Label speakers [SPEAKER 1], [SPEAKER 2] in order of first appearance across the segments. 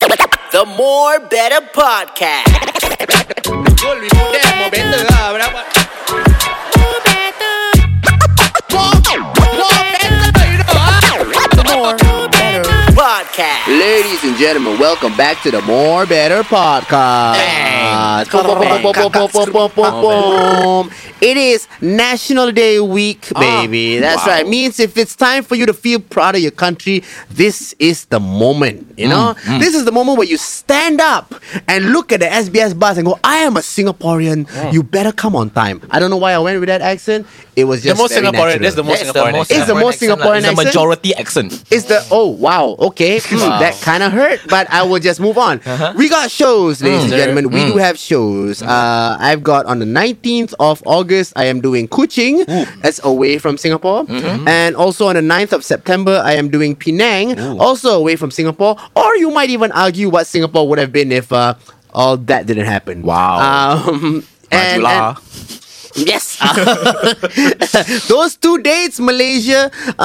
[SPEAKER 1] The More Better Podcast.
[SPEAKER 2] Well, we do that more better, ah, but I- more better, you know, ah.
[SPEAKER 1] Podcast.
[SPEAKER 3] Ladies and gentlemen, welcome back to the More Better Podcast. Boom, boom, boom, boom, boom, boom, boom, boom, boom. It is National Day week,
[SPEAKER 4] Ah.
[SPEAKER 3] baby. That's right. Means if it's time for you to feel proud of your country, this is the moment. You know,
[SPEAKER 4] Mm,
[SPEAKER 3] this is the moment where you stand up and look at the SBS bus and go, "I am a Singaporean. You better come on time." I don't know why I went with that accent. It was just
[SPEAKER 5] the most
[SPEAKER 3] very
[SPEAKER 5] Singaporean.
[SPEAKER 3] natural.
[SPEAKER 5] That's the most
[SPEAKER 4] That's the
[SPEAKER 5] Singaporean.
[SPEAKER 4] most
[SPEAKER 5] accent.
[SPEAKER 3] It's the most
[SPEAKER 4] Singaporean accent
[SPEAKER 3] Singaporean
[SPEAKER 4] lah.
[SPEAKER 5] It's a
[SPEAKER 3] accent.
[SPEAKER 5] majority accent.
[SPEAKER 3] It's the oh wow okay Hmm, that kind of hurt, but I will just move on. We got shows, ladies and gentlemen. We do have shows. Uh, I've got on the nineteenth of August. I am doing Kuching, that's away from Singapore, and also on the 9th of September, I am doing Penang, also away from Singapore. Or you might even argue what Singapore would have been if uh, all that didn't happen.
[SPEAKER 5] Wow.
[SPEAKER 3] Um, and, and Yes. Those two dates, Malaysia, uh,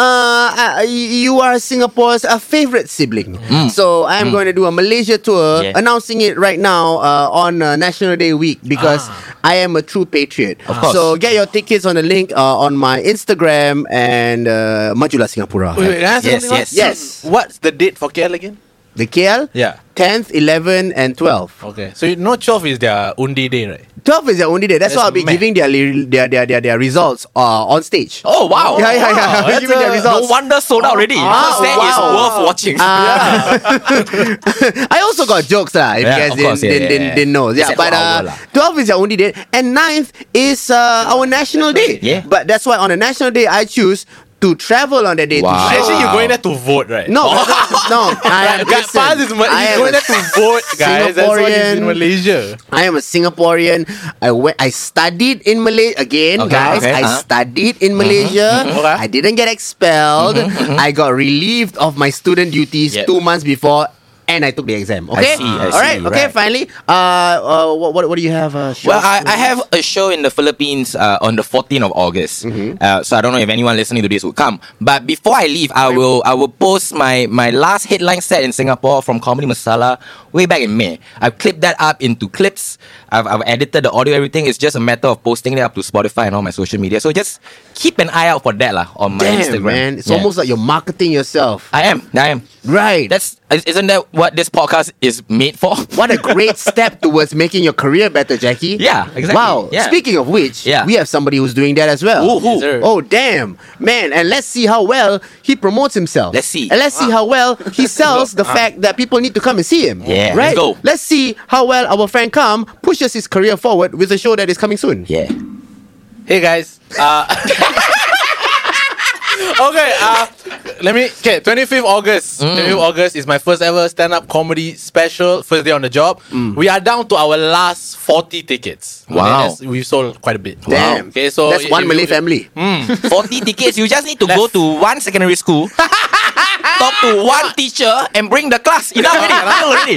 [SPEAKER 3] uh, you are Singapore's uh, favorite sibling. So I'm going to do a Malaysia tour,
[SPEAKER 5] Yeah.
[SPEAKER 3] announcing it right now uh, on uh, National Day week because I am a true patriot. Of
[SPEAKER 5] course.
[SPEAKER 3] So get your tickets on the link uh, on my Instagram and uh, Majulah Singapura.
[SPEAKER 2] Wait, wait, can I ask
[SPEAKER 5] Yes,
[SPEAKER 2] something
[SPEAKER 5] yes.
[SPEAKER 2] else?
[SPEAKER 3] Yes.
[SPEAKER 2] What's the date for KL again?
[SPEAKER 3] The KL,
[SPEAKER 2] Yeah.
[SPEAKER 3] 10th, 11, and 12.
[SPEAKER 2] Okay. So you know 12 is their Undi day, right?
[SPEAKER 3] 12 is their only day. That's, why I'll be
[SPEAKER 2] mad.
[SPEAKER 3] giving their, li- their, their, their, their results uh, on stage.
[SPEAKER 5] Oh wow!
[SPEAKER 3] Yeah, yeah, yeah.
[SPEAKER 5] Wow,
[SPEAKER 3] Give me
[SPEAKER 5] that's
[SPEAKER 3] the
[SPEAKER 5] a-
[SPEAKER 3] results.
[SPEAKER 5] No wonder sold out already.
[SPEAKER 3] Ah,
[SPEAKER 5] because that is
[SPEAKER 3] wow.
[SPEAKER 5] worth watching.
[SPEAKER 3] I also got jokes lah. If
[SPEAKER 5] Yeah,
[SPEAKER 3] you guys
[SPEAKER 5] of course,
[SPEAKER 3] didn't,
[SPEAKER 5] yeah,
[SPEAKER 3] didn't,
[SPEAKER 5] yeah,
[SPEAKER 3] didn't,
[SPEAKER 5] yeah.
[SPEAKER 3] didn't know, yeah.
[SPEAKER 5] It's at
[SPEAKER 3] But
[SPEAKER 5] our
[SPEAKER 3] uh,
[SPEAKER 5] hour lah.
[SPEAKER 3] twelve is our only day, and 9th is uh, our national day.
[SPEAKER 5] Yeah.
[SPEAKER 3] But that's why on a national day I choose to travel on that day.
[SPEAKER 5] Wow.
[SPEAKER 3] To show.
[SPEAKER 2] Actually,
[SPEAKER 5] Wow.
[SPEAKER 2] you're going there to vote,
[SPEAKER 3] Ah.
[SPEAKER 2] right?
[SPEAKER 3] No, no. I,
[SPEAKER 2] Guys,
[SPEAKER 3] listen,
[SPEAKER 2] Faz is Ma-
[SPEAKER 3] I
[SPEAKER 2] he's
[SPEAKER 3] am
[SPEAKER 2] going
[SPEAKER 3] a
[SPEAKER 2] there to vote, guys. That's why he's
[SPEAKER 3] Singaporean.
[SPEAKER 2] in Malaysia.
[SPEAKER 3] I am a Singaporean. I went. I studied in Malaysia again,
[SPEAKER 5] Okay,
[SPEAKER 3] guys.
[SPEAKER 5] okay,
[SPEAKER 3] I
[SPEAKER 5] uh-huh. Mm-hmm,
[SPEAKER 3] studied in Malaysia.
[SPEAKER 2] okay.
[SPEAKER 3] I didn't get expelled. I got relieved of my student duties
[SPEAKER 5] Yep.
[SPEAKER 3] two months before. And I took the exam. Okay,
[SPEAKER 5] see, I
[SPEAKER 3] all right.
[SPEAKER 5] see,
[SPEAKER 3] Okay,
[SPEAKER 5] right.
[SPEAKER 3] finally. Uh, uh what, what, what do you have? Uh, shows?
[SPEAKER 5] Well, I, I have a show in the Philippines uh, on the 14th of August.
[SPEAKER 3] Mm-hmm.
[SPEAKER 5] Uh, so I don't know if anyone listening to this will come. But before I leave, I will I will post my, my last headline set in Singapore from Comedy Masala way back in May. I've clipped that up into clips. I've, I've edited the audio, everything. It's just a matter of posting it up to Spotify and all my social media. So just keep an eye out for that lah, on my
[SPEAKER 3] Damn,
[SPEAKER 5] Instagram.
[SPEAKER 3] man, it's
[SPEAKER 5] Yeah.
[SPEAKER 3] almost like you're marketing yourself.
[SPEAKER 5] I am. I am.
[SPEAKER 3] Right.
[SPEAKER 5] That's is- isn't that what this podcast is made for?
[SPEAKER 3] what a great step towards making your career better, Jackie.
[SPEAKER 5] Yeah, exactly.
[SPEAKER 3] Wow.
[SPEAKER 5] Yeah.
[SPEAKER 3] Speaking of which,
[SPEAKER 5] Yeah.
[SPEAKER 3] we have somebody who's doing that as well.
[SPEAKER 5] Ooh, who? Yes, sir.
[SPEAKER 3] Oh, damn. Man, and let's see how well he promotes himself.
[SPEAKER 5] Let's see.
[SPEAKER 3] And let's see
[SPEAKER 2] Ah.
[SPEAKER 3] how well he sells the fact that people need to come and see him.
[SPEAKER 5] Yeah,
[SPEAKER 3] Right?
[SPEAKER 5] let's go.
[SPEAKER 3] Let's see how well our friend Kam pushes his career forward with a show that is coming soon.
[SPEAKER 5] Yeah.
[SPEAKER 2] Hey, guys. Uh, okay. Uh, let me. Okay, 25th August.
[SPEAKER 3] Mm.
[SPEAKER 2] 25th August is my first ever stand up comedy special, first day on the job.
[SPEAKER 3] Mm.
[SPEAKER 2] We are down to our last 40 tickets. Okay,
[SPEAKER 5] Wow.
[SPEAKER 2] that's- we've sold quite a bit.
[SPEAKER 3] Damn.
[SPEAKER 2] Okay, so
[SPEAKER 3] that's
[SPEAKER 2] i-
[SPEAKER 3] one
[SPEAKER 2] if
[SPEAKER 3] Malay
[SPEAKER 2] you- Hmm?
[SPEAKER 3] family.
[SPEAKER 5] 40 tickets. You just need to go
[SPEAKER 2] Left.
[SPEAKER 5] to one secondary school, talk to one teacher, and bring the class. Enough already. Enough already.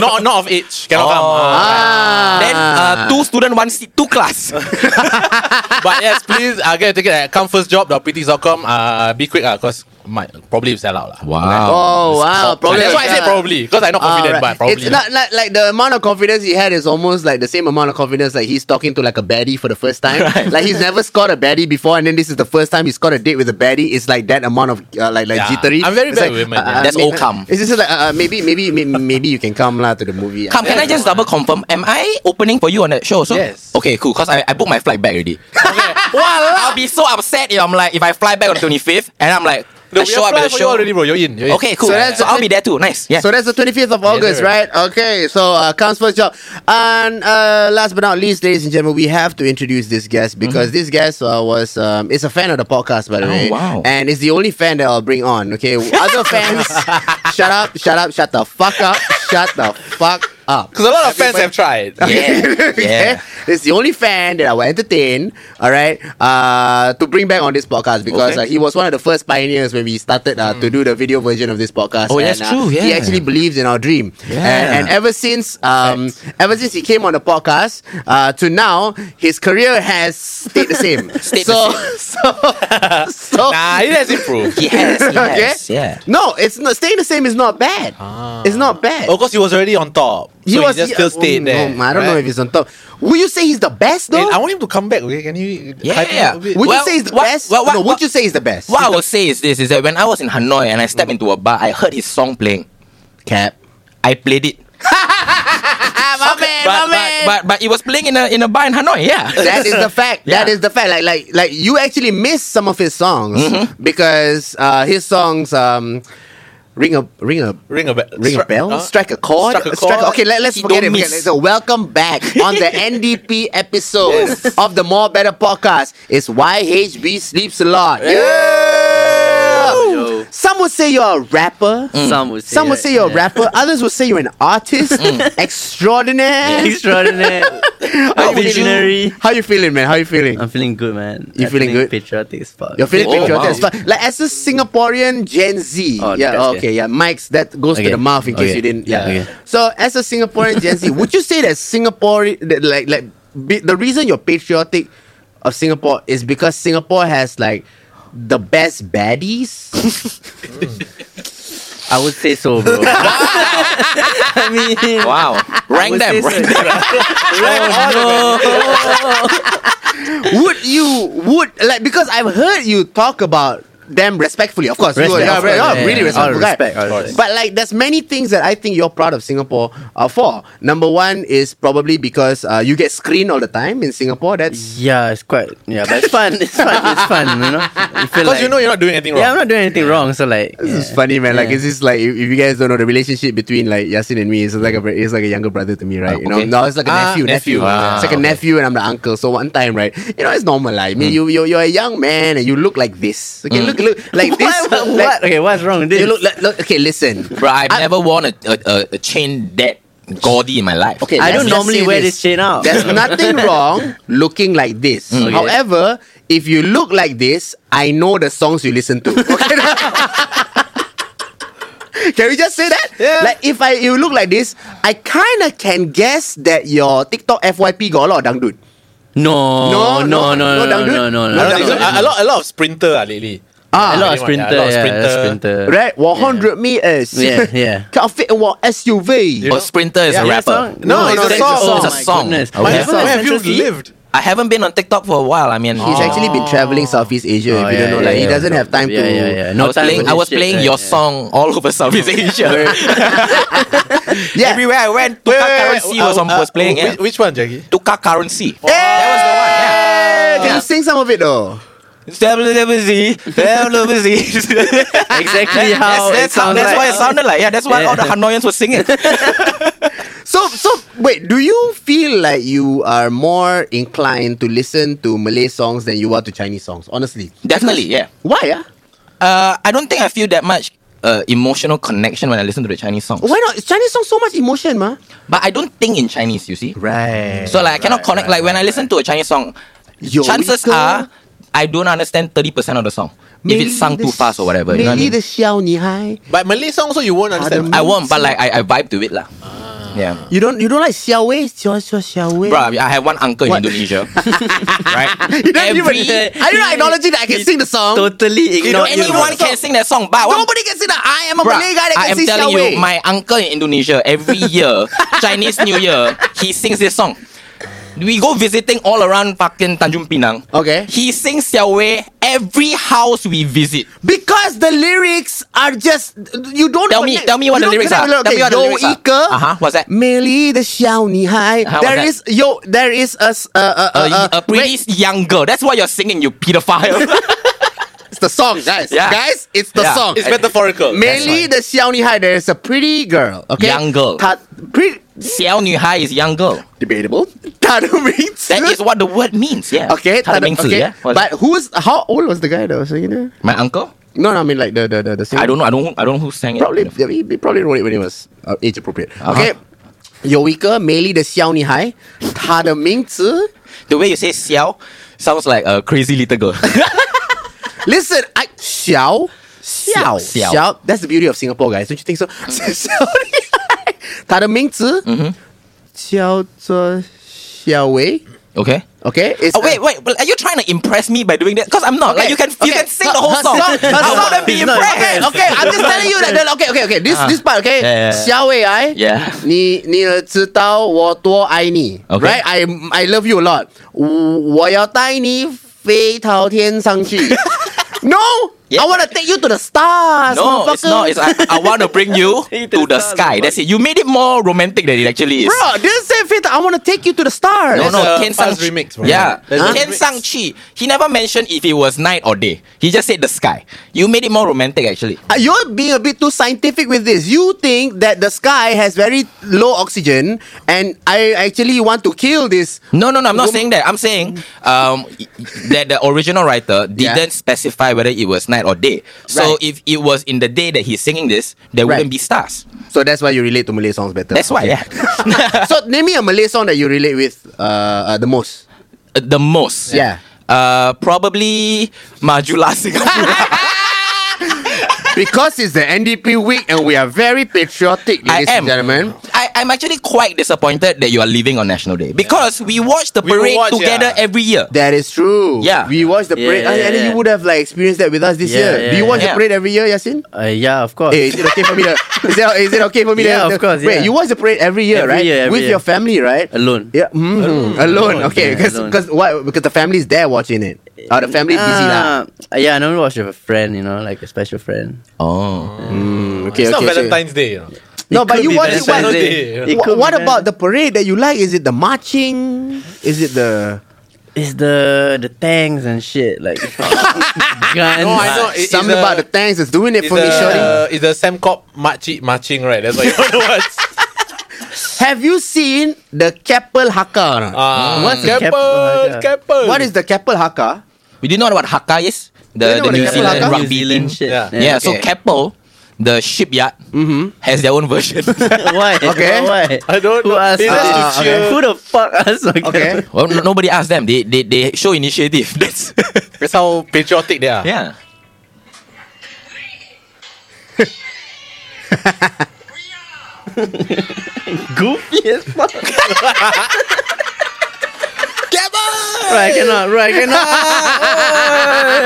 [SPEAKER 2] not, not of age. Cannot come.
[SPEAKER 3] Ah.
[SPEAKER 5] Then uh, two student, one seat, two class.
[SPEAKER 2] but yes, please uh, get a ticket at comefirstjob.ptx.com. Uh, be quick, because might probably sell out. lah.
[SPEAKER 3] Oh wow! Probably
[SPEAKER 2] That's why I say probably, because I'm not confident, but
[SPEAKER 3] Alright.
[SPEAKER 2] probably.
[SPEAKER 3] It's not like, like the amount of confidence he had is almost like the same amount of confidence like he's talking to like a baddie for the first time.
[SPEAKER 5] Right.
[SPEAKER 3] Like he's never scored a baddie before, and then this is the first time he's got a date with a baddie. It's like that amount of uh, like like
[SPEAKER 2] Yeah.
[SPEAKER 3] jittery.
[SPEAKER 2] I'm very
[SPEAKER 3] It's like,
[SPEAKER 2] bad
[SPEAKER 3] uh,
[SPEAKER 2] with women, yeah.
[SPEAKER 5] That's
[SPEAKER 3] may-
[SPEAKER 5] all come.
[SPEAKER 3] It's just like uh, uh, maybe maybe may- maybe you can come lah to the movie.
[SPEAKER 5] Come, can I just double confirm? Am I opening for you on that show? So
[SPEAKER 2] Yes.
[SPEAKER 5] okay, cool. Cause I, I booked my flight back already. I'll be so upset if I'm like if I fly back on the 25th and I'm like I
[SPEAKER 2] No, we
[SPEAKER 5] show up
[SPEAKER 2] apply
[SPEAKER 5] at the
[SPEAKER 2] for
[SPEAKER 5] show.
[SPEAKER 2] You already, bro. You're in. You're in.
[SPEAKER 5] Okay,
[SPEAKER 3] So
[SPEAKER 5] cool. So,
[SPEAKER 3] that's-
[SPEAKER 5] I'll be there too. Nice. Yeah.
[SPEAKER 3] So that's the 25th of August,
[SPEAKER 2] sir.
[SPEAKER 3] right? Okay, so uh, comes first job. And uh, last but not least, ladies and gentlemen, we have to introduce this guest because this guest uh, was um, is a fan of the podcast, by the way.
[SPEAKER 5] Mm-hmm. Oh, wow.
[SPEAKER 3] And it's the only fan that I'll bring on. Okay, other fans, shut up, shut up, shut the fuck up, shut the fuck up.
[SPEAKER 2] Because a lot of fans have tried.
[SPEAKER 5] yeah.
[SPEAKER 3] Okay?
[SPEAKER 5] yeah.
[SPEAKER 3] It's the only fan that I will entertain, all right, uh, to bring back on this podcast because uh,
[SPEAKER 5] Okay.
[SPEAKER 3] he was one of the first pioneers when we started uh, to do the video version of this podcast.
[SPEAKER 5] Oh, that's
[SPEAKER 3] uh,
[SPEAKER 5] true,
[SPEAKER 3] He
[SPEAKER 5] yeah.
[SPEAKER 3] actually believes in our dream. And,
[SPEAKER 5] Yeah.
[SPEAKER 3] and ever since um, ever since he came on the podcast uh, to now, his career has stayed the same.
[SPEAKER 5] Stayed the
[SPEAKER 3] so, so, so,
[SPEAKER 2] Nah, it has improved.
[SPEAKER 5] He has, he has,
[SPEAKER 3] okay?
[SPEAKER 5] yeah. Ah.
[SPEAKER 3] No, it's not staying the same is not bad. It's not bad.
[SPEAKER 2] Of course, he was already on top. So he, um, was, just still
[SPEAKER 3] yeah,
[SPEAKER 2] stayed
[SPEAKER 3] mm,
[SPEAKER 2] there.
[SPEAKER 3] no, I don't know
[SPEAKER 2] right?
[SPEAKER 3] if he's on top. Would you say he's the best
[SPEAKER 2] And
[SPEAKER 3] though?
[SPEAKER 2] I want him to come back. Okay, can you?
[SPEAKER 5] Yeah,
[SPEAKER 2] hype him
[SPEAKER 5] yeah.
[SPEAKER 2] up a bit?
[SPEAKER 3] would
[SPEAKER 5] Well,
[SPEAKER 3] you say he's the
[SPEAKER 5] what-
[SPEAKER 3] best?
[SPEAKER 5] well, what-
[SPEAKER 3] no, would
[SPEAKER 5] what-
[SPEAKER 3] you say he's the best?
[SPEAKER 5] What I will say is this: is that when I was in Hanoi and I stepped
[SPEAKER 4] Mm.
[SPEAKER 5] into a bar, I heard his song playing.
[SPEAKER 3] Cap.
[SPEAKER 5] I played it,
[SPEAKER 3] my man,
[SPEAKER 5] but but, but but it was playing in a in a bar in Hanoi. Yeah,
[SPEAKER 3] that is the fact. That
[SPEAKER 5] Yeah.
[SPEAKER 3] is the fact. Like like like you actually miss some of his songs
[SPEAKER 5] Mm-hmm.
[SPEAKER 3] because uh, his songs um ring a ring a
[SPEAKER 2] Ring a bell.
[SPEAKER 3] Ring a
[SPEAKER 2] Stri-
[SPEAKER 3] bell?
[SPEAKER 5] uh,
[SPEAKER 2] huh?
[SPEAKER 3] Strike a chord?
[SPEAKER 2] Strike a chord.
[SPEAKER 3] okay, let, us
[SPEAKER 5] He
[SPEAKER 3] forget it.
[SPEAKER 5] don't
[SPEAKER 3] forget
[SPEAKER 5] miss.
[SPEAKER 3] it. So welcome back on the NDP episode of the More Better podcast. It's why HB sleeps a lot. Yeah! Some would say you're a rapper.
[SPEAKER 5] Mm.
[SPEAKER 4] Some would say
[SPEAKER 3] Mm. Some would
[SPEAKER 4] that,
[SPEAKER 3] say you're a
[SPEAKER 4] yeah. Mm.
[SPEAKER 3] rapper. Others would say you're an artist. Extraordinary.
[SPEAKER 4] Extraordinary.
[SPEAKER 3] How you-
[SPEAKER 4] Visionary.
[SPEAKER 3] How you feeling, man? How you feeling?
[SPEAKER 4] I'm feeling good, man.
[SPEAKER 3] You
[SPEAKER 4] I
[SPEAKER 3] feeling good?
[SPEAKER 4] Patriotic as fuck.
[SPEAKER 3] You're feeling
[SPEAKER 5] Oh,
[SPEAKER 3] patriotic
[SPEAKER 5] wow.
[SPEAKER 3] as fuck. Like as a Singaporean Gen Z.
[SPEAKER 4] Oh,
[SPEAKER 3] yeah,
[SPEAKER 4] that's-
[SPEAKER 3] okay, yeah. Mike's that goes to
[SPEAKER 4] Okay.
[SPEAKER 3] the mouth in case you
[SPEAKER 4] Okay.
[SPEAKER 3] didn't. Yeah.
[SPEAKER 4] Yeah, okay.
[SPEAKER 3] So as a Singaporean Gen Z, would you say that Singapore that, like like be, the reason you're patriotic of Singapore is because Singapore has like the best baddies?
[SPEAKER 4] I would say so, bro. I mean,
[SPEAKER 5] wow.
[SPEAKER 4] I
[SPEAKER 5] Rank
[SPEAKER 4] would
[SPEAKER 5] them.
[SPEAKER 4] say
[SPEAKER 5] Rank
[SPEAKER 4] so. Oh,
[SPEAKER 5] them.
[SPEAKER 3] would you would like because I've heard you talk about them respectfully, of course. you
[SPEAKER 4] Respect,
[SPEAKER 3] are,
[SPEAKER 4] of
[SPEAKER 3] you're a
[SPEAKER 4] course, yeah,
[SPEAKER 3] really respectful
[SPEAKER 4] yeah. All
[SPEAKER 3] guy.
[SPEAKER 4] respect, all respect.
[SPEAKER 3] But like, there's many things that I think you're proud of Singapore uh, for. Number one is probably because uh, you get screened all the time in Singapore. That's
[SPEAKER 4] yeah, it's quite. Yeah, but it's fun. It's fun. It's fun. You know. You feel
[SPEAKER 2] Because you know you're not doing anything wrong.
[SPEAKER 4] Yeah, I'm not doing anything wrong. So like,
[SPEAKER 3] This
[SPEAKER 4] yeah.
[SPEAKER 3] is funny, man. Like,
[SPEAKER 4] Yeah.
[SPEAKER 3] it's just like if, if you guys don't know the relationship between like Yasin and me, it's like a br- it's like a younger brother to me, right? You know,
[SPEAKER 5] okay.
[SPEAKER 3] no, it's like a
[SPEAKER 2] Ah,
[SPEAKER 3] nephew, nephew. Ah,
[SPEAKER 2] nephew.
[SPEAKER 3] it's like a nephew, and I'm the uncle. So one time, right? You know, it's normal. Like, I mean, you you you're a young man, and you look like this. Okay, look look like this.
[SPEAKER 4] What? What?
[SPEAKER 3] like-
[SPEAKER 4] okay, what's wrong with this?
[SPEAKER 3] You look, like, look okay. Listen,
[SPEAKER 5] Bro, I've
[SPEAKER 3] I-
[SPEAKER 5] never worn a, a, a, a chain that gaudy in my life.
[SPEAKER 3] Okay,
[SPEAKER 4] I
[SPEAKER 3] let's
[SPEAKER 4] don't
[SPEAKER 3] just
[SPEAKER 4] normally
[SPEAKER 3] say
[SPEAKER 4] wear this chain out. Mm.
[SPEAKER 3] There's nothing wrong looking like this.
[SPEAKER 4] okay.
[SPEAKER 3] However, if you look like this, I know the songs you listen to. Okay? Can we just say that?
[SPEAKER 2] Yeah.
[SPEAKER 3] Like if I you look like this, I kinda can guess that your TikTok FYP got a lot of dangdut.
[SPEAKER 4] No,
[SPEAKER 3] No,
[SPEAKER 4] no,
[SPEAKER 3] no,
[SPEAKER 4] no, no,
[SPEAKER 3] no,
[SPEAKER 4] no, no,
[SPEAKER 3] dude.
[SPEAKER 4] no, no,
[SPEAKER 2] I don't think so.
[SPEAKER 4] no.
[SPEAKER 2] A, a lot, a lot of sprinter ah, lately.
[SPEAKER 4] A lot of
[SPEAKER 2] Anyone, yeah, a lot
[SPEAKER 4] sprinter,
[SPEAKER 2] of
[SPEAKER 4] yeah, a lot of
[SPEAKER 2] sprinter.
[SPEAKER 4] sprinter.
[SPEAKER 3] Right? 100 meters.
[SPEAKER 4] Yeah, yeah.
[SPEAKER 3] Can't fit in one SUV.
[SPEAKER 5] But Sprinter is a
[SPEAKER 2] Yeah, yeah,
[SPEAKER 5] rapper.
[SPEAKER 4] song? No,
[SPEAKER 2] No, it's a
[SPEAKER 4] that's
[SPEAKER 2] song.
[SPEAKER 5] It's a
[SPEAKER 4] My
[SPEAKER 5] song.
[SPEAKER 4] goodness.
[SPEAKER 5] Okay.
[SPEAKER 2] Where
[SPEAKER 4] Yeah.
[SPEAKER 2] where have you
[SPEAKER 4] Central Sea?
[SPEAKER 2] lived?
[SPEAKER 5] I haven't been on TikTok for a while. I mean, Oh.
[SPEAKER 3] He's actually been traveling Southeast Asia. if you don't know, like he doesn't have time
[SPEAKER 4] Oh, yeah,
[SPEAKER 3] to.
[SPEAKER 4] Yeah, yeah,
[SPEAKER 5] I
[SPEAKER 4] No
[SPEAKER 5] was
[SPEAKER 4] time.
[SPEAKER 5] playing,
[SPEAKER 4] for
[SPEAKER 5] I
[SPEAKER 4] this
[SPEAKER 5] was
[SPEAKER 4] shit,
[SPEAKER 5] playing
[SPEAKER 4] right?
[SPEAKER 5] your
[SPEAKER 4] Yeah.
[SPEAKER 5] song all over Southeast Asia.
[SPEAKER 3] Yeah.
[SPEAKER 5] Everywhere I went, Tukar
[SPEAKER 2] Wait, wait, wait,
[SPEAKER 5] Currency
[SPEAKER 2] uh,
[SPEAKER 5] was, on,
[SPEAKER 2] uh,
[SPEAKER 5] was playing. Yeah.
[SPEAKER 2] Which, which one, Jackie?
[SPEAKER 5] Tukar Currency.
[SPEAKER 3] Hey,
[SPEAKER 5] That
[SPEAKER 3] Can you sing some of it though?
[SPEAKER 5] was the one. Yeah. WWZ.
[SPEAKER 4] Exactly how
[SPEAKER 5] that's, that's,
[SPEAKER 4] Oh,
[SPEAKER 5] how,
[SPEAKER 4] it sounds
[SPEAKER 5] that's
[SPEAKER 4] like.
[SPEAKER 5] why it sounded like. Yeah, that's why
[SPEAKER 4] Yeah.
[SPEAKER 5] all the Hanoians were singing.
[SPEAKER 3] So so wait, do you feel like you are more inclined to listen to Malay songs than you are to Chinese songs? Honestly,
[SPEAKER 5] Definitely, yeah.
[SPEAKER 3] why? Ah,
[SPEAKER 5] Uh, I don't think I feel that much uh, emotional connection when I listen to the Chinese songs.
[SPEAKER 3] why not? Chinese songs so much emotion, ma.
[SPEAKER 5] But I don't think in Chinese, you see.
[SPEAKER 3] Right.
[SPEAKER 5] So like I cannot connect. like when I listen to a Chinese song,
[SPEAKER 3] Yo,
[SPEAKER 5] chances
[SPEAKER 3] Rico.
[SPEAKER 5] are I don't understand thirty percent of the song if it's sung too fast or whatever.
[SPEAKER 3] Maybe
[SPEAKER 5] You know what I mean?
[SPEAKER 3] the xiao ni hai.
[SPEAKER 2] But Malay song also you won't understand.
[SPEAKER 5] I won't, but like I, I vibe to it lah. Yeah.
[SPEAKER 3] You don't you don't like xiao wei xiao xiao xiao wei.
[SPEAKER 5] Bro, I have one uncle
[SPEAKER 3] What?
[SPEAKER 5] in Indonesia, right?
[SPEAKER 3] You don't
[SPEAKER 5] Every-
[SPEAKER 3] even. I don't acknowledge that I can sing the song.
[SPEAKER 4] Totally
[SPEAKER 5] You know,
[SPEAKER 4] ignore you.
[SPEAKER 5] anyone can sing that song, but
[SPEAKER 3] Nobody can sing that. I am a
[SPEAKER 5] Bruh,
[SPEAKER 3] Malay guy that
[SPEAKER 5] I
[SPEAKER 3] can
[SPEAKER 5] am
[SPEAKER 3] sing
[SPEAKER 5] telling
[SPEAKER 3] xiao wei.
[SPEAKER 5] you, my uncle in Indonesia every year, Chinese New Year, he sings this song. We go visiting all around fucking Tanjung Pinang.
[SPEAKER 3] Okay.
[SPEAKER 5] He sings Xiao Wei every house we visit.
[SPEAKER 3] Because the lyrics are just you don't
[SPEAKER 5] Tell me-
[SPEAKER 3] connect-
[SPEAKER 5] tell me what
[SPEAKER 3] you
[SPEAKER 5] the
[SPEAKER 3] don't
[SPEAKER 5] lyrics
[SPEAKER 3] connect
[SPEAKER 5] are.
[SPEAKER 3] with-
[SPEAKER 5] Tell me what the
[SPEAKER 3] yo
[SPEAKER 5] lyrics are.
[SPEAKER 3] ike,
[SPEAKER 5] Uh-huh, what's that?
[SPEAKER 3] merely the xiao ni hai.
[SPEAKER 5] Uh-huh,
[SPEAKER 3] There
[SPEAKER 5] what's
[SPEAKER 3] is yo. There is a s- a a-
[SPEAKER 5] A,
[SPEAKER 3] a- a-
[SPEAKER 5] a pretty young girl. That's why you're singing, you pedophile.
[SPEAKER 3] It's the song, guys.
[SPEAKER 5] Yeah.
[SPEAKER 3] Guys, it's the
[SPEAKER 5] Yeah.
[SPEAKER 3] song.
[SPEAKER 2] it's metaphorical.
[SPEAKER 3] Merely the xiao ni hai. There is a pretty girl. Okay,
[SPEAKER 5] Young girl.
[SPEAKER 3] Ta- pretty
[SPEAKER 5] Xiao Nuhai is young girl.
[SPEAKER 3] debatable. Tanuming
[SPEAKER 5] That is what the word means. Yeah.
[SPEAKER 3] Okay,
[SPEAKER 5] Tell
[SPEAKER 3] Tanum-
[SPEAKER 5] me,
[SPEAKER 3] okay.
[SPEAKER 5] yeah? What's
[SPEAKER 3] But who's how old was the guy that was singing there?
[SPEAKER 5] that? my uncle?
[SPEAKER 3] No, no, I mean like the the the, the singer.
[SPEAKER 5] I don't know. I don't. I don't know who sang it. Uh-huh.
[SPEAKER 3] probably yeah, he, he probably wrote it when he was uh, age appropriate. Okay. 有一个美丽的小女孩，她的名字
[SPEAKER 5] The way you say "xiao" sounds like a crazy little girl.
[SPEAKER 3] Listen, I 小小
[SPEAKER 5] 小
[SPEAKER 3] 小，That's the beauty of Singapore, guys. Don't you think so?
[SPEAKER 5] Uh-huh.
[SPEAKER 3] 小女孩，她的名字
[SPEAKER 5] Mm-hmm.
[SPEAKER 3] 叫做小薇。
[SPEAKER 5] okay.
[SPEAKER 3] Okay, it's
[SPEAKER 5] Oh, wait, wait. well, Are you trying to impress me by doing that? Because I'm not. Like you can you can sing the whole
[SPEAKER 3] Her
[SPEAKER 5] song.
[SPEAKER 3] song- her
[SPEAKER 5] I
[SPEAKER 3] song
[SPEAKER 5] wouldn't be
[SPEAKER 4] is not-
[SPEAKER 3] Okay,
[SPEAKER 5] impressed. Uh-huh.
[SPEAKER 3] okay, I'm just telling you that. that- Okay, okay, okay. This this part, okay.
[SPEAKER 5] Yeah, yeah, yeah.
[SPEAKER 3] 小伟哎
[SPEAKER 5] Yeah.
[SPEAKER 3] 你你也知道我多爱你
[SPEAKER 5] Okay.
[SPEAKER 3] right? I I love you a lot. 我我要带你飞到天上 去。no,
[SPEAKER 5] Yeah.
[SPEAKER 3] I wanna take you to the stars.
[SPEAKER 5] No, it's
[SPEAKER 3] motherfucker.
[SPEAKER 5] not. It's, I, I want to bring you to the sky. That's it. You made it more romantic than it actually is.
[SPEAKER 3] Bro, this is fit. I wanna take you to the stars.
[SPEAKER 5] No,
[SPEAKER 2] That's
[SPEAKER 5] no,
[SPEAKER 2] a
[SPEAKER 5] Ken Sang
[SPEAKER 2] fast
[SPEAKER 5] Chi.
[SPEAKER 2] remix, bro.
[SPEAKER 5] Yeah,
[SPEAKER 2] That's a
[SPEAKER 5] Ken
[SPEAKER 2] remix.
[SPEAKER 5] Sang Chi. He never mentioned if it was night or day. He just said the sky. You made it more romantic, actually.
[SPEAKER 3] Uh, You're being a bit too scientific with this. You think that the sky has very low oxygen, and I actually want to kill this.
[SPEAKER 5] No, no, no. I'm not
[SPEAKER 3] Wom-
[SPEAKER 5] saying that. I'm saying um, y- that the original writer didn't
[SPEAKER 3] Yeah.
[SPEAKER 5] specify whether it was night or day. So
[SPEAKER 3] Right.
[SPEAKER 5] if it was in the day that he's singing this, there
[SPEAKER 3] Right.
[SPEAKER 5] wouldn't be stars.
[SPEAKER 3] So that's why you relate to Malay songs better.
[SPEAKER 5] That's why. Yeah.
[SPEAKER 3] so name me a Malay song that you relate with uh, uh, the most.
[SPEAKER 5] Uh, the most.
[SPEAKER 3] Yeah.
[SPEAKER 5] Uh, probably Majula Singapura.
[SPEAKER 3] Because it's the NDP week and we are very patriotic,
[SPEAKER 5] I
[SPEAKER 3] ladies and
[SPEAKER 5] am.
[SPEAKER 3] gentlemen.
[SPEAKER 5] I, I'm actually quite disappointed that you are leaving on National Day because we watch the
[SPEAKER 2] We will
[SPEAKER 5] parade
[SPEAKER 2] watch,
[SPEAKER 5] together
[SPEAKER 2] yeah.
[SPEAKER 5] every year.
[SPEAKER 3] That is true.
[SPEAKER 5] Yeah.
[SPEAKER 3] We watch the
[SPEAKER 4] Yeah,
[SPEAKER 3] parade.
[SPEAKER 4] yeah,
[SPEAKER 3] and then
[SPEAKER 4] yeah.
[SPEAKER 3] you would have like experienced that with us this
[SPEAKER 4] Yeah,
[SPEAKER 3] year.
[SPEAKER 4] yeah,
[SPEAKER 3] Do you watch
[SPEAKER 5] yeah.
[SPEAKER 3] the parade every year, Yasin?
[SPEAKER 4] Uh, yeah, of course.
[SPEAKER 3] Hey, is it okay for me to, is, it, is it okay for me to-
[SPEAKER 4] Yeah,
[SPEAKER 3] to
[SPEAKER 4] of course,
[SPEAKER 3] Wait,
[SPEAKER 4] yeah.
[SPEAKER 3] you watch the parade every year,
[SPEAKER 4] Every
[SPEAKER 3] right?
[SPEAKER 4] year,
[SPEAKER 3] with
[SPEAKER 4] every
[SPEAKER 3] your
[SPEAKER 4] year.
[SPEAKER 3] family, right?
[SPEAKER 4] Alone.
[SPEAKER 3] Yeah. mhm. Alone. Okay.
[SPEAKER 4] Yeah,
[SPEAKER 3] Because
[SPEAKER 4] alone.
[SPEAKER 3] because why because the family's there watching it. Oh the family busy lah.
[SPEAKER 4] Ah, yeah, I normally watch with a friend, you know, like a special friend.
[SPEAKER 5] Oh.
[SPEAKER 3] Mm, Okay,
[SPEAKER 2] It's not
[SPEAKER 3] okay, so-
[SPEAKER 2] Valentine's Day. You know.
[SPEAKER 3] No,
[SPEAKER 4] It
[SPEAKER 3] but
[SPEAKER 4] could
[SPEAKER 3] you
[SPEAKER 4] be
[SPEAKER 3] watch
[SPEAKER 4] Valentine's
[SPEAKER 3] you watch-
[SPEAKER 2] Day.
[SPEAKER 4] It
[SPEAKER 3] Wha-
[SPEAKER 4] could be
[SPEAKER 3] what
[SPEAKER 4] Valentine's-
[SPEAKER 3] about the parade that you like? Is it the marching? Is it the
[SPEAKER 4] It's the the tanks and shit, like guns.
[SPEAKER 2] No, I know. It- it's
[SPEAKER 3] something
[SPEAKER 2] a-
[SPEAKER 3] about the thanks is doing it
[SPEAKER 2] It's
[SPEAKER 3] for me, Shorty?
[SPEAKER 2] the, it's the Sam Cop marching, marching, right? That's what you want to watch.
[SPEAKER 3] Have you seen the Keppel Haka? or not?
[SPEAKER 2] Ah,
[SPEAKER 4] What's a
[SPEAKER 2] Keppel,
[SPEAKER 4] Keppel?
[SPEAKER 2] Keppel.
[SPEAKER 3] What is the Keppel Haka?
[SPEAKER 5] We didn't know what Hakka is. The,
[SPEAKER 3] You know what
[SPEAKER 5] the New
[SPEAKER 3] Keppel
[SPEAKER 5] Zealand
[SPEAKER 3] Hakka?
[SPEAKER 5] rugby team.
[SPEAKER 4] shit.
[SPEAKER 2] Yeah.
[SPEAKER 5] Yeah, so
[SPEAKER 3] okay.
[SPEAKER 5] Keppel, the shipyard, has their own version.
[SPEAKER 4] why?
[SPEAKER 3] Okay.
[SPEAKER 4] Why?
[SPEAKER 2] I don't
[SPEAKER 4] Who
[SPEAKER 2] know.
[SPEAKER 4] asked?
[SPEAKER 2] It's
[SPEAKER 4] us?
[SPEAKER 2] just to cheer.
[SPEAKER 4] Who the fuck asked? Okay.
[SPEAKER 3] Okay.
[SPEAKER 5] well, no, nobody asked them. They they, they show initiative. That's
[SPEAKER 2] That's how patriotic they are.
[SPEAKER 5] yeah.
[SPEAKER 4] Goofy as fuck. Right, I cannot. Right, I cannot.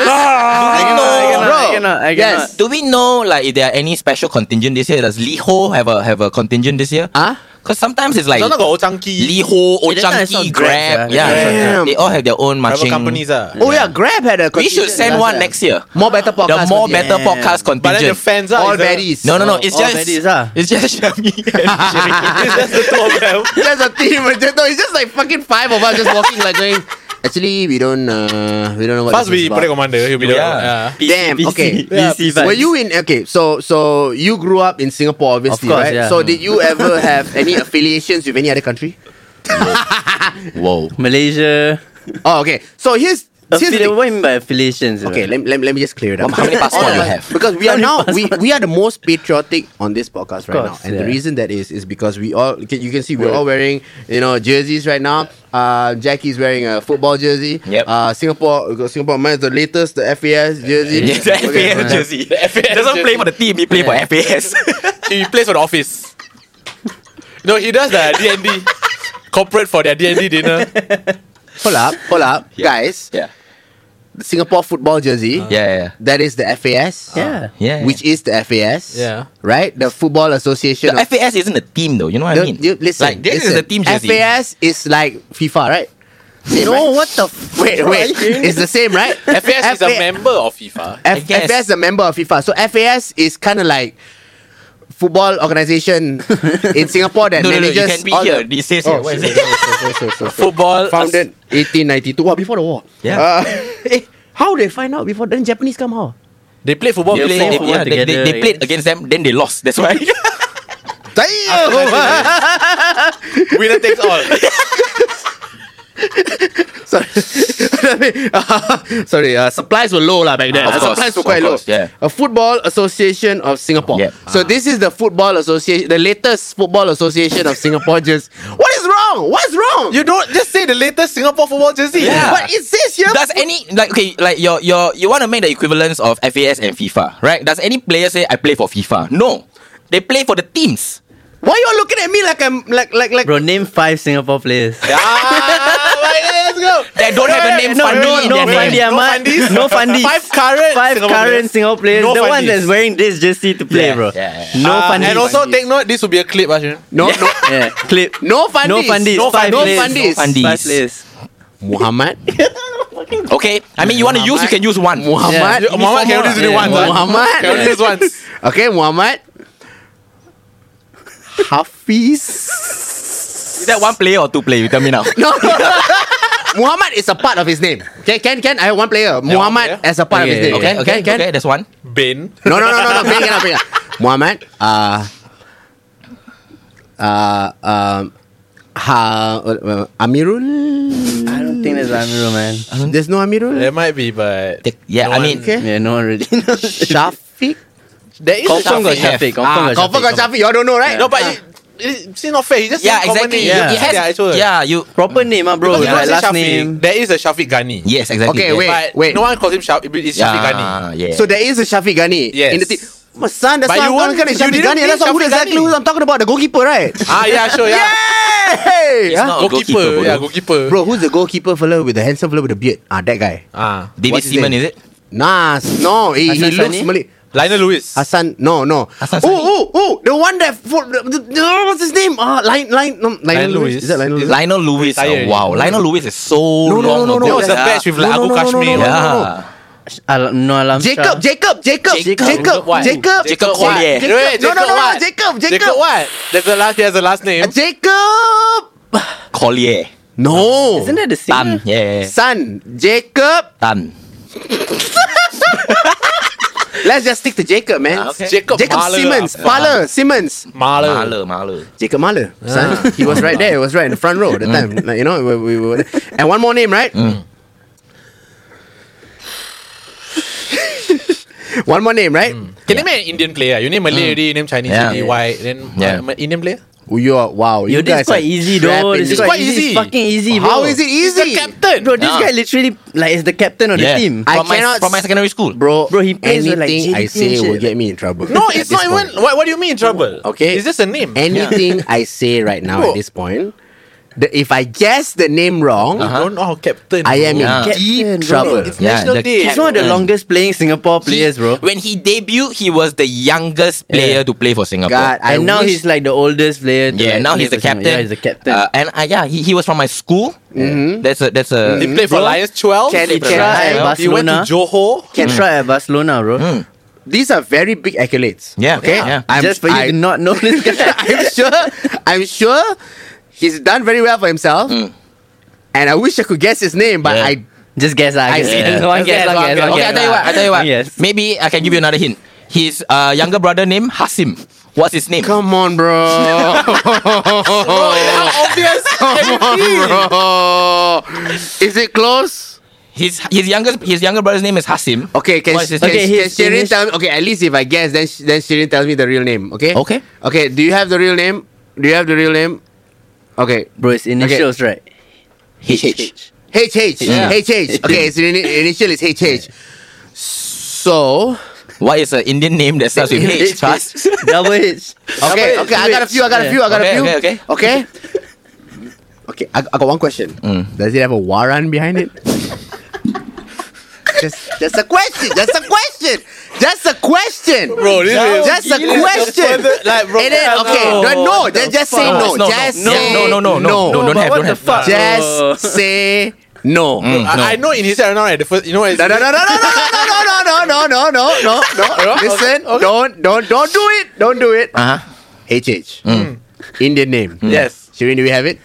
[SPEAKER 5] Ah,
[SPEAKER 3] Bro,
[SPEAKER 4] I cannot. I cannot.
[SPEAKER 3] yes.
[SPEAKER 5] Do we know like if there are any special contingent this year? Does Liho have a have a contingent this year?
[SPEAKER 3] Huh?
[SPEAKER 5] Because sometimes it's like
[SPEAKER 2] Sometimes got Old Chang Kee.
[SPEAKER 5] Liho,
[SPEAKER 4] that time I saw
[SPEAKER 5] Ochanki, Grab.
[SPEAKER 4] Grab,
[SPEAKER 5] Yeah,
[SPEAKER 4] yeah.
[SPEAKER 3] Damn.
[SPEAKER 5] they all have their own marching
[SPEAKER 2] Private companies. ah.
[SPEAKER 3] Oh yeah, Grab had a.
[SPEAKER 5] We should send one next year.
[SPEAKER 3] More better podcast.
[SPEAKER 5] the more
[SPEAKER 3] contingent.
[SPEAKER 5] better podcast contingent.
[SPEAKER 2] But then the fans are.
[SPEAKER 3] All baddies.
[SPEAKER 5] no, no, no. It's
[SPEAKER 4] all
[SPEAKER 5] just
[SPEAKER 4] baddies, ah.
[SPEAKER 5] it's just Shami and
[SPEAKER 2] It's just the two of them.
[SPEAKER 3] That's a team. No, it's just like fucking five of us just walking like going. Actually, we don't. Uh, we don't know what.
[SPEAKER 2] First,
[SPEAKER 3] this
[SPEAKER 2] we
[SPEAKER 3] is
[SPEAKER 2] put a
[SPEAKER 3] about.
[SPEAKER 2] commander. He'll be
[SPEAKER 5] Jerry.
[SPEAKER 2] the yeah.
[SPEAKER 3] Damn. Okay.
[SPEAKER 2] Yeah,
[SPEAKER 4] BC
[SPEAKER 3] Were
[SPEAKER 4] vibes.
[SPEAKER 3] you in okay? So so you grew up in Singapore, obviously,
[SPEAKER 4] course,
[SPEAKER 3] right?
[SPEAKER 4] yeah.
[SPEAKER 3] So did you ever have any affiliations with any other country?
[SPEAKER 5] Whoa.
[SPEAKER 4] Malaysia?
[SPEAKER 3] Oh, okay. So here's here's the
[SPEAKER 4] Affili-
[SPEAKER 3] thing.
[SPEAKER 4] what do you mean by affiliations?
[SPEAKER 3] Okay,
[SPEAKER 4] bro?
[SPEAKER 3] let, let, let me just clear it up.
[SPEAKER 5] How many passport
[SPEAKER 3] All
[SPEAKER 5] you
[SPEAKER 3] right.
[SPEAKER 5] have?
[SPEAKER 3] Because we
[SPEAKER 4] How
[SPEAKER 3] are
[SPEAKER 4] many
[SPEAKER 3] now we, we are the most patriotic on this podcast right
[SPEAKER 4] course,
[SPEAKER 3] now, and the
[SPEAKER 4] yeah.
[SPEAKER 3] reason that is is because we all you can- you can see we're all wearing you know jerseys right now. Uh, Jackie's wearing a football jersey.
[SPEAKER 5] Yep.
[SPEAKER 3] Uh, Singapore because Singapore mine's the latest the FAS jersey.
[SPEAKER 5] Yeah, the
[SPEAKER 3] Okay.
[SPEAKER 5] FAS jersey.
[SPEAKER 2] The FAS
[SPEAKER 5] doesn't play
[SPEAKER 2] jersey.
[SPEAKER 5] for the team, he play for FAS.
[SPEAKER 2] He plays for the office. No, he does the D and D corporate for their D and D dinner.
[SPEAKER 3] Hold up, hold up, guys.
[SPEAKER 5] yeah.
[SPEAKER 3] The Singapore football jersey.
[SPEAKER 5] Yeah, yeah.
[SPEAKER 3] That is the FAS.
[SPEAKER 4] Yeah.
[SPEAKER 5] Yeah.
[SPEAKER 3] Which is the FAS.
[SPEAKER 2] Yeah.
[SPEAKER 3] Right. The Football Association.
[SPEAKER 5] The
[SPEAKER 3] of-
[SPEAKER 5] FAS isn't a team though, you know what I
[SPEAKER 3] The-
[SPEAKER 5] mean?
[SPEAKER 3] you- listen,
[SPEAKER 5] like this
[SPEAKER 3] listen.
[SPEAKER 5] is the team jersey.
[SPEAKER 3] FAS is like FIFA, right?
[SPEAKER 4] No, what the fuck?
[SPEAKER 3] Wait, wait. It's the same, right?
[SPEAKER 2] FAS is a member of FIFA.
[SPEAKER 3] F-
[SPEAKER 5] I guess.
[SPEAKER 3] FAS is a member of FIFA. So FAS is kind of like football organization in Singapore that
[SPEAKER 5] No, no, no,
[SPEAKER 3] manages
[SPEAKER 5] you can be
[SPEAKER 3] all
[SPEAKER 5] here.
[SPEAKER 3] the-
[SPEAKER 5] This says here.
[SPEAKER 3] Oh,
[SPEAKER 5] What is
[SPEAKER 3] shit,
[SPEAKER 5] it?
[SPEAKER 3] sorry, sorry, sorry, sorry, sorry.
[SPEAKER 2] Football
[SPEAKER 3] Founded 1892. Wow, before the war.
[SPEAKER 5] Yeah.
[SPEAKER 3] Uh, eh, how they find out before? Then Japanese come how?
[SPEAKER 2] They play football.
[SPEAKER 5] They,
[SPEAKER 2] before.
[SPEAKER 5] play, they,
[SPEAKER 4] football
[SPEAKER 5] yeah, they, they,
[SPEAKER 4] together,
[SPEAKER 5] they
[SPEAKER 4] I
[SPEAKER 5] played
[SPEAKER 4] guess.
[SPEAKER 5] against them, then they lost. That's why.
[SPEAKER 3] Damn!
[SPEAKER 2] Winner takes all.
[SPEAKER 3] Sorry. know what I mean? sorry, uh, supplies were low lah back then.
[SPEAKER 5] Ah, Of
[SPEAKER 3] Uh,
[SPEAKER 5] course,
[SPEAKER 3] supplies were
[SPEAKER 5] of
[SPEAKER 3] quite
[SPEAKER 5] course,
[SPEAKER 3] low.
[SPEAKER 5] yeah.
[SPEAKER 3] A Football Association of Singapore.
[SPEAKER 5] Yep.
[SPEAKER 3] So this is the Football Association, the latest Football Association of Singapore. Just what is wrong? What's wrong?
[SPEAKER 2] You don't just say the latest Singapore football jersey.
[SPEAKER 5] Yeah.
[SPEAKER 3] But it says here.
[SPEAKER 5] Does any like okay like your your you want to make the equivalence of FAS and FIFA, right? Does any player say I play for FIFA? No, they play for the teams.
[SPEAKER 3] why you all looking at me like I'm like like like?
[SPEAKER 4] Bro, name five Singapore players.
[SPEAKER 2] Ah, right, let's go.
[SPEAKER 5] They don't have a name
[SPEAKER 4] no,
[SPEAKER 5] for
[SPEAKER 4] no,
[SPEAKER 5] me in
[SPEAKER 4] no,
[SPEAKER 5] their
[SPEAKER 4] Fandi
[SPEAKER 5] name.
[SPEAKER 4] Ahmad.
[SPEAKER 2] No Fandis.
[SPEAKER 4] No Fandis.
[SPEAKER 2] Five current
[SPEAKER 4] Five
[SPEAKER 2] Singapore players.
[SPEAKER 4] current Singapore players.
[SPEAKER 2] No
[SPEAKER 4] the
[SPEAKER 2] Fandis.
[SPEAKER 4] one that's wearing this jersey to play,
[SPEAKER 5] Yeah,
[SPEAKER 4] bro.
[SPEAKER 5] yeah,
[SPEAKER 4] No
[SPEAKER 2] Ah,
[SPEAKER 4] Fandis.
[SPEAKER 2] And also take note, this will be a clip, Ashin.
[SPEAKER 3] no, no,
[SPEAKER 4] yeah. clip.
[SPEAKER 3] no fundies.
[SPEAKER 4] No Fandis.
[SPEAKER 3] No
[SPEAKER 4] five
[SPEAKER 3] No
[SPEAKER 4] players.
[SPEAKER 3] fundies.
[SPEAKER 5] No Fandis.
[SPEAKER 4] Five players.
[SPEAKER 3] Muhammad.
[SPEAKER 5] Okay, I mean you want to use, you can use one.
[SPEAKER 3] Muhammad.
[SPEAKER 4] Yeah.
[SPEAKER 2] Muhammad can only do this
[SPEAKER 4] Yeah.
[SPEAKER 2] once. ah.
[SPEAKER 3] Muhammad.
[SPEAKER 2] Can only do this once.
[SPEAKER 3] Okay, Muhammad. Hafiz.
[SPEAKER 5] Is that one player or two player? You tell me now.
[SPEAKER 3] No. Muhammad is a part of his name. Okay, can can I have one player? Muhammad
[SPEAKER 2] player?
[SPEAKER 3] as a part of his name.
[SPEAKER 5] okay,
[SPEAKER 3] Can-
[SPEAKER 5] okay,
[SPEAKER 3] can, can.
[SPEAKER 5] okay, that's one.
[SPEAKER 2] Bin.
[SPEAKER 3] No, no, no, no, no. Bring it up, bring it up. Muhammad. Uh, uh, um, ha, uh, Amirul.
[SPEAKER 4] I don't think that's Amirul, man.
[SPEAKER 3] There's no Amirul.
[SPEAKER 2] There might be, but
[SPEAKER 5] Take- Yeah,
[SPEAKER 2] No
[SPEAKER 5] I mean,
[SPEAKER 3] Okay.
[SPEAKER 4] Yeah, no one really knows.
[SPEAKER 3] Shafiq.
[SPEAKER 2] there is
[SPEAKER 4] Confirm got
[SPEAKER 5] Shafiq,
[SPEAKER 2] Shafiq.
[SPEAKER 4] Shafiq.
[SPEAKER 3] Ah,
[SPEAKER 4] Confirm got
[SPEAKER 3] confirm got
[SPEAKER 4] Shafiq.
[SPEAKER 3] Shafiq. You all don't know, right?
[SPEAKER 2] No, but it, it's not fair. He just
[SPEAKER 5] yeah,
[SPEAKER 2] said common
[SPEAKER 5] exactly.
[SPEAKER 2] name.
[SPEAKER 5] Yeah,
[SPEAKER 2] He said their
[SPEAKER 5] It has,
[SPEAKER 2] actual-
[SPEAKER 5] yeah, you.
[SPEAKER 4] Proper name, ah, bro.
[SPEAKER 2] Because you
[SPEAKER 4] Like
[SPEAKER 2] don't say
[SPEAKER 4] last
[SPEAKER 2] Shafiq.
[SPEAKER 4] name.
[SPEAKER 2] There is a Shafiq Ghani.
[SPEAKER 5] Yes, exactly.
[SPEAKER 3] Okay,
[SPEAKER 5] yes.
[SPEAKER 3] wait,
[SPEAKER 2] But no one calls him Shafiq. It's
[SPEAKER 5] Yeah,
[SPEAKER 2] Shafiq Ghani.
[SPEAKER 5] yeah.
[SPEAKER 3] So there is a Shafiq Ghani
[SPEAKER 2] Yes.
[SPEAKER 3] in the team. My son, that's
[SPEAKER 2] But
[SPEAKER 3] why
[SPEAKER 2] you
[SPEAKER 3] I'm
[SPEAKER 2] won't-
[SPEAKER 3] talking
[SPEAKER 2] you
[SPEAKER 3] about Shafiq
[SPEAKER 2] didn't
[SPEAKER 3] Ghani.
[SPEAKER 2] name
[SPEAKER 3] That's who
[SPEAKER 2] Shafiq
[SPEAKER 3] exactly
[SPEAKER 2] Ghani.
[SPEAKER 3] who I'm talking about. The goalkeeper, right?
[SPEAKER 2] Ah, yeah, sure, yeah.
[SPEAKER 3] Hey!
[SPEAKER 5] It's not a
[SPEAKER 2] Goalkeeper,
[SPEAKER 5] goalkeeper,
[SPEAKER 2] yeah,
[SPEAKER 5] bro.
[SPEAKER 2] goalkeeper.
[SPEAKER 3] Bro, who's the goalkeeper fella with the handsome fella with the beard? Ah, that guy.
[SPEAKER 2] Ah,
[SPEAKER 5] David
[SPEAKER 3] What's his
[SPEAKER 5] Seaman,
[SPEAKER 3] name?
[SPEAKER 5] is it?
[SPEAKER 3] Nah, s- no, he, he
[SPEAKER 4] Hassan
[SPEAKER 3] looks
[SPEAKER 4] Sani?
[SPEAKER 3] Malay.
[SPEAKER 2] Lionel Lewis.
[SPEAKER 3] Hassan, no, no.
[SPEAKER 5] Hassan Sani?
[SPEAKER 3] oh, oh, oh, the one that, for, the, the, the- what's his name? Ah, Lion, Lion, no, Lionel,
[SPEAKER 2] Lionel
[SPEAKER 3] Lewis.
[SPEAKER 2] Lewis.
[SPEAKER 3] Is that Lionel Lewis?
[SPEAKER 5] Lionel Lewis.
[SPEAKER 2] Retired
[SPEAKER 5] Oh, wow, Lionel Lewis is so
[SPEAKER 3] No, no,
[SPEAKER 5] long
[SPEAKER 3] no, no,
[SPEAKER 5] ago.
[SPEAKER 2] that was the
[SPEAKER 5] yeah.
[SPEAKER 2] batch with
[SPEAKER 3] No,
[SPEAKER 2] like
[SPEAKER 3] no, no,
[SPEAKER 2] Abu
[SPEAKER 3] no, no,
[SPEAKER 2] Kashmir.
[SPEAKER 3] no, no,
[SPEAKER 5] Yeah.
[SPEAKER 3] no, no.
[SPEAKER 4] Al- no, Alam
[SPEAKER 3] Jacob, Jacob, Jacob, Jacob,
[SPEAKER 5] Jacob.
[SPEAKER 3] Jacob,
[SPEAKER 2] What?
[SPEAKER 3] Jacob,
[SPEAKER 5] Jacob
[SPEAKER 3] Jacob,
[SPEAKER 5] Collier.
[SPEAKER 2] Wait,
[SPEAKER 3] no, no, no, no,
[SPEAKER 2] what?
[SPEAKER 3] Jacob, Jacob,
[SPEAKER 2] Jacob what? There's a last. He has a last name.
[SPEAKER 3] Jacob.
[SPEAKER 5] Collier.
[SPEAKER 3] No,
[SPEAKER 4] Isn't that the
[SPEAKER 5] Tan.
[SPEAKER 4] singer?
[SPEAKER 5] Yeah, yeah, yeah.
[SPEAKER 3] son Jacob?
[SPEAKER 5] Tan.
[SPEAKER 3] Let's just stick to Jacob, man.
[SPEAKER 5] Ah, okay.
[SPEAKER 2] Jacob
[SPEAKER 3] Jacob
[SPEAKER 2] Mahler.
[SPEAKER 3] Simmons, Mahler, Simmons,
[SPEAKER 2] Mahler.
[SPEAKER 5] Mahler, Mahler.
[SPEAKER 3] Jacob Mahler.
[SPEAKER 4] Ah.
[SPEAKER 3] Son, he was right there. He was right in the front row
[SPEAKER 4] Mm.
[SPEAKER 3] at the time. Like, you know, we, we were. And one more name, right? one more name, right?
[SPEAKER 4] Mm.
[SPEAKER 2] Can you name an Indian player? You name
[SPEAKER 3] Mm.
[SPEAKER 2] Malay already, you name Chinese
[SPEAKER 5] Yeah.
[SPEAKER 2] already, white, then
[SPEAKER 5] Yeah.
[SPEAKER 2] uh, Indian player?
[SPEAKER 3] You are wow.
[SPEAKER 4] Yo,
[SPEAKER 3] you
[SPEAKER 4] this
[SPEAKER 3] guys
[SPEAKER 4] is quite
[SPEAKER 3] are
[SPEAKER 4] easy, though.
[SPEAKER 3] trapping
[SPEAKER 4] This is
[SPEAKER 3] me.
[SPEAKER 4] quite easy. It's fucking easy, bro.
[SPEAKER 3] How is it easy,
[SPEAKER 2] captain.
[SPEAKER 4] Bro, this
[SPEAKER 5] Yeah.
[SPEAKER 4] guy literally like is the captain of
[SPEAKER 5] Yeah.
[SPEAKER 4] the team.
[SPEAKER 3] I
[SPEAKER 5] from, my,
[SPEAKER 3] cannot
[SPEAKER 5] from my
[SPEAKER 3] s-
[SPEAKER 5] secondary school.
[SPEAKER 3] bro?
[SPEAKER 4] Bro, he plays with, like,
[SPEAKER 3] anything I
[SPEAKER 4] JDT
[SPEAKER 3] say
[SPEAKER 4] and
[SPEAKER 3] will get
[SPEAKER 4] shit.
[SPEAKER 3] me in trouble.
[SPEAKER 2] No,
[SPEAKER 3] at
[SPEAKER 2] it's
[SPEAKER 3] this
[SPEAKER 2] not
[SPEAKER 3] point.
[SPEAKER 2] even. What, what do you mean in trouble?
[SPEAKER 3] Okay.
[SPEAKER 2] It's just a name.
[SPEAKER 4] Mm.
[SPEAKER 3] Anything I say right now
[SPEAKER 2] Bro.
[SPEAKER 3] at this point, the, if I guess the name
[SPEAKER 4] Uh-huh.
[SPEAKER 3] wrong,
[SPEAKER 2] You don't know how captain.
[SPEAKER 3] Uh-huh. I am in
[SPEAKER 5] Yeah.
[SPEAKER 3] deep
[SPEAKER 4] Captain, bro.
[SPEAKER 3] trouble.
[SPEAKER 2] It's
[SPEAKER 5] Yeah,
[SPEAKER 2] national
[SPEAKER 5] the
[SPEAKER 2] day.
[SPEAKER 4] He's one of the longest playing Singapore players, bro.
[SPEAKER 5] When he debuted, he was the youngest player to play for Singapore.
[SPEAKER 3] God, I
[SPEAKER 4] and now
[SPEAKER 3] wish-
[SPEAKER 4] he's like the oldest player. to,
[SPEAKER 5] Yeah,
[SPEAKER 4] like,
[SPEAKER 5] now
[SPEAKER 4] play
[SPEAKER 5] he's the
[SPEAKER 4] for Singapore.
[SPEAKER 5] captain.
[SPEAKER 4] Yeah, he's the captain.
[SPEAKER 5] Uh, and uh, yeah, he, he was from my school. That's a that's a.
[SPEAKER 2] He played for
[SPEAKER 4] Bro.
[SPEAKER 2] Lions 12.
[SPEAKER 3] Can-
[SPEAKER 2] He played for
[SPEAKER 3] can
[SPEAKER 2] Lions
[SPEAKER 3] I-
[SPEAKER 2] 12. He went to Johor.
[SPEAKER 4] Can try at Barcelona, bro.
[SPEAKER 3] These are very big accolades.
[SPEAKER 5] Yeah,
[SPEAKER 3] Okay.
[SPEAKER 5] yeah.
[SPEAKER 3] I'm,
[SPEAKER 4] Just for you
[SPEAKER 3] I,
[SPEAKER 4] to not know this guy.
[SPEAKER 3] I'm sure. I'm sure he's done very well for himself. And I wish I could guess his name, but
[SPEAKER 5] Yeah.
[SPEAKER 3] I
[SPEAKER 4] Just guess, I
[SPEAKER 3] I
[SPEAKER 4] guess.
[SPEAKER 3] see.
[SPEAKER 4] One
[SPEAKER 2] Just guess,
[SPEAKER 4] guess, one
[SPEAKER 2] one
[SPEAKER 4] guess,
[SPEAKER 2] guess.
[SPEAKER 4] one
[SPEAKER 5] Okay,
[SPEAKER 4] guess.
[SPEAKER 5] I tell you what. I tell you what.
[SPEAKER 4] uh, Yes.
[SPEAKER 5] Maybe I can give you another hint. His uh, younger brother named Hasim. What's his name?
[SPEAKER 3] come on, bro.
[SPEAKER 2] Bro, how obvious can it be?
[SPEAKER 3] bro. Is it close?
[SPEAKER 5] His his youngest his younger brother's name is Hasim.
[SPEAKER 3] Okay, can,
[SPEAKER 5] What
[SPEAKER 3] can,
[SPEAKER 5] is his
[SPEAKER 3] can
[SPEAKER 4] name? Okay, he's
[SPEAKER 3] Shirin
[SPEAKER 4] Finnish.
[SPEAKER 3] tell me? Okay, at least if I guess, then sh- then Shirin tells me the real name. Okay.
[SPEAKER 5] Okay.
[SPEAKER 3] Okay. Do you have the real name? Do you have the real name? Okay.
[SPEAKER 4] Bro, it's initials, right?
[SPEAKER 5] HH.
[SPEAKER 3] HH.
[SPEAKER 5] Yeah.
[SPEAKER 3] HH. Okay, it's in, initial is HH. So,
[SPEAKER 5] What is an Indian name that starts with H? Trust.
[SPEAKER 4] Double H.
[SPEAKER 3] okay,
[SPEAKER 2] Double
[SPEAKER 3] okay, I got a few, I got a
[SPEAKER 4] Yeah.
[SPEAKER 3] few, I got a
[SPEAKER 5] Okay,
[SPEAKER 3] few.
[SPEAKER 5] okay, okay.
[SPEAKER 3] Okay. Okay, I, I got one question.
[SPEAKER 5] Mm.
[SPEAKER 3] Does it have a waran behind it? just, just a question. Just a question. Just a question.
[SPEAKER 2] Bro, this is-
[SPEAKER 3] just a
[SPEAKER 2] this is
[SPEAKER 3] question.
[SPEAKER 2] further- like, bro,
[SPEAKER 3] and then,
[SPEAKER 2] no.
[SPEAKER 3] okay, no, no, just, just say no. Just
[SPEAKER 5] no,
[SPEAKER 3] say
[SPEAKER 5] no, no, no, no, no,
[SPEAKER 4] No,
[SPEAKER 5] don't
[SPEAKER 4] but
[SPEAKER 5] have,
[SPEAKER 4] what
[SPEAKER 5] don't
[SPEAKER 4] the
[SPEAKER 5] have.
[SPEAKER 4] fuck? Oh.
[SPEAKER 3] Just say no.
[SPEAKER 5] Mm,
[SPEAKER 2] I, I know in his head right now, at the first, you know what?
[SPEAKER 3] No, no, no, no, no, no, no, no, no, no, no, no, no, no, no. Listen, don't, don't, don't do it. Don't do it. Hmm.
[SPEAKER 5] Uh huh.
[SPEAKER 3] HH. Indian name.
[SPEAKER 2] Yes.
[SPEAKER 3] Shireen, do we have it?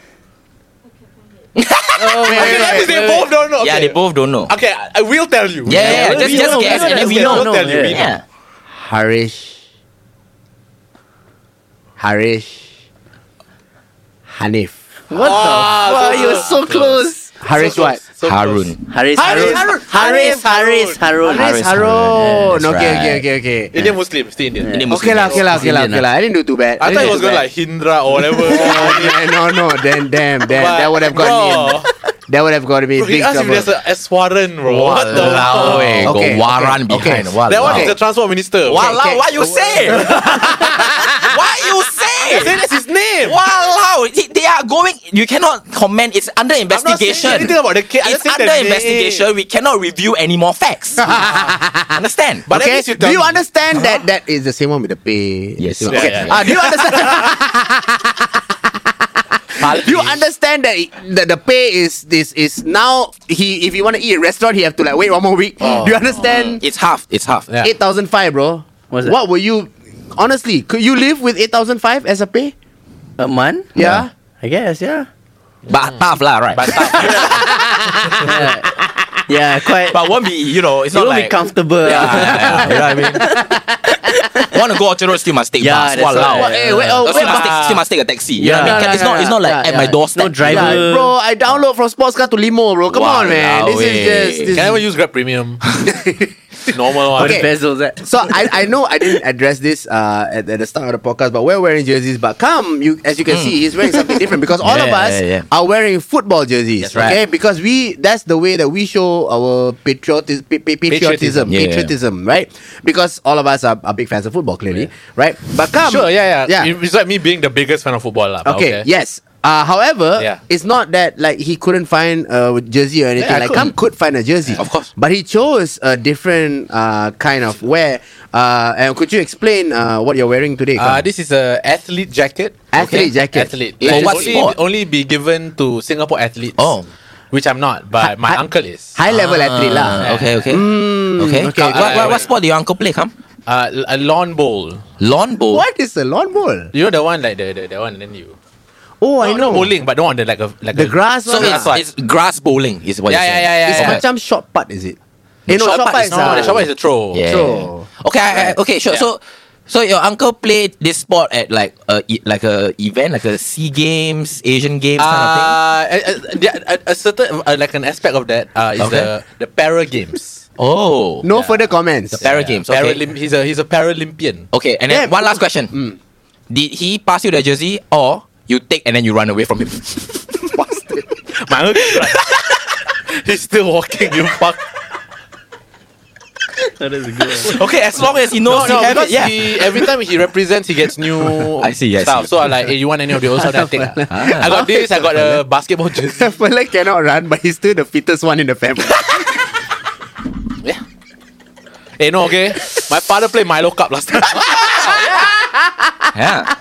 [SPEAKER 3] Oh,
[SPEAKER 2] Okay, that means they both don't know.
[SPEAKER 5] Yeah,
[SPEAKER 2] Okay.
[SPEAKER 5] they both don't know.
[SPEAKER 2] Okay, I I will tell you.
[SPEAKER 5] Yeah, yeah,
[SPEAKER 2] I will
[SPEAKER 5] just- just
[SPEAKER 2] tell you.
[SPEAKER 5] guess and then we
[SPEAKER 2] I will
[SPEAKER 4] know.
[SPEAKER 2] tell you, we know.
[SPEAKER 4] Yeah.
[SPEAKER 5] Yeah.
[SPEAKER 3] Harish. Harish. Hanif.
[SPEAKER 4] What the
[SPEAKER 2] Ah,
[SPEAKER 4] fuck?
[SPEAKER 2] so oh,
[SPEAKER 4] You were so close.
[SPEAKER 3] Harish what?
[SPEAKER 2] So
[SPEAKER 5] Harun.
[SPEAKER 2] close.
[SPEAKER 4] Haris
[SPEAKER 2] Haris,
[SPEAKER 4] Harun.
[SPEAKER 2] Harun.
[SPEAKER 4] Haris Haris Harun.
[SPEAKER 3] Haris
[SPEAKER 5] Harun.
[SPEAKER 3] Harun.
[SPEAKER 5] That's
[SPEAKER 3] Okay,
[SPEAKER 5] right.
[SPEAKER 3] okay, okay, okay.
[SPEAKER 2] Indian Muslim, still Indian.
[SPEAKER 5] Indian
[SPEAKER 3] Okay
[SPEAKER 5] Muslim.
[SPEAKER 3] lah, okay lah, okay lah, okay lah. I didn't do too bad.
[SPEAKER 2] I thought
[SPEAKER 3] didn't
[SPEAKER 2] it was
[SPEAKER 3] do
[SPEAKER 2] going
[SPEAKER 3] too
[SPEAKER 2] like Hindra or whatever.
[SPEAKER 3] bad. Oh, Yeah, no, no, then damn, damn, that would have
[SPEAKER 2] Bro.
[SPEAKER 3] gotten me. That would have gotten me in
[SPEAKER 2] Bro, he
[SPEAKER 3] big
[SPEAKER 2] asked if
[SPEAKER 3] trouble.
[SPEAKER 2] there's a Eswaran, bro. What the
[SPEAKER 5] Walao, eh. Got
[SPEAKER 3] Okay,
[SPEAKER 5] Waran
[SPEAKER 3] okay,
[SPEAKER 5] behind.
[SPEAKER 3] okay.
[SPEAKER 5] Walao.
[SPEAKER 2] That one is the transport minister.
[SPEAKER 5] Walao,
[SPEAKER 3] okay.
[SPEAKER 5] what you say? what you say?
[SPEAKER 2] Say that's his name.
[SPEAKER 5] Wow, they are going. You cannot comment. It's under
[SPEAKER 2] I'm not saying
[SPEAKER 5] investigation.
[SPEAKER 2] anything about the case. I just
[SPEAKER 5] It's
[SPEAKER 2] said
[SPEAKER 5] under
[SPEAKER 2] the name.
[SPEAKER 5] investigation. We cannot review any more facts. Understand? But
[SPEAKER 2] that
[SPEAKER 3] Okay,
[SPEAKER 2] means you
[SPEAKER 3] do
[SPEAKER 2] tell
[SPEAKER 3] you
[SPEAKER 2] me.
[SPEAKER 3] understand that that is the same one with the pay?
[SPEAKER 5] Yes.
[SPEAKER 3] Okay.
[SPEAKER 5] Yeah,
[SPEAKER 2] yeah, yeah.
[SPEAKER 3] Ah, do you understand? Do you understand that that the pay is this is now he if you want to eat at restaurant he have to like wait one more week. do you understand?
[SPEAKER 5] it's half. It's half.
[SPEAKER 2] Oh. Yeah.
[SPEAKER 3] Eight thousand five, bro.
[SPEAKER 4] What's that?
[SPEAKER 3] what were you? Honestly, could you live with eight thousand five as a pay?
[SPEAKER 4] A month?
[SPEAKER 3] Yeah.
[SPEAKER 4] Uh, I guess, yeah.
[SPEAKER 5] But tough lah, right? Mm. But tough.
[SPEAKER 4] Yeah, quite.
[SPEAKER 5] but won't be. You know, it's
[SPEAKER 4] you
[SPEAKER 5] not
[SPEAKER 4] will
[SPEAKER 5] like.
[SPEAKER 4] be comfortable.
[SPEAKER 5] Yeah, yeah, yeah, you know what I mean? Want to go Orchard Road, still must take bus.
[SPEAKER 4] Yeah, that's
[SPEAKER 5] Walao.
[SPEAKER 3] Eh,
[SPEAKER 4] right.
[SPEAKER 3] wait, oh,
[SPEAKER 5] Or
[SPEAKER 3] wait,
[SPEAKER 5] still, must
[SPEAKER 3] but-
[SPEAKER 5] take, still must take a taxi. You
[SPEAKER 4] Yeah.
[SPEAKER 5] know what I mean?
[SPEAKER 4] Yeah,
[SPEAKER 5] it's
[SPEAKER 4] yeah,
[SPEAKER 5] not. It's not like
[SPEAKER 4] yeah,
[SPEAKER 5] at
[SPEAKER 4] yeah.
[SPEAKER 5] my doorstep.
[SPEAKER 4] No driver.
[SPEAKER 3] Yeah, bro, I download from sports car to limo, bro. Come on, man. This is
[SPEAKER 5] Walao,
[SPEAKER 3] just.
[SPEAKER 5] eh.
[SPEAKER 3] This
[SPEAKER 2] Can I
[SPEAKER 3] is-
[SPEAKER 2] even use Grab Premium? Normal one.
[SPEAKER 3] Okay.
[SPEAKER 4] Bezels that.
[SPEAKER 3] so I, I know I didn't address this uh, at, at the start of the podcast, but we're wearing jerseys. But come, you as you can see, he's wearing something different because all of
[SPEAKER 5] Hmm. Yeah,
[SPEAKER 3] us
[SPEAKER 5] yeah, yeah.
[SPEAKER 3] are wearing football jerseys,
[SPEAKER 5] That's right.
[SPEAKER 3] okay? Because we that's the way that we show our patriotism, pa- pa- patriotism,
[SPEAKER 2] Patriotism,
[SPEAKER 5] yeah.
[SPEAKER 3] patriotism, right? Because all of us are, are big fans of football, clearly, right? But come,
[SPEAKER 2] Sure, yeah,
[SPEAKER 3] yeah.
[SPEAKER 2] yeah. It's like me being the biggest fan of football. lah, but
[SPEAKER 3] Okay, yes. Uh, however,
[SPEAKER 2] Yeah.
[SPEAKER 3] it's not that like he couldn't find a jersey or anything.
[SPEAKER 2] Yeah, I
[SPEAKER 3] like
[SPEAKER 2] could.
[SPEAKER 3] Kam could find a jersey,
[SPEAKER 5] Of course.
[SPEAKER 3] but he chose a different uh, kind of wear. Uh, and could you explain uh, what you're wearing today?
[SPEAKER 2] Uh,
[SPEAKER 3] Kam?
[SPEAKER 2] this is a athlete jacket.
[SPEAKER 3] Athlete jacket.
[SPEAKER 2] Athlete.
[SPEAKER 3] For
[SPEAKER 2] It
[SPEAKER 5] what
[SPEAKER 2] only,
[SPEAKER 5] sport?
[SPEAKER 2] only be given to Singapore athletes.
[SPEAKER 5] Oh.
[SPEAKER 2] Which I'm not, but my
[SPEAKER 3] hi-
[SPEAKER 2] uncle is.
[SPEAKER 3] High level athlete lah.
[SPEAKER 5] Ah, Okay, okay. okay.
[SPEAKER 3] okay,
[SPEAKER 5] What,
[SPEAKER 2] okay.
[SPEAKER 5] what, what sport do your uncle play, come?
[SPEAKER 2] Uh, l- a lawn bowl.
[SPEAKER 5] Lawn bowl.
[SPEAKER 3] What is a lawn bowl?
[SPEAKER 2] You know the one like the, the, the one and then you.
[SPEAKER 3] Oh, I
[SPEAKER 2] Not- not
[SPEAKER 3] know.
[SPEAKER 2] bowling, but the one that like a like
[SPEAKER 3] The
[SPEAKER 2] a-
[SPEAKER 3] grass
[SPEAKER 5] So
[SPEAKER 3] one.
[SPEAKER 2] Yeah.
[SPEAKER 5] it's, it's grass bowling is what you're
[SPEAKER 2] Yeah, yeah,
[SPEAKER 5] saying.
[SPEAKER 2] yeah, yeah,
[SPEAKER 3] it's
[SPEAKER 2] yeah.
[SPEAKER 3] macam short putt, is it? Eh, no,
[SPEAKER 5] Short
[SPEAKER 3] short
[SPEAKER 5] putt
[SPEAKER 3] putt
[SPEAKER 5] is
[SPEAKER 3] is
[SPEAKER 5] not-
[SPEAKER 2] No,
[SPEAKER 3] uh,
[SPEAKER 2] the short one is a throw.
[SPEAKER 5] Yeah.
[SPEAKER 3] So-
[SPEAKER 5] okay, I, I, okay, sure.
[SPEAKER 2] Yeah.
[SPEAKER 5] So, so your uncle played this sport at like a e- like a event, like a Sea Games, Asian Games kind of thing.
[SPEAKER 2] Uh, a, a- the- a- a certain uh, like an aspect of that uh, is
[SPEAKER 5] Okay.
[SPEAKER 2] the the para games.
[SPEAKER 5] Oh,
[SPEAKER 3] No further comments.
[SPEAKER 5] para games. Okay,
[SPEAKER 2] Paralymp- he's a he's a Paralympian.
[SPEAKER 5] okay. And then
[SPEAKER 3] Yeah.
[SPEAKER 5] one last question: Did he pass you the jersey, or you take and then you run away from him?
[SPEAKER 3] Bastard.
[SPEAKER 2] My uncle, he's still walking. You fuck.
[SPEAKER 4] That is good.
[SPEAKER 5] okay, as long as he knows
[SPEAKER 2] no,
[SPEAKER 5] he
[SPEAKER 2] no,
[SPEAKER 5] have
[SPEAKER 2] because
[SPEAKER 5] it, yeah.
[SPEAKER 2] he, every time he represents, he gets new
[SPEAKER 5] I see, I
[SPEAKER 2] stuff.
[SPEAKER 5] see.
[SPEAKER 2] So I'm like, hey, you want any of the old stuff? Then I, take, ah. I got this, I got a basketball jersey.
[SPEAKER 3] fella cannot run, but he's still the fittest one in the family.
[SPEAKER 2] yeah. Hey, Eh, no, okay. My father played Milo Cup last time.
[SPEAKER 5] yeah.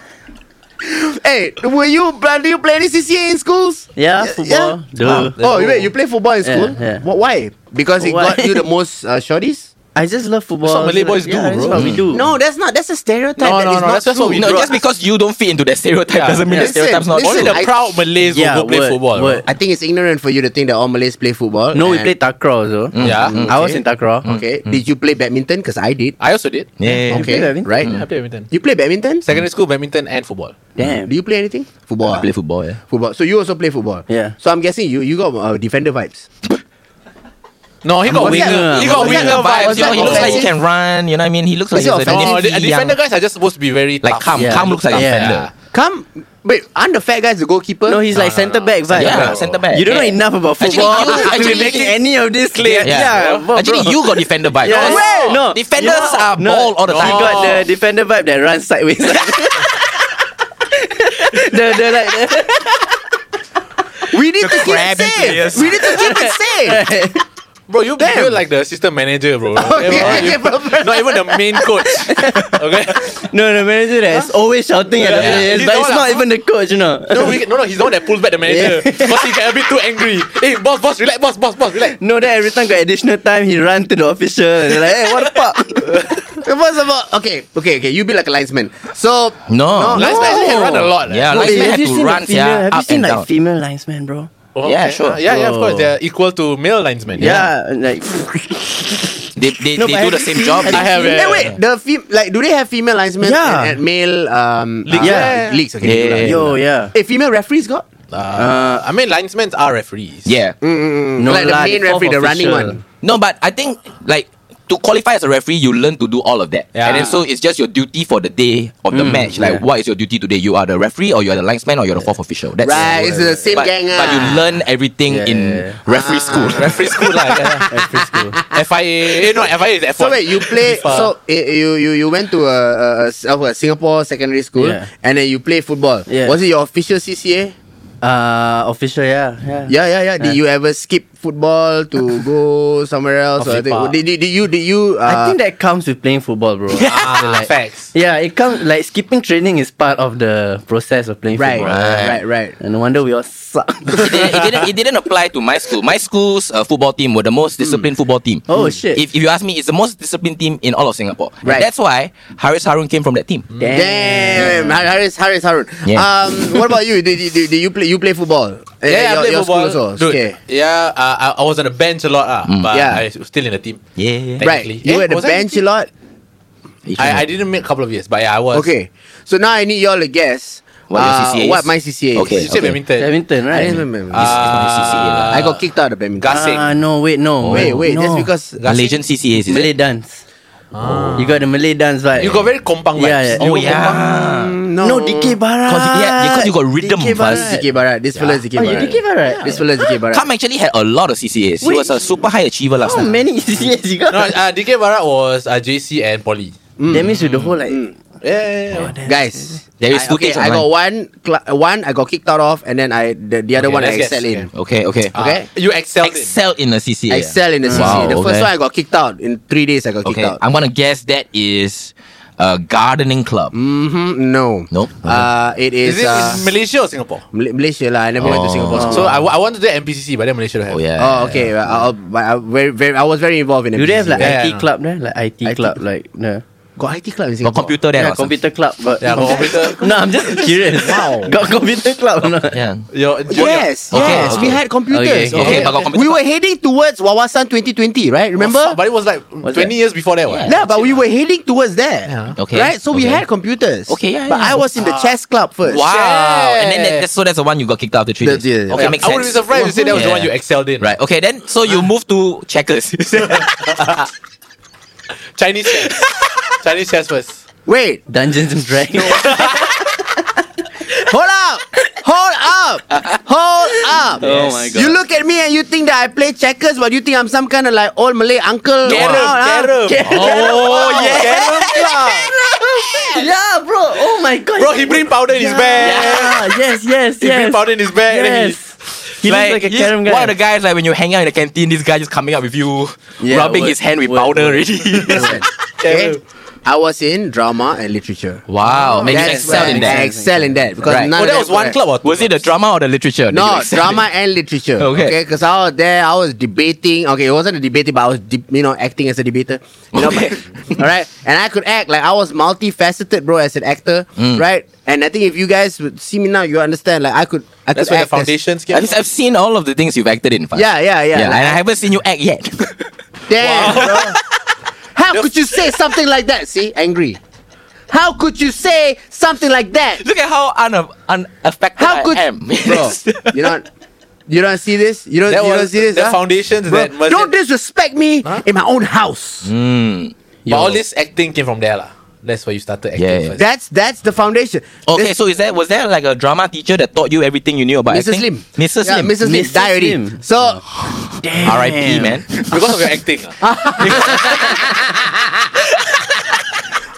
[SPEAKER 3] hey, were you do you play any CCA in schools?
[SPEAKER 4] Yeah, football. Duh.
[SPEAKER 3] Oh, wait, you play football in
[SPEAKER 4] Yeah,
[SPEAKER 3] school?
[SPEAKER 4] yeah.
[SPEAKER 3] Wh- why? Because it
[SPEAKER 4] Why?
[SPEAKER 3] got you the most uh, shorties?
[SPEAKER 4] I just love football.
[SPEAKER 2] That's what Malay
[SPEAKER 4] So, like,
[SPEAKER 2] boys
[SPEAKER 4] yeah,
[SPEAKER 2] do,
[SPEAKER 4] That's
[SPEAKER 2] bro.
[SPEAKER 4] what we do.
[SPEAKER 3] Mm. No, that's not. That's a stereotype.
[SPEAKER 2] No,
[SPEAKER 3] that
[SPEAKER 2] no,
[SPEAKER 3] is
[SPEAKER 2] no,
[SPEAKER 3] not
[SPEAKER 2] that's- that's
[SPEAKER 3] true.
[SPEAKER 2] what we
[SPEAKER 5] No,
[SPEAKER 2] Bro-
[SPEAKER 5] just because you don't fit into that stereotype
[SPEAKER 2] Yeah.
[SPEAKER 5] doesn't mean
[SPEAKER 3] Yeah.
[SPEAKER 5] the stereotype's not
[SPEAKER 3] Listen,
[SPEAKER 2] Only
[SPEAKER 5] true.
[SPEAKER 2] the
[SPEAKER 3] I-
[SPEAKER 2] proud Malays
[SPEAKER 4] Yeah,
[SPEAKER 2] will go play
[SPEAKER 4] word,
[SPEAKER 2] football.
[SPEAKER 4] word.
[SPEAKER 2] Word.
[SPEAKER 3] I think it's ignorant for you to think that all Malays play football.
[SPEAKER 4] No, we
[SPEAKER 3] and-
[SPEAKER 4] played takraw also.
[SPEAKER 2] Yeah.
[SPEAKER 4] I
[SPEAKER 3] Okay.
[SPEAKER 4] was
[SPEAKER 3] Mm.
[SPEAKER 4] in takraw.
[SPEAKER 3] Okay. Did you play badminton? Because I did.
[SPEAKER 2] I also did.
[SPEAKER 5] Yeah.
[SPEAKER 3] okay.
[SPEAKER 4] played badminton? Mm.
[SPEAKER 3] Right.
[SPEAKER 2] I played badminton.
[SPEAKER 3] You play badminton?
[SPEAKER 2] Secondary school, badminton and football.
[SPEAKER 4] Damn.
[SPEAKER 3] Do you play anything? Football.
[SPEAKER 5] I
[SPEAKER 3] ah?
[SPEAKER 5] play football. Yeah.
[SPEAKER 3] football. So you also play football.
[SPEAKER 4] Yeah.
[SPEAKER 3] So I'm guessing you you got uh, defender vibes.
[SPEAKER 2] No, he got
[SPEAKER 3] Was
[SPEAKER 2] winger.
[SPEAKER 3] that-
[SPEAKER 2] He
[SPEAKER 3] was
[SPEAKER 2] got
[SPEAKER 3] that-
[SPEAKER 2] winger
[SPEAKER 3] was
[SPEAKER 2] vibes.
[SPEAKER 3] that-
[SPEAKER 5] You know, he
[SPEAKER 3] was
[SPEAKER 5] looks
[SPEAKER 3] that
[SPEAKER 5] like he can run. You know what I mean? He looks like
[SPEAKER 3] Is it
[SPEAKER 5] he's an
[SPEAKER 3] offensive?
[SPEAKER 2] No, Oh, the, the
[SPEAKER 5] energy young.
[SPEAKER 2] defender guys are just supposed to be very
[SPEAKER 5] Like Kam.
[SPEAKER 2] tough.
[SPEAKER 4] Yeah.
[SPEAKER 5] Kam looks like a
[SPEAKER 4] Yeah.
[SPEAKER 5] defender.
[SPEAKER 3] Come, wait. Aren't the fat guys the goalkeeper? Ah.
[SPEAKER 4] No, he's like centre back vibe.
[SPEAKER 5] Yeah,
[SPEAKER 4] bro.
[SPEAKER 5] centre back.
[SPEAKER 4] You don't know
[SPEAKER 5] Yeah.
[SPEAKER 4] enough about
[SPEAKER 5] Actually,
[SPEAKER 4] football
[SPEAKER 5] you-
[SPEAKER 4] to
[SPEAKER 5] actually-
[SPEAKER 4] be making any of this clear.
[SPEAKER 5] Yeah.
[SPEAKER 4] bro.
[SPEAKER 5] Actually, you got defender vibe.
[SPEAKER 4] Yeah.
[SPEAKER 5] Because
[SPEAKER 4] Well, no.
[SPEAKER 5] Defenders
[SPEAKER 4] You know-
[SPEAKER 5] are
[SPEAKER 4] no,
[SPEAKER 5] bald all the
[SPEAKER 4] He
[SPEAKER 5] time.
[SPEAKER 4] got the defender vibe that runs sideways. the, the, like, the,
[SPEAKER 3] we need to keep it
[SPEAKER 5] crabby
[SPEAKER 3] safe.
[SPEAKER 5] players.
[SPEAKER 3] We need to keep it safe.
[SPEAKER 2] Bro, you feel like the system manager, bro.
[SPEAKER 3] okay, bro, bro.
[SPEAKER 2] Not even the main coach. Okay.
[SPEAKER 4] no, the manager that's always shouting at the
[SPEAKER 2] Yeah.
[SPEAKER 4] players,
[SPEAKER 2] He's
[SPEAKER 4] but
[SPEAKER 2] the
[SPEAKER 4] it's
[SPEAKER 2] one
[SPEAKER 4] not
[SPEAKER 2] that-
[SPEAKER 4] even the coach, you know.
[SPEAKER 2] No, we, no, no. He's the one that pulls back the manager because he get a bit too angry. Hey, boss, boss, relax, boss, boss, boss, relax.
[SPEAKER 4] No, then every time got additional time, he run to the official. And they're like, hey, what the fuck?
[SPEAKER 3] First of all, okay, okay, okay. You be like a linesman. So
[SPEAKER 5] No.
[SPEAKER 2] Last man had run a lot.
[SPEAKER 5] Yeah,
[SPEAKER 4] No,
[SPEAKER 5] like
[SPEAKER 4] eh,
[SPEAKER 5] had
[SPEAKER 4] you
[SPEAKER 5] to
[SPEAKER 4] seen
[SPEAKER 5] run
[SPEAKER 4] the female,
[SPEAKER 5] yeah,
[SPEAKER 4] have
[SPEAKER 5] up
[SPEAKER 4] you seen
[SPEAKER 5] and
[SPEAKER 4] like
[SPEAKER 5] down.
[SPEAKER 4] female linesmen, bro?
[SPEAKER 2] Oh,
[SPEAKER 5] Yeah,
[SPEAKER 2] okay.
[SPEAKER 5] sure.
[SPEAKER 2] Yeah, yeah. Of course,
[SPEAKER 4] Bro.
[SPEAKER 2] they're equal to male linesmen.
[SPEAKER 4] Yeah, like
[SPEAKER 5] They they,
[SPEAKER 4] No,
[SPEAKER 5] they
[SPEAKER 4] but
[SPEAKER 5] do the
[SPEAKER 4] have you
[SPEAKER 5] same
[SPEAKER 4] seen-
[SPEAKER 5] job.
[SPEAKER 4] have you
[SPEAKER 2] I have
[SPEAKER 4] seen-
[SPEAKER 2] it.
[SPEAKER 3] Eh, wait, the fem- like do they have female linesmen
[SPEAKER 4] Yeah.
[SPEAKER 3] and, and male um
[SPEAKER 4] Leagues,
[SPEAKER 3] uh,
[SPEAKER 4] yeah.
[SPEAKER 3] leagues? Okay,
[SPEAKER 5] Yeah.
[SPEAKER 3] yeah.
[SPEAKER 4] Yo, yeah.
[SPEAKER 3] Eh, female referees got?
[SPEAKER 2] Uh, I mean, linesmen are referees.
[SPEAKER 5] Yeah.
[SPEAKER 4] No
[SPEAKER 3] like
[SPEAKER 4] lah,
[SPEAKER 3] the main
[SPEAKER 4] fourth
[SPEAKER 3] referee, the running
[SPEAKER 4] official.
[SPEAKER 3] one.
[SPEAKER 5] No, but I think like to qualify as a referee, you learn to do all of that,
[SPEAKER 2] Yeah.
[SPEAKER 5] and then so it's just your duty for the day of the match. Like, what is your duty today? You are the referee, or you are the linesman, or you're the fourth official. That's
[SPEAKER 3] Right, it's the same
[SPEAKER 5] but,
[SPEAKER 3] gang, ah.
[SPEAKER 5] But you learn everything
[SPEAKER 4] Yeah,
[SPEAKER 5] in
[SPEAKER 4] yeah, yeah.
[SPEAKER 5] referee school. referee school, like,
[SPEAKER 2] uh, FIA. Eh, no, FIA is F1.
[SPEAKER 3] So wait, you play.
[SPEAKER 2] FIFA.
[SPEAKER 3] So eh, you you you went to a, a- a, s- apa, Singapore secondary school,
[SPEAKER 4] Yeah.
[SPEAKER 3] and then you play football.
[SPEAKER 4] Yeah.
[SPEAKER 3] Was it your official CCA?
[SPEAKER 4] Uh, official, yeah, yeah.
[SPEAKER 3] Yeah, yeah, yeah. Did you ever skip football to go somewhere else? Or
[SPEAKER 2] Coffee
[SPEAKER 3] anything?
[SPEAKER 2] bar.
[SPEAKER 3] did, did, did you did you? Uh,
[SPEAKER 4] I think that comes with playing football, bro.
[SPEAKER 2] Ah, facts.
[SPEAKER 4] yeah, it comes like skipping training is part of the process of playing
[SPEAKER 3] right,
[SPEAKER 4] football.
[SPEAKER 3] right, right, right.
[SPEAKER 4] And no wonder we all suck.
[SPEAKER 5] it, didn't, it, didn't, it didn't apply to my school. My school's uh, football team were the most disciplined football team.
[SPEAKER 4] Oh, shit.
[SPEAKER 5] If, if you ask me, it's the most disciplined team in all of Singapore. And
[SPEAKER 3] Right.
[SPEAKER 5] that's why Haris Harun came from that team.
[SPEAKER 3] Damn, Har- Haris, Haris, Harun.
[SPEAKER 5] Yeah.
[SPEAKER 3] Um, what about you? Did, did, did, did you play? You play football? Eh,
[SPEAKER 2] Yeah, I
[SPEAKER 3] your-
[SPEAKER 2] play
[SPEAKER 3] your
[SPEAKER 2] football.
[SPEAKER 3] school also.
[SPEAKER 2] Dude,
[SPEAKER 3] Okay.
[SPEAKER 2] yeah, uh, I, I was on the bench a lot, uh, but
[SPEAKER 3] Yeah.
[SPEAKER 2] I was still in the team.
[SPEAKER 5] Yeah.
[SPEAKER 3] Right,
[SPEAKER 2] technically.
[SPEAKER 3] you
[SPEAKER 2] Eh,
[SPEAKER 3] were at the
[SPEAKER 2] was I in the
[SPEAKER 3] bench a
[SPEAKER 2] team?
[SPEAKER 3] lot.
[SPEAKER 2] I, I didn't make a couple of years, but yeah, I was.
[SPEAKER 3] Okay, so now I need y'all to guess
[SPEAKER 5] What your
[SPEAKER 3] uh,
[SPEAKER 5] CCA is?
[SPEAKER 3] What my CCA?
[SPEAKER 5] Okay.
[SPEAKER 2] You said badminton. Ah.
[SPEAKER 4] Badminton,
[SPEAKER 3] I
[SPEAKER 4] right?
[SPEAKER 3] didn't remember.
[SPEAKER 5] It's- it's not CCA lah.
[SPEAKER 3] I got kicked out of badminton.
[SPEAKER 2] Gus- Gasing.
[SPEAKER 4] Ah, no, wait,
[SPEAKER 5] Oh.
[SPEAKER 4] no.
[SPEAKER 3] wait, wait.
[SPEAKER 4] Oh, no.
[SPEAKER 3] That's because
[SPEAKER 5] Malaysian CCAs, is
[SPEAKER 4] Malay
[SPEAKER 5] it?
[SPEAKER 4] dance.
[SPEAKER 5] Ah.
[SPEAKER 4] You got the Malay dance vibe.
[SPEAKER 2] You got very kompang vibes.
[SPEAKER 4] Yeah, yeah.
[SPEAKER 2] You
[SPEAKER 5] Oh,
[SPEAKER 2] were kompang.
[SPEAKER 5] yeah.
[SPEAKER 3] Mm, no,
[SPEAKER 4] No, DK Barat.
[SPEAKER 5] Cause you- yeah, because you got rhythm
[SPEAKER 4] DK
[SPEAKER 5] first.
[SPEAKER 4] Barat.
[SPEAKER 3] DK Barat. This fella is DK
[SPEAKER 4] Oh, you
[SPEAKER 3] Barat.
[SPEAKER 4] DK Barat?
[SPEAKER 3] This fella is DK Barat.
[SPEAKER 5] Kam actually had a lot of CCAs. He
[SPEAKER 4] Wait.
[SPEAKER 5] was a super high achiever last
[SPEAKER 4] How
[SPEAKER 5] time.
[SPEAKER 4] many CCAs you got?
[SPEAKER 2] No, uh, DK Barat was uh, JC and Poly.
[SPEAKER 4] That means you the whole like.
[SPEAKER 2] Yeah,
[SPEAKER 3] Mm. Guys,
[SPEAKER 5] There is
[SPEAKER 3] I, okay,
[SPEAKER 5] footage
[SPEAKER 3] I got
[SPEAKER 5] online.
[SPEAKER 3] one, cla- one I got kicked out of, and then I the, the other
[SPEAKER 2] Okay,
[SPEAKER 3] one I
[SPEAKER 2] let's guess.
[SPEAKER 3] excel in.
[SPEAKER 5] Okay, okay.
[SPEAKER 3] Okay.
[SPEAKER 2] Oh, ah. You excelled in.
[SPEAKER 5] Excel in a CCA.
[SPEAKER 3] I excel in the CC.
[SPEAKER 5] Wow,
[SPEAKER 3] the first
[SPEAKER 5] okay.
[SPEAKER 3] one I got kicked out in three days. I got
[SPEAKER 5] Okay,
[SPEAKER 3] kicked out.
[SPEAKER 5] I'm gonna guess that is a gardening club.
[SPEAKER 3] Mm, no,
[SPEAKER 5] Nope.
[SPEAKER 3] Uh, it is,
[SPEAKER 2] Is it
[SPEAKER 3] uh,
[SPEAKER 2] in Malaysia or Singapore?
[SPEAKER 3] Mal- Malaysia lah. I never went to
[SPEAKER 5] Oh.
[SPEAKER 3] Singapore. School.
[SPEAKER 2] So I, wa- I wanted to do MPCC, but then Malaysia don't
[SPEAKER 5] Oh
[SPEAKER 2] have.
[SPEAKER 5] yeah.
[SPEAKER 3] oh, okay. Well, I'll, but I very, very. I was very involved in.
[SPEAKER 4] Do they have like
[SPEAKER 3] MPCC.
[SPEAKER 2] Yeah,
[SPEAKER 4] IT
[SPEAKER 2] yeah.
[SPEAKER 4] club there? Like IT,
[SPEAKER 3] IT
[SPEAKER 4] club, like no.
[SPEAKER 3] got IT club in
[SPEAKER 5] Got
[SPEAKER 3] Singapore?
[SPEAKER 5] computer there.
[SPEAKER 4] Yeah,
[SPEAKER 5] or something.
[SPEAKER 4] computer club, but
[SPEAKER 2] Yeah, got computer.
[SPEAKER 4] no, I'm just curious.
[SPEAKER 3] Wow.
[SPEAKER 4] got computer club or not?
[SPEAKER 5] Yeah.
[SPEAKER 2] Your, your-
[SPEAKER 3] Yes,
[SPEAKER 5] Okay,
[SPEAKER 3] yes,
[SPEAKER 5] okay.
[SPEAKER 3] we had computers.
[SPEAKER 4] Okay, okay,
[SPEAKER 5] okay, but got computer
[SPEAKER 3] we were heading towards Wawasan 2020, right? Remember?
[SPEAKER 2] Oh, but it was like 20
[SPEAKER 4] that?
[SPEAKER 2] years before that, right?
[SPEAKER 3] Yeah, but we were heading towards there.
[SPEAKER 5] Okay,
[SPEAKER 3] Right? So we
[SPEAKER 5] okay.
[SPEAKER 3] had computers.
[SPEAKER 5] Okay, yeah,
[SPEAKER 3] But I
[SPEAKER 5] yeah.
[SPEAKER 3] was in the chess club first.
[SPEAKER 5] Wow. And then that, that's- so that's the one you got kicked out after three
[SPEAKER 3] That's-
[SPEAKER 5] days.
[SPEAKER 3] yeah, yeah.
[SPEAKER 5] Okay,
[SPEAKER 2] Yeah,
[SPEAKER 5] makes
[SPEAKER 2] I
[SPEAKER 5] sense.
[SPEAKER 2] wouldn't be surprised if you said that was the one you
[SPEAKER 5] Yeah.
[SPEAKER 2] excelled in.
[SPEAKER 5] Right. Okay. Then so you move to checkers.
[SPEAKER 2] Chinese chess. Chinese chess first.
[SPEAKER 3] Wait,
[SPEAKER 4] Dungeons and Dragons.
[SPEAKER 3] hold up! Hold up! Hold up!
[SPEAKER 5] Oh my God.
[SPEAKER 3] You look at me and you think that I play checkers, but you think I'm some kind of like old Malay uncle.
[SPEAKER 2] Carrom,
[SPEAKER 3] Wow.
[SPEAKER 2] carrom. Oh, yeah.
[SPEAKER 4] yeah, bro. Oh my god.
[SPEAKER 2] Bro, he bring powder in his bag.
[SPEAKER 4] Yeah, yes, yes,
[SPEAKER 2] He bring
[SPEAKER 4] yes.
[SPEAKER 2] powder in his bag. and then he-
[SPEAKER 4] Yes. He looks like a
[SPEAKER 5] he's
[SPEAKER 4] carom
[SPEAKER 5] One of the
[SPEAKER 4] guy.
[SPEAKER 5] guys like when you hang out in the canteen, this guy just coming up with you,
[SPEAKER 4] Yeah,
[SPEAKER 5] rubbing
[SPEAKER 4] word,
[SPEAKER 5] his hand with
[SPEAKER 4] word,
[SPEAKER 5] powder
[SPEAKER 4] word.
[SPEAKER 5] already.
[SPEAKER 3] Okay? I was in drama and literature.
[SPEAKER 5] wow. And you
[SPEAKER 3] That's
[SPEAKER 5] excel
[SPEAKER 3] Oh, where
[SPEAKER 5] in
[SPEAKER 3] I
[SPEAKER 5] that.
[SPEAKER 3] excel in that because
[SPEAKER 5] Right.
[SPEAKER 3] none of
[SPEAKER 2] Oh, that
[SPEAKER 3] them
[SPEAKER 2] was one
[SPEAKER 3] were-
[SPEAKER 2] club or two
[SPEAKER 5] Was it the drama or the literature? that you
[SPEAKER 3] No,
[SPEAKER 5] excelled in?
[SPEAKER 3] drama and literature.
[SPEAKER 5] Okay.
[SPEAKER 3] Okay, because I was there, I was debating. Okay, it wasn't a debate, but I was, de- you know, acting as a debater. You know,
[SPEAKER 5] Okay.
[SPEAKER 3] but- all right, and I could act like I was multifaceted, bro, as an actor,
[SPEAKER 5] Mm.
[SPEAKER 3] right? And I think if you guys would see me now, you understand. Like I could, I
[SPEAKER 2] That's
[SPEAKER 3] could
[SPEAKER 2] where the
[SPEAKER 3] act as-
[SPEAKER 2] foundations came
[SPEAKER 5] I've, I've seen all of the things you've acted in. Faz.
[SPEAKER 3] yeah, yeah, yeah.
[SPEAKER 5] yeah.
[SPEAKER 3] like,
[SPEAKER 5] and I haven't seen you act yet.
[SPEAKER 3] damn, bro. How could you say something like that? See, angry. How could you say something like that?
[SPEAKER 5] Look at how un- unaffected
[SPEAKER 3] How
[SPEAKER 5] I
[SPEAKER 3] could
[SPEAKER 5] am.
[SPEAKER 3] bro? You don't, you don't see this. You don't,
[SPEAKER 2] That
[SPEAKER 3] you don't
[SPEAKER 2] was
[SPEAKER 3] see this.
[SPEAKER 2] the
[SPEAKER 3] huh?
[SPEAKER 2] foundations
[SPEAKER 3] Bro,
[SPEAKER 2] that must-
[SPEAKER 3] don't disrespect me in my own house.
[SPEAKER 2] But all this acting came from there, lah. That's where you started acting
[SPEAKER 5] Yeah, yeah.
[SPEAKER 2] first.
[SPEAKER 3] That's that's the foundation.
[SPEAKER 5] Okay,
[SPEAKER 3] This-
[SPEAKER 5] so is that was there like a drama teacher that taught you everything you knew about
[SPEAKER 3] Mrs.
[SPEAKER 5] acting?
[SPEAKER 3] Lim.
[SPEAKER 5] Mrs.
[SPEAKER 3] yeah,
[SPEAKER 5] Lim.
[SPEAKER 3] Mrs. Lim,
[SPEAKER 4] Mrs.
[SPEAKER 3] die already.
[SPEAKER 4] Lim.
[SPEAKER 3] So
[SPEAKER 5] R.I.P. Man.
[SPEAKER 2] because of your acting. ah.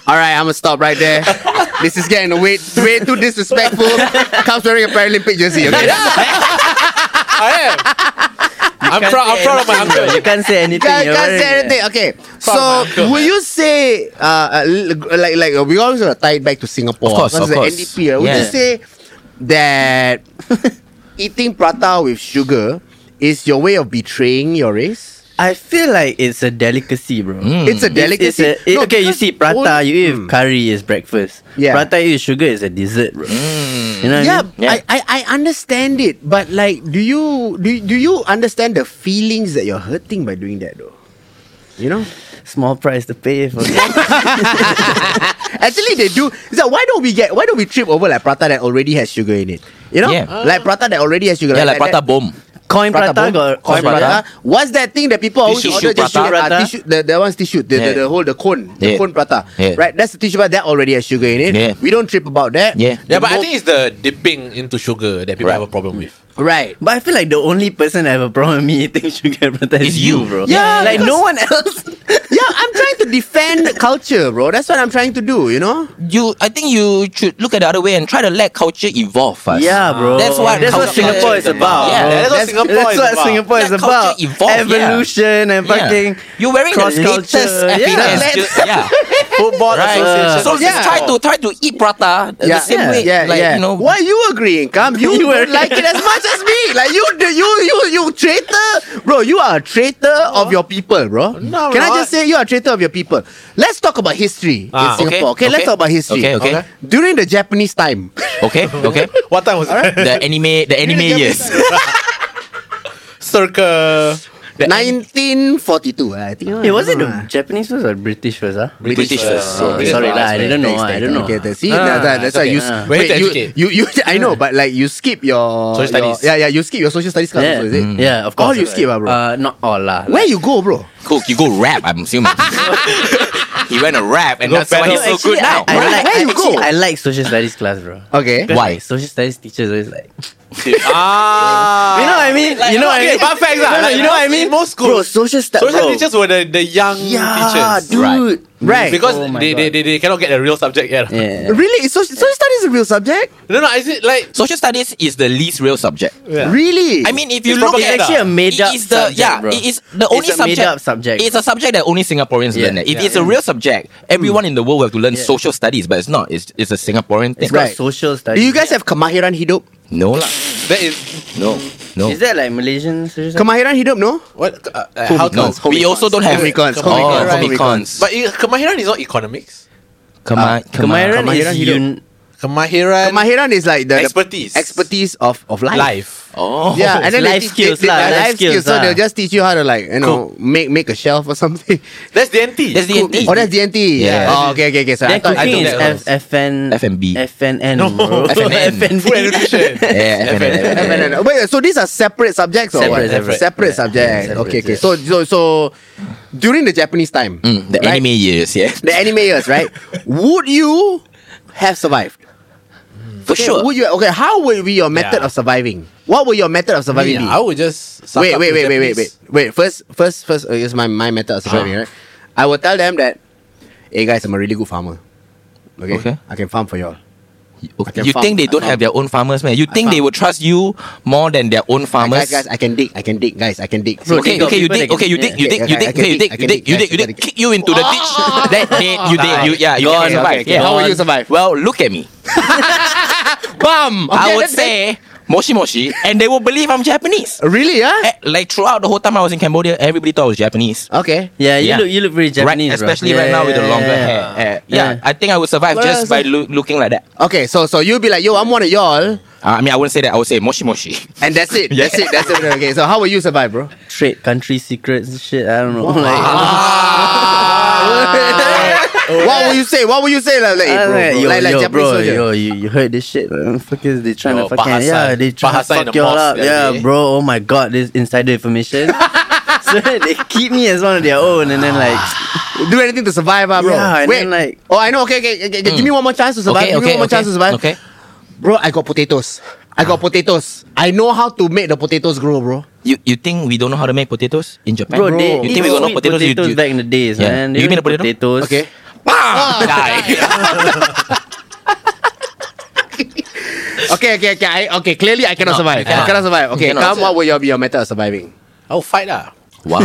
[SPEAKER 3] all right, I'm gonna stop right there. this is getting way way too disrespectful. Comes wearing a Paralympic jersey. Okay,
[SPEAKER 2] I am. I'm proud. I'm proud of my uncle.
[SPEAKER 4] You can't say anything.
[SPEAKER 3] can't,
[SPEAKER 4] you're
[SPEAKER 3] can't say
[SPEAKER 4] already-
[SPEAKER 3] anything. Okay,
[SPEAKER 2] my
[SPEAKER 3] so
[SPEAKER 2] uncle.
[SPEAKER 3] will you say uh, uh, l- like like uh, we always gotta tie it back to Singapore?
[SPEAKER 5] Of course,
[SPEAKER 3] because
[SPEAKER 5] of
[SPEAKER 3] the
[SPEAKER 5] course.
[SPEAKER 3] NDP. right? Would you
[SPEAKER 5] Yeah.
[SPEAKER 3] say that eating prata with sugar is your way of betraying your race?
[SPEAKER 4] I feel like it's a delicacy, bro.
[SPEAKER 3] It's a delicacy.
[SPEAKER 4] Hmm. It's a, it-
[SPEAKER 3] No,
[SPEAKER 4] okay, you
[SPEAKER 3] because
[SPEAKER 4] see, prata
[SPEAKER 3] all- Hmm.
[SPEAKER 4] you eat with curry is breakfast.
[SPEAKER 3] Yeah.
[SPEAKER 4] Prata you eat with sugar is a dessert, bro. You know what
[SPEAKER 3] yeah,
[SPEAKER 4] I mean?
[SPEAKER 3] I, I, I understand it, but like, do you do, do you understand the feelings that you're hurting by doing that though? You know?
[SPEAKER 4] Small price to pay for that.
[SPEAKER 3] Actually, they do. It's like, why don't we get? Why don't we trip over like prata that already has sugar in it? You know,
[SPEAKER 5] Yeah.
[SPEAKER 3] like prata that already has sugar.
[SPEAKER 5] Yeah, like prata
[SPEAKER 3] that-
[SPEAKER 5] bomb.
[SPEAKER 4] Coin prata, got
[SPEAKER 3] coin
[SPEAKER 4] got
[SPEAKER 3] prata. What's that thing that people always
[SPEAKER 5] Tissue
[SPEAKER 3] order? Just
[SPEAKER 5] prata.
[SPEAKER 3] sugar,
[SPEAKER 4] Prata.
[SPEAKER 3] Uh, tissue, the, the one's tissue. The,
[SPEAKER 5] Yeah.
[SPEAKER 3] the, the whole the cone, the
[SPEAKER 5] Yeah.
[SPEAKER 3] cone prata.
[SPEAKER 5] Yeah.
[SPEAKER 3] Right, that's the tissue prata that already has sugar in it.
[SPEAKER 5] Yeah.
[SPEAKER 3] We don't trip about that.
[SPEAKER 5] Yeah.
[SPEAKER 2] Yeah, but I
[SPEAKER 3] mo-
[SPEAKER 2] think it's the dipping into sugar that people
[SPEAKER 5] Right.
[SPEAKER 2] have a problem with.
[SPEAKER 3] Right.
[SPEAKER 4] But I feel like the only person that have a problem with me eating sugar prata is
[SPEAKER 5] It's you.
[SPEAKER 4] you, bro.
[SPEAKER 3] Yeah,
[SPEAKER 4] like
[SPEAKER 3] because-
[SPEAKER 4] no one else.
[SPEAKER 3] Yeah, I'm trying to defend culture, bro. That's what I'm trying to do. You know.
[SPEAKER 5] You, I think you should look at the other way and try to let culture evolve first.
[SPEAKER 4] Yeah, bro.
[SPEAKER 5] That's what
[SPEAKER 4] that's what
[SPEAKER 5] culture
[SPEAKER 4] Singapore is about.
[SPEAKER 5] Yeah,
[SPEAKER 4] bro.
[SPEAKER 2] that's what Singapore
[SPEAKER 4] that's
[SPEAKER 2] is
[SPEAKER 4] what
[SPEAKER 2] about.
[SPEAKER 4] Singapore is
[SPEAKER 5] Let culture
[SPEAKER 4] about.
[SPEAKER 5] evolve, yeah.
[SPEAKER 4] Evolution and
[SPEAKER 5] Yeah.
[SPEAKER 4] fucking.
[SPEAKER 5] You're wearing
[SPEAKER 4] cross
[SPEAKER 5] the latest
[SPEAKER 4] culture.
[SPEAKER 5] effing
[SPEAKER 4] Yeah.
[SPEAKER 5] ass
[SPEAKER 4] Let's-
[SPEAKER 5] ju- yeah.
[SPEAKER 2] Football
[SPEAKER 5] Right.
[SPEAKER 2] association.
[SPEAKER 5] so
[SPEAKER 3] Yeah.
[SPEAKER 5] just try to try to eat prata the
[SPEAKER 3] yeah,
[SPEAKER 5] same
[SPEAKER 3] yeah,
[SPEAKER 5] way.
[SPEAKER 3] Yeah,
[SPEAKER 5] like
[SPEAKER 3] yeah.
[SPEAKER 5] you know
[SPEAKER 3] why you agreeing? Come, you,
[SPEAKER 4] You
[SPEAKER 3] don't
[SPEAKER 4] agree.
[SPEAKER 3] like it as much as me. Like you, do- you, you, you traitor, bro. You are a traitor of your people, bro.
[SPEAKER 2] No, I'm
[SPEAKER 3] Can I
[SPEAKER 2] not.
[SPEAKER 3] just say you are a traitor of your people? Let's talk about history
[SPEAKER 2] Ah,
[SPEAKER 3] in Singapore. Okay,
[SPEAKER 5] okay,
[SPEAKER 3] let's
[SPEAKER 5] okay.
[SPEAKER 3] talk about history.
[SPEAKER 5] Okay, okay. Okay.
[SPEAKER 3] During the Japanese time,
[SPEAKER 5] Okay, okay.
[SPEAKER 2] What time was it?
[SPEAKER 5] the anime the anime years.
[SPEAKER 2] Circa.
[SPEAKER 3] 1942, I think.
[SPEAKER 4] Hey, was it the Japanese first or British first? Huh?
[SPEAKER 5] British first.
[SPEAKER 4] Oh,
[SPEAKER 2] British
[SPEAKER 4] sorry,
[SPEAKER 2] first.
[SPEAKER 4] lah, I didn't know. I don't know.
[SPEAKER 3] Okay, that's, see, that's,
[SPEAKER 4] Ah,
[SPEAKER 3] why- that's why
[SPEAKER 2] okay.
[SPEAKER 3] you,
[SPEAKER 4] Ah.
[SPEAKER 2] We need to
[SPEAKER 3] you,
[SPEAKER 2] educate.
[SPEAKER 3] you, you, I know, but like you skip your
[SPEAKER 2] Social
[SPEAKER 3] your-
[SPEAKER 2] studies.
[SPEAKER 3] yeah, yeah, you skip your social studies class, also, is it?
[SPEAKER 4] Mm. yeah, of course.
[SPEAKER 3] All you skip, ah, bro.
[SPEAKER 4] Uh, not all lah.
[SPEAKER 3] Where you go, bro?
[SPEAKER 5] Cool, you go rap, I'm assuming. he went to rap and
[SPEAKER 2] Go
[SPEAKER 5] that's why
[SPEAKER 2] battle.
[SPEAKER 5] he's so
[SPEAKER 4] Actually,
[SPEAKER 5] good now.
[SPEAKER 4] I, I
[SPEAKER 3] Right,
[SPEAKER 4] like,
[SPEAKER 3] where
[SPEAKER 4] I,
[SPEAKER 3] you
[SPEAKER 4] actually,
[SPEAKER 3] go?
[SPEAKER 4] I like social studies class, bro.
[SPEAKER 3] Okay.
[SPEAKER 4] Because,
[SPEAKER 5] Why?
[SPEAKER 4] like, social studies teachers always like.
[SPEAKER 2] Ah.
[SPEAKER 4] You know what I mean? you know what I
[SPEAKER 2] okay,
[SPEAKER 4] mean?
[SPEAKER 2] but facts lah.
[SPEAKER 4] No, no,
[SPEAKER 2] Like,
[SPEAKER 4] you know what I
[SPEAKER 2] most-
[SPEAKER 4] mean?
[SPEAKER 2] most schools-
[SPEAKER 4] Bro, social studies.
[SPEAKER 2] Social teachers were the, the young
[SPEAKER 4] Yeah,
[SPEAKER 2] teachers.
[SPEAKER 4] dude.
[SPEAKER 5] Right.
[SPEAKER 3] Right.
[SPEAKER 2] Because
[SPEAKER 4] Oh my
[SPEAKER 2] they, they,
[SPEAKER 4] God.
[SPEAKER 2] they, they cannot get a real subject yet.
[SPEAKER 4] Yeah.
[SPEAKER 3] Really? So, social studies is a real subject?
[SPEAKER 2] No, no, is it like.
[SPEAKER 5] Social studies is the least real subject.
[SPEAKER 2] Yeah.
[SPEAKER 3] Really?
[SPEAKER 5] I mean, if you
[SPEAKER 2] It's
[SPEAKER 5] look
[SPEAKER 2] propaganda.
[SPEAKER 5] at
[SPEAKER 2] Actually
[SPEAKER 4] a made-up
[SPEAKER 5] it is the,
[SPEAKER 4] subject,
[SPEAKER 5] yeah,
[SPEAKER 4] bro.
[SPEAKER 5] it is the only
[SPEAKER 4] It's a
[SPEAKER 5] subject.
[SPEAKER 4] made-up subject.
[SPEAKER 5] It's a subject that only Singaporeans
[SPEAKER 4] Yeah.
[SPEAKER 5] learn. That. If
[SPEAKER 2] Yeah.
[SPEAKER 5] it's a real subject, everyone in the world will have to learn
[SPEAKER 4] Yeah.
[SPEAKER 5] social studies, but it's not. It's, it's a Singaporean thing.
[SPEAKER 4] It's called
[SPEAKER 3] Right.
[SPEAKER 4] social
[SPEAKER 3] do
[SPEAKER 4] studies.
[SPEAKER 3] you guys have Kemahiran Hidup?
[SPEAKER 5] No lah.
[SPEAKER 2] That is.
[SPEAKER 5] No. No.
[SPEAKER 4] Is that like Malaysian social studies?
[SPEAKER 3] Kemahiran Hidup, no?
[SPEAKER 2] What? Uh, uh, how
[SPEAKER 5] no.
[SPEAKER 2] comes?
[SPEAKER 5] We also don't have
[SPEAKER 3] Comicons,
[SPEAKER 5] Oh,
[SPEAKER 3] comicons,
[SPEAKER 5] Comicons.
[SPEAKER 2] But it- Kemahiran is not economics.
[SPEAKER 3] Ah,
[SPEAKER 5] Kama-
[SPEAKER 4] Kemahiran
[SPEAKER 5] Kama-
[SPEAKER 4] is
[SPEAKER 3] Kemahiran hidup.
[SPEAKER 4] un-
[SPEAKER 2] Kemahiran.
[SPEAKER 3] Kemahiran is like the the
[SPEAKER 2] Expertise.
[SPEAKER 3] expertise of, of life.
[SPEAKER 2] Life.
[SPEAKER 5] Oh.
[SPEAKER 3] Yeah, and then they
[SPEAKER 4] Life
[SPEAKER 3] teach-
[SPEAKER 4] skills
[SPEAKER 3] they- they-
[SPEAKER 4] lah,
[SPEAKER 3] yeah,
[SPEAKER 4] life
[SPEAKER 3] life skills.
[SPEAKER 4] skills
[SPEAKER 3] So
[SPEAKER 4] lah.
[SPEAKER 3] they'll just teach you how to like you know make make a shelf or something.
[SPEAKER 2] That's the NT.
[SPEAKER 5] That's the
[SPEAKER 3] Oh, that's DNT.
[SPEAKER 5] Yeah.
[SPEAKER 3] Oh, okay, okay, okay. So I
[SPEAKER 4] Then
[SPEAKER 3] thought I
[SPEAKER 4] cooking
[SPEAKER 3] thought
[SPEAKER 4] is
[SPEAKER 2] that
[SPEAKER 4] F- FN...
[SPEAKER 5] FNB.
[SPEAKER 4] FNN.
[SPEAKER 2] No.
[SPEAKER 4] bro.
[SPEAKER 5] FNN.
[SPEAKER 4] FNB.
[SPEAKER 2] Food education.
[SPEAKER 5] Yeah, FNN.
[SPEAKER 3] No, no, no. Wait, so these are separate subjects or what?
[SPEAKER 4] Separate, separate. Yeah,
[SPEAKER 3] subjects.
[SPEAKER 4] separate,
[SPEAKER 3] okay, okay.
[SPEAKER 4] yeah.
[SPEAKER 3] So, so, so during the Japanese time,
[SPEAKER 5] Mm, the
[SPEAKER 3] right?
[SPEAKER 5] anime years, yeah.
[SPEAKER 3] the anime years, right? would you have survived? Hmm.
[SPEAKER 5] For
[SPEAKER 3] Okay,
[SPEAKER 5] sure.
[SPEAKER 3] Would you? Okay. How would be your method
[SPEAKER 2] Yeah.
[SPEAKER 3] of surviving? What would your method of surviving be?
[SPEAKER 2] Me, I would just. suck
[SPEAKER 3] wait,
[SPEAKER 2] up
[SPEAKER 3] wait,
[SPEAKER 2] to
[SPEAKER 3] wait, wait, wait,
[SPEAKER 2] Japanese.
[SPEAKER 3] wait, wait. First, first, first uh, is my my method of surviving, right? I will tell them that, hey guys, I'm a really good farmer. Okay,
[SPEAKER 5] Okay.
[SPEAKER 3] I can farm for y'all.
[SPEAKER 5] Okay.
[SPEAKER 3] I can
[SPEAKER 5] You think
[SPEAKER 3] farm.
[SPEAKER 5] they
[SPEAKER 3] I
[SPEAKER 5] don't
[SPEAKER 3] farm.
[SPEAKER 5] have their own farmers, man? You think they would trust you more than their own farmers?
[SPEAKER 3] Guys, guys, I can dig. I can dig, guys. I can dig.
[SPEAKER 4] Bro,
[SPEAKER 5] Okay,
[SPEAKER 4] they got
[SPEAKER 5] okay, you
[SPEAKER 4] people
[SPEAKER 5] dig,
[SPEAKER 4] that
[SPEAKER 5] okay, you
[SPEAKER 4] can-
[SPEAKER 5] dig, you
[SPEAKER 3] yeah.
[SPEAKER 5] dig,
[SPEAKER 3] Okay,
[SPEAKER 5] you
[SPEAKER 3] okay, I
[SPEAKER 5] dig,
[SPEAKER 3] can
[SPEAKER 5] okay, you
[SPEAKER 3] dig,
[SPEAKER 5] dig,
[SPEAKER 3] I
[SPEAKER 5] you
[SPEAKER 3] can
[SPEAKER 5] dig,
[SPEAKER 3] dig,
[SPEAKER 5] you
[SPEAKER 3] guys,
[SPEAKER 5] dig,
[SPEAKER 3] I can Oh.
[SPEAKER 5] you dig,
[SPEAKER 3] dig.
[SPEAKER 5] kick you into the ditch. That day, you dig, you yeah, you
[SPEAKER 4] Gone.
[SPEAKER 5] can survive.
[SPEAKER 4] Okay, okay,
[SPEAKER 5] yeah.
[SPEAKER 3] How will you survive?
[SPEAKER 5] Well, look at me.
[SPEAKER 3] Bam! Hmm. Okay,
[SPEAKER 5] Hmm. I would
[SPEAKER 3] that's it.
[SPEAKER 5] say moshi moshi, and they will believe I'm Japanese.
[SPEAKER 3] Really? Yeah.
[SPEAKER 5] Eh, Like throughout the whole time I was in Cambodia, everybody thought I was Japanese.
[SPEAKER 3] Okay.
[SPEAKER 4] Yeah, you
[SPEAKER 5] Yeah.
[SPEAKER 4] look you look very Japanese,
[SPEAKER 5] right,
[SPEAKER 4] bro.
[SPEAKER 5] especially
[SPEAKER 4] Yeah,
[SPEAKER 5] right now with the
[SPEAKER 4] yeah,
[SPEAKER 5] longer
[SPEAKER 4] yeah,
[SPEAKER 5] hair.
[SPEAKER 4] yeah.
[SPEAKER 5] Eh, yeah,
[SPEAKER 4] Yeah.
[SPEAKER 5] I think I would survive
[SPEAKER 3] Well,
[SPEAKER 5] just by loo- looking like that.
[SPEAKER 3] Okay. So, so you'll be like, yo, I'm one of y'all,
[SPEAKER 5] Uh, I mean, I wouldn't say that. I would say moshi moshi.
[SPEAKER 3] and that's it.
[SPEAKER 5] Yeah.
[SPEAKER 3] That's it. That's it. Okay. So, how will you survive, bro?
[SPEAKER 4] Trade country secrets and shit. I don't know. Like,
[SPEAKER 3] what will you say? What will you say, like, like,
[SPEAKER 4] I
[SPEAKER 3] bro,
[SPEAKER 4] don't know,
[SPEAKER 3] bro,
[SPEAKER 4] yo,
[SPEAKER 3] like, like
[SPEAKER 4] yo,
[SPEAKER 3] Japanese
[SPEAKER 4] bro,
[SPEAKER 3] soldier?
[SPEAKER 4] yo, you, you heard this shit? uh, Fuckers, they trying
[SPEAKER 2] Yo,
[SPEAKER 4] to fucking
[SPEAKER 2] Bahasa.
[SPEAKER 4] yeah, they trying
[SPEAKER 2] Bahasa
[SPEAKER 4] to
[SPEAKER 2] in
[SPEAKER 4] fuck
[SPEAKER 2] the
[SPEAKER 4] you all
[SPEAKER 2] mosque
[SPEAKER 4] up.
[SPEAKER 2] that
[SPEAKER 4] Yeah,
[SPEAKER 2] day.
[SPEAKER 4] bro. Oh my god, this insider information. so they keep me as one of their own, and then like
[SPEAKER 5] Ah,
[SPEAKER 3] do anything to survive, ah, bro.
[SPEAKER 4] Yeah, and
[SPEAKER 3] Wait,
[SPEAKER 4] then, like- Mm.
[SPEAKER 3] oh, I know. Okay, okay, okay, okay, give me one more chance to survive.
[SPEAKER 5] Okay,
[SPEAKER 3] give me
[SPEAKER 5] okay,
[SPEAKER 3] one more chance to survive,
[SPEAKER 5] okay. okay.
[SPEAKER 3] bro. I got potatoes. I got potatoes. I know how to make the potatoes grow, bro.
[SPEAKER 5] You you think we don't know how to make potatoes in Japan?
[SPEAKER 4] bro, they
[SPEAKER 5] you
[SPEAKER 4] eat
[SPEAKER 5] think we got no
[SPEAKER 4] sweet
[SPEAKER 5] potatoes? You- Ah, you-
[SPEAKER 4] back in the days,
[SPEAKER 5] Yeah.
[SPEAKER 4] man.
[SPEAKER 5] You
[SPEAKER 4] They
[SPEAKER 5] mean a
[SPEAKER 4] don't eat
[SPEAKER 5] potato?
[SPEAKER 4] potatoes?
[SPEAKER 3] Okay.
[SPEAKER 2] Ah,
[SPEAKER 5] die.
[SPEAKER 3] Okay, okay, okay. I, okay, clearly I cannot
[SPEAKER 5] Cannot,
[SPEAKER 3] survive.
[SPEAKER 5] you cannot.
[SPEAKER 3] I cannot survive. Okay,
[SPEAKER 5] cannot.
[SPEAKER 3] come. What will your, be your method of surviving?
[SPEAKER 2] I would fight lah.
[SPEAKER 5] wow.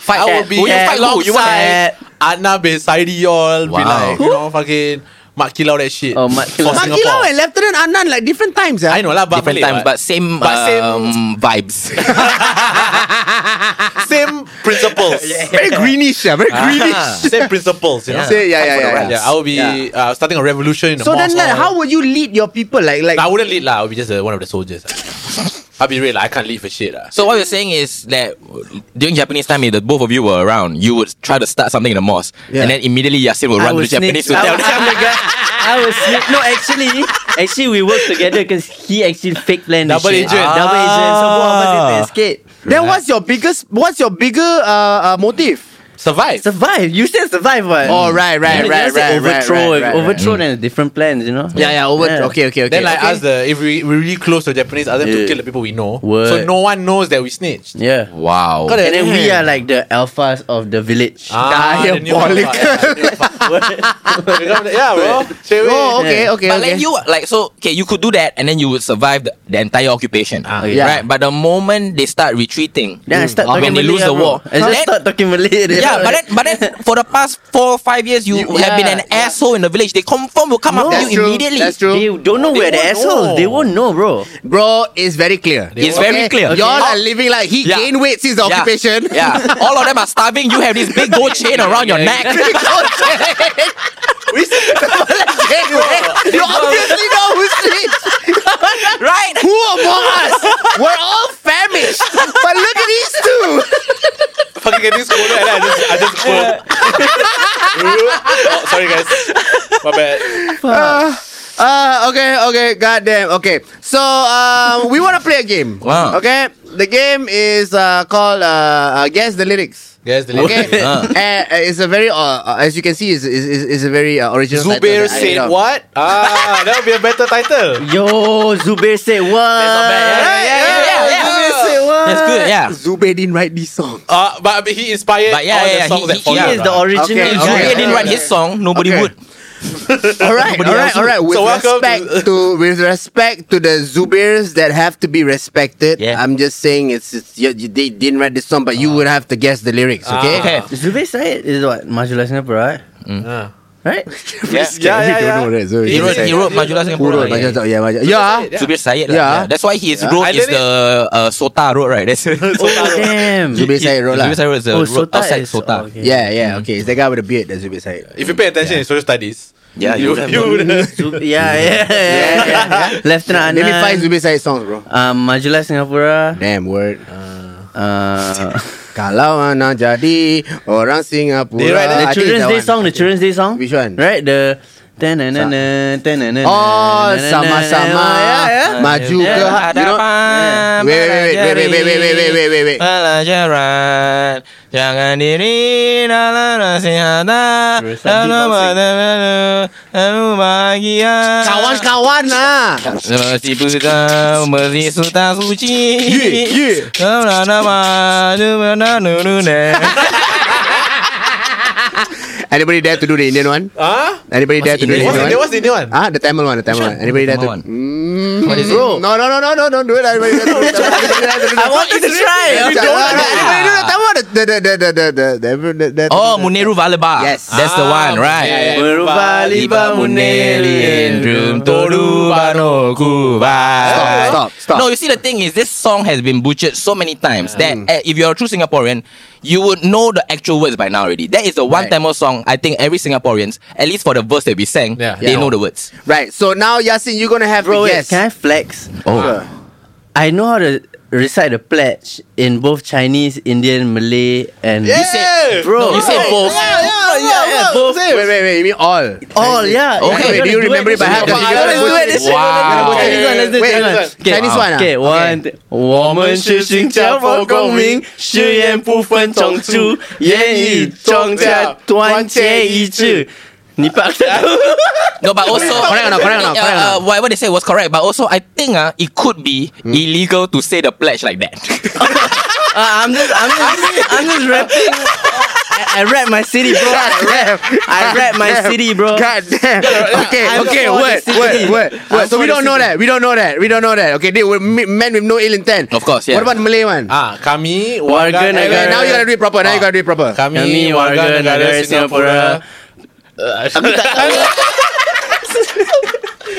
[SPEAKER 2] Fight. I would be.
[SPEAKER 5] Who you fight who? You want-
[SPEAKER 2] alongside Adnan bin Saidi all. Be
[SPEAKER 5] Wow.
[SPEAKER 2] like, you know, fucking Mak Kilau that shit.
[SPEAKER 4] Oh, Mat
[SPEAKER 2] For
[SPEAKER 4] Kilau. Mat
[SPEAKER 2] Singapore.
[SPEAKER 3] Makilau and Lieutenant Anand like different times, yeah.
[SPEAKER 2] I know lah, but
[SPEAKER 5] Different
[SPEAKER 2] Malay,
[SPEAKER 5] times, but same,
[SPEAKER 2] But same-
[SPEAKER 5] um, vibes.
[SPEAKER 2] same principles.
[SPEAKER 3] Very greenish, yeah.
[SPEAKER 4] Ah.
[SPEAKER 3] Very greenish.
[SPEAKER 2] Same principles, you know.
[SPEAKER 3] Say, yeah, yeah, yeah.
[SPEAKER 2] Yeah, I would be uh, starting a revolution in the
[SPEAKER 3] So then,
[SPEAKER 2] mosque
[SPEAKER 3] like, how
[SPEAKER 2] hall.
[SPEAKER 3] would you lead your people? Like, like
[SPEAKER 2] I wouldn't lead lah. I would be just uh, one of the soldiers. I'll be real, I can't leave for shit. ah.
[SPEAKER 5] So what you're saying is that during Japanese time, if the both of you were around, you would try to start something in the mosque,
[SPEAKER 4] Yeah.
[SPEAKER 5] and then immediately Yasin will run to the Japanese to tell them.
[SPEAKER 4] the guy. I was sneak- no actually actually we worked together because he actually fake planned
[SPEAKER 2] Double
[SPEAKER 4] the shit.
[SPEAKER 2] agent.
[SPEAKER 4] double agent. So both of us need to
[SPEAKER 5] Ah.
[SPEAKER 4] escape.
[SPEAKER 3] Then what's your biggest? What's your bigger uh, uh, motive?
[SPEAKER 2] Survive.
[SPEAKER 4] Survive. You said survive,
[SPEAKER 5] Um,
[SPEAKER 4] what?
[SPEAKER 3] Oh right, right,
[SPEAKER 4] You
[SPEAKER 3] right,
[SPEAKER 4] just
[SPEAKER 3] right, right,
[SPEAKER 4] said overthrow,
[SPEAKER 3] right, right, right.
[SPEAKER 4] overthrow, then different plans, you know.
[SPEAKER 3] Yeah, yeah, over. Okay, okay, okay.
[SPEAKER 2] then like
[SPEAKER 3] okay.
[SPEAKER 2] ask the if we we really close to Japanese, ask them to
[SPEAKER 4] Yeah.
[SPEAKER 2] kill the people we know,
[SPEAKER 4] Word.
[SPEAKER 2] so no one knows that we snitched.
[SPEAKER 4] Yeah.
[SPEAKER 5] Wow.
[SPEAKER 2] Got it.
[SPEAKER 4] And then we are like the alphas of the village.
[SPEAKER 2] Ah, the new
[SPEAKER 3] Diabolical.
[SPEAKER 2] alpha, yeah, the new alpha. yeah, bro. Straight away.
[SPEAKER 3] Oh, okay,
[SPEAKER 4] Yeah.
[SPEAKER 3] okay,
[SPEAKER 5] but
[SPEAKER 3] okay.
[SPEAKER 5] like you like so okay you could do that and then you would survive the, the entire occupation
[SPEAKER 2] Ah,
[SPEAKER 4] okay.
[SPEAKER 5] right but the moment they start retreating
[SPEAKER 4] Then I start
[SPEAKER 5] when
[SPEAKER 4] talking
[SPEAKER 5] they
[SPEAKER 4] Malay
[SPEAKER 5] lose the
[SPEAKER 4] ah, bro.
[SPEAKER 5] war
[SPEAKER 4] I just
[SPEAKER 5] Then-
[SPEAKER 4] start talking Malay. then.
[SPEAKER 5] yeah but then but then for the past four or five years you, have been an asshole in the village they confirm will come
[SPEAKER 4] No.
[SPEAKER 5] after
[SPEAKER 3] That's
[SPEAKER 5] you
[SPEAKER 3] true.
[SPEAKER 5] immediately
[SPEAKER 3] That's true.
[SPEAKER 4] They don't
[SPEAKER 5] Oh,
[SPEAKER 4] know
[SPEAKER 2] They
[SPEAKER 4] where the
[SPEAKER 2] won't know.
[SPEAKER 4] assholes. They won't know, bro.
[SPEAKER 3] Bro, it's very clear.
[SPEAKER 5] It's very clear.
[SPEAKER 3] Y'all
[SPEAKER 5] Okay.
[SPEAKER 3] are living like he
[SPEAKER 5] Yeah.
[SPEAKER 3] gained weight since the
[SPEAKER 5] Yeah.
[SPEAKER 3] occupation.
[SPEAKER 5] yeah all of them are starving you have this big gold chain around your neck
[SPEAKER 3] you obviously know who's rich.
[SPEAKER 5] right
[SPEAKER 3] Who among us? We're all famished. But look at these two.
[SPEAKER 2] Fucking getting scolded, and then I just I just scold. oh, sorry guys, my bad.
[SPEAKER 3] Uh, okay, okay, goddamn. Okay, so um, we want to play a game.
[SPEAKER 5] Wow.
[SPEAKER 3] Okay, the game is uh, called uh, uh, Guess the Lyrics.
[SPEAKER 2] Yes, the
[SPEAKER 3] Okay,
[SPEAKER 2] lady.
[SPEAKER 3] uh, uh, it's a very uh, uh, as you can see, is is is is a very uh, original. title
[SPEAKER 2] Zubair
[SPEAKER 3] that I made
[SPEAKER 2] said
[SPEAKER 3] up.
[SPEAKER 2] what? Ah, that would be a better title.
[SPEAKER 4] Yo, Zubair said what?
[SPEAKER 5] yeah, yeah, yeah, yeah.
[SPEAKER 4] Zubair said what?
[SPEAKER 5] that's good yeah
[SPEAKER 3] Zubair didn't write this song.
[SPEAKER 2] Uh, but he inspired
[SPEAKER 5] But yeah,
[SPEAKER 2] all
[SPEAKER 5] yeah,
[SPEAKER 2] the
[SPEAKER 5] yeah,
[SPEAKER 2] songs
[SPEAKER 5] he-
[SPEAKER 2] that
[SPEAKER 5] he-
[SPEAKER 2] followed.
[SPEAKER 4] He is the
[SPEAKER 2] right?
[SPEAKER 4] original.
[SPEAKER 3] Okay,
[SPEAKER 5] if
[SPEAKER 4] guy.
[SPEAKER 3] okay.
[SPEAKER 5] Zubair didn't write his song nobody
[SPEAKER 3] Okay.
[SPEAKER 5] would
[SPEAKER 3] all right, all right, all right. With
[SPEAKER 2] So welcome
[SPEAKER 3] respect to with respect to the Zubairs that have to be respected.
[SPEAKER 5] Yeah.
[SPEAKER 3] I'm just saying it's, it's you, you, they didn't write this song, but you would have to guess the lyrics. Okay.
[SPEAKER 5] okay
[SPEAKER 4] Zubair Said is what Majulah Singapura, right?
[SPEAKER 2] Ah.
[SPEAKER 4] Right?
[SPEAKER 2] Yeah, yeah,
[SPEAKER 3] we
[SPEAKER 2] yeah,
[SPEAKER 3] don't
[SPEAKER 2] yeah.
[SPEAKER 3] know that, so we
[SPEAKER 5] he
[SPEAKER 3] Zubair
[SPEAKER 5] wrote
[SPEAKER 3] Syed.
[SPEAKER 5] he wrote Majulah
[SPEAKER 3] Who
[SPEAKER 5] Singapura
[SPEAKER 3] wrote
[SPEAKER 5] yeah.
[SPEAKER 3] Majulah- Yeah, Majulah- yeah.
[SPEAKER 2] Yeah.
[SPEAKER 5] Zubir Syed lah,
[SPEAKER 3] Yeah.
[SPEAKER 5] yeah. That's why his
[SPEAKER 2] Yeah. I
[SPEAKER 5] road is
[SPEAKER 2] did it.
[SPEAKER 5] the uh, Sota road, right? That's
[SPEAKER 4] Oh damn.
[SPEAKER 3] Zubir Syed wrote lah.
[SPEAKER 5] Zubir Syed road is the
[SPEAKER 4] Oh,
[SPEAKER 5] road
[SPEAKER 4] Sota
[SPEAKER 5] outside
[SPEAKER 4] is-
[SPEAKER 5] Sota.
[SPEAKER 4] oh, okay.
[SPEAKER 3] Yeah, yeah, okay. It's the guy with the beard that's Zubir Syed.
[SPEAKER 2] If you pay attention in social studies,
[SPEAKER 5] Yeah, you
[SPEAKER 2] you would
[SPEAKER 5] would
[SPEAKER 2] you would
[SPEAKER 4] Zub- yeah, yeah, yeah, yeah. Lieutenant
[SPEAKER 3] Let me
[SPEAKER 4] Anand,
[SPEAKER 3] find Zubir Syed songs, bro.
[SPEAKER 4] Um, Majulah Singapura.
[SPEAKER 3] Damn word.
[SPEAKER 4] Uh,
[SPEAKER 3] Kalau anak jadi orang Singapura.
[SPEAKER 2] They write
[SPEAKER 4] the
[SPEAKER 3] I think
[SPEAKER 4] Children's
[SPEAKER 3] that
[SPEAKER 4] Day
[SPEAKER 3] one.
[SPEAKER 4] song. The Children's Day song.
[SPEAKER 3] Which one?
[SPEAKER 4] Right. The. Tenenenen, tenenenen,
[SPEAKER 3] Oh,
[SPEAKER 4] tenenenen,
[SPEAKER 3] sama-sama
[SPEAKER 4] Yeah, yeah.
[SPEAKER 3] maju ke
[SPEAKER 5] Yeah,
[SPEAKER 3] you know,
[SPEAKER 5] hadapan
[SPEAKER 3] Wait, wait, wait, wait, wait, wait, wait, wait, wait, wait, wait.
[SPEAKER 5] Pelajaran Jangan diri dalam nasihat Lalu pada- lalu bahagia
[SPEAKER 4] kan?
[SPEAKER 3] Kawan-kawan lah.
[SPEAKER 5] Seperti buta Memberi sultan suci Dalam nama Dalam nama
[SPEAKER 3] Anybody dare to do the Indian one?
[SPEAKER 2] Huh?
[SPEAKER 3] Anybody dare
[SPEAKER 5] What's
[SPEAKER 3] to do the
[SPEAKER 5] Indian
[SPEAKER 2] What's the
[SPEAKER 3] Indian
[SPEAKER 2] new-
[SPEAKER 3] one?
[SPEAKER 2] what's the new one?
[SPEAKER 3] Ah, the Tamil one, the Tamil one. Anybody dare to?
[SPEAKER 5] Tamil one.
[SPEAKER 3] Mm,
[SPEAKER 5] What is it?
[SPEAKER 3] bro. No, no, no, no, no, don't do it. Anybody dare to do it?
[SPEAKER 4] I want you to try.
[SPEAKER 3] Yeah, yeah,
[SPEAKER 4] You don't
[SPEAKER 3] yeah, yeah,
[SPEAKER 4] want to-
[SPEAKER 3] yeah, yeah, Tamil one, the- the- the- the- the- the- the- the- the-
[SPEAKER 5] Oh Muneru Valaba
[SPEAKER 3] Yes.
[SPEAKER 5] That's the one
[SPEAKER 2] Ah,
[SPEAKER 5] right
[SPEAKER 2] yeah, yeah.
[SPEAKER 4] Berubah-libah
[SPEAKER 3] Stop, stop, stop.
[SPEAKER 5] No, you see the thing is this song has been butchered so many times that
[SPEAKER 3] Mm.
[SPEAKER 5] eh, if you're a true Singaporean, you would know the actual words by now already. That is the one
[SPEAKER 3] Right.
[SPEAKER 5] Tamil song I think every Singaporeans, at least for the verse that we sang,
[SPEAKER 2] Yeah.
[SPEAKER 5] they
[SPEAKER 3] Yeah.
[SPEAKER 5] know the words.
[SPEAKER 3] Right, so now Yasin, you're gonna have to
[SPEAKER 4] Bro, wait,
[SPEAKER 3] guess.
[SPEAKER 4] can I flex?
[SPEAKER 5] Oh.
[SPEAKER 4] I know how to recite the pledge in both Chinese, Indian, Malay, and
[SPEAKER 2] Yeah.
[SPEAKER 4] bro.
[SPEAKER 5] Oh, You said both.
[SPEAKER 3] Yeah, yeah, yeah, yeah,
[SPEAKER 4] both.
[SPEAKER 3] Wait, wait, wait, you mean all?
[SPEAKER 4] All, yeah.
[SPEAKER 5] Okay,
[SPEAKER 4] Yeah,
[SPEAKER 5] wait,
[SPEAKER 3] do you remember it by heart?
[SPEAKER 4] Let's
[SPEAKER 3] Because you gotta
[SPEAKER 4] do
[SPEAKER 3] go
[SPEAKER 4] it. Let's do it. Let's do it.
[SPEAKER 5] Wow.
[SPEAKER 4] Let's do it. Let's do it.
[SPEAKER 3] Wait,
[SPEAKER 4] Let's do it.
[SPEAKER 3] this one. Chinese one, ah?
[SPEAKER 4] Okay,
[SPEAKER 3] Okay.
[SPEAKER 4] one. two- 我们是新加坡公民，誓言不分种族，言语中家，团结一致。你把
[SPEAKER 5] No, but also
[SPEAKER 3] Correct or not, correct or not,
[SPEAKER 5] Yeah,
[SPEAKER 3] correct or not?
[SPEAKER 5] uh, what what they said was correct, but also I think uh, it could be
[SPEAKER 3] Hmm.
[SPEAKER 5] illegal to say the pledge like that.
[SPEAKER 4] Uh, I'm just, I'm just, I'm just rapping. I, I rap my city, bro. I rap, I rap my city, bro.
[SPEAKER 3] God damn. Okay,
[SPEAKER 4] I'm
[SPEAKER 3] okay,
[SPEAKER 4] for
[SPEAKER 3] word,
[SPEAKER 4] the
[SPEAKER 3] word,
[SPEAKER 4] city.
[SPEAKER 3] word,
[SPEAKER 4] I'm
[SPEAKER 3] word. So
[SPEAKER 4] for
[SPEAKER 3] we
[SPEAKER 4] the
[SPEAKER 3] don't know
[SPEAKER 4] city.
[SPEAKER 3] that. We don't know that. We don't know that. Okay, they were me- men with no ill intent.
[SPEAKER 5] Of course, yeah.
[SPEAKER 3] What about the Malay one?
[SPEAKER 2] Ah, kami warga
[SPEAKER 4] Warga
[SPEAKER 3] Okay,
[SPEAKER 4] negara-
[SPEAKER 2] negara.
[SPEAKER 3] now you gotta do it proper. Now you
[SPEAKER 4] Ah.
[SPEAKER 3] gotta do it proper.
[SPEAKER 2] Kami warga negara Singapura.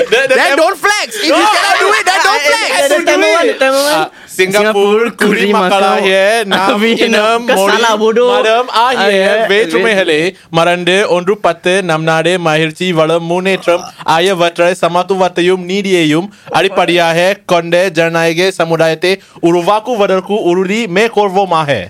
[SPEAKER 2] That- that-
[SPEAKER 3] Then don't flex. If you cannot do it, then don't flex.
[SPEAKER 4] That's the Tamil one, the Tamil one?
[SPEAKER 2] Ah, Singapore, kuri makala here, nam
[SPEAKER 4] Abi,
[SPEAKER 2] inam,
[SPEAKER 4] kau
[SPEAKER 2] mori,
[SPEAKER 4] salah bodoh.
[SPEAKER 2] madam,
[SPEAKER 4] Ah,
[SPEAKER 2] ahiye,
[SPEAKER 4] yeah.
[SPEAKER 2] vetrume hale, marande, ondru patte, namnade, mahirchi, valam, munetram, aya vatra, samatu vatayum, nidiyeyum, aripadiyahe, konde, janaige, samudayate, uruvaku vadarku, uruli, me korvo mahe.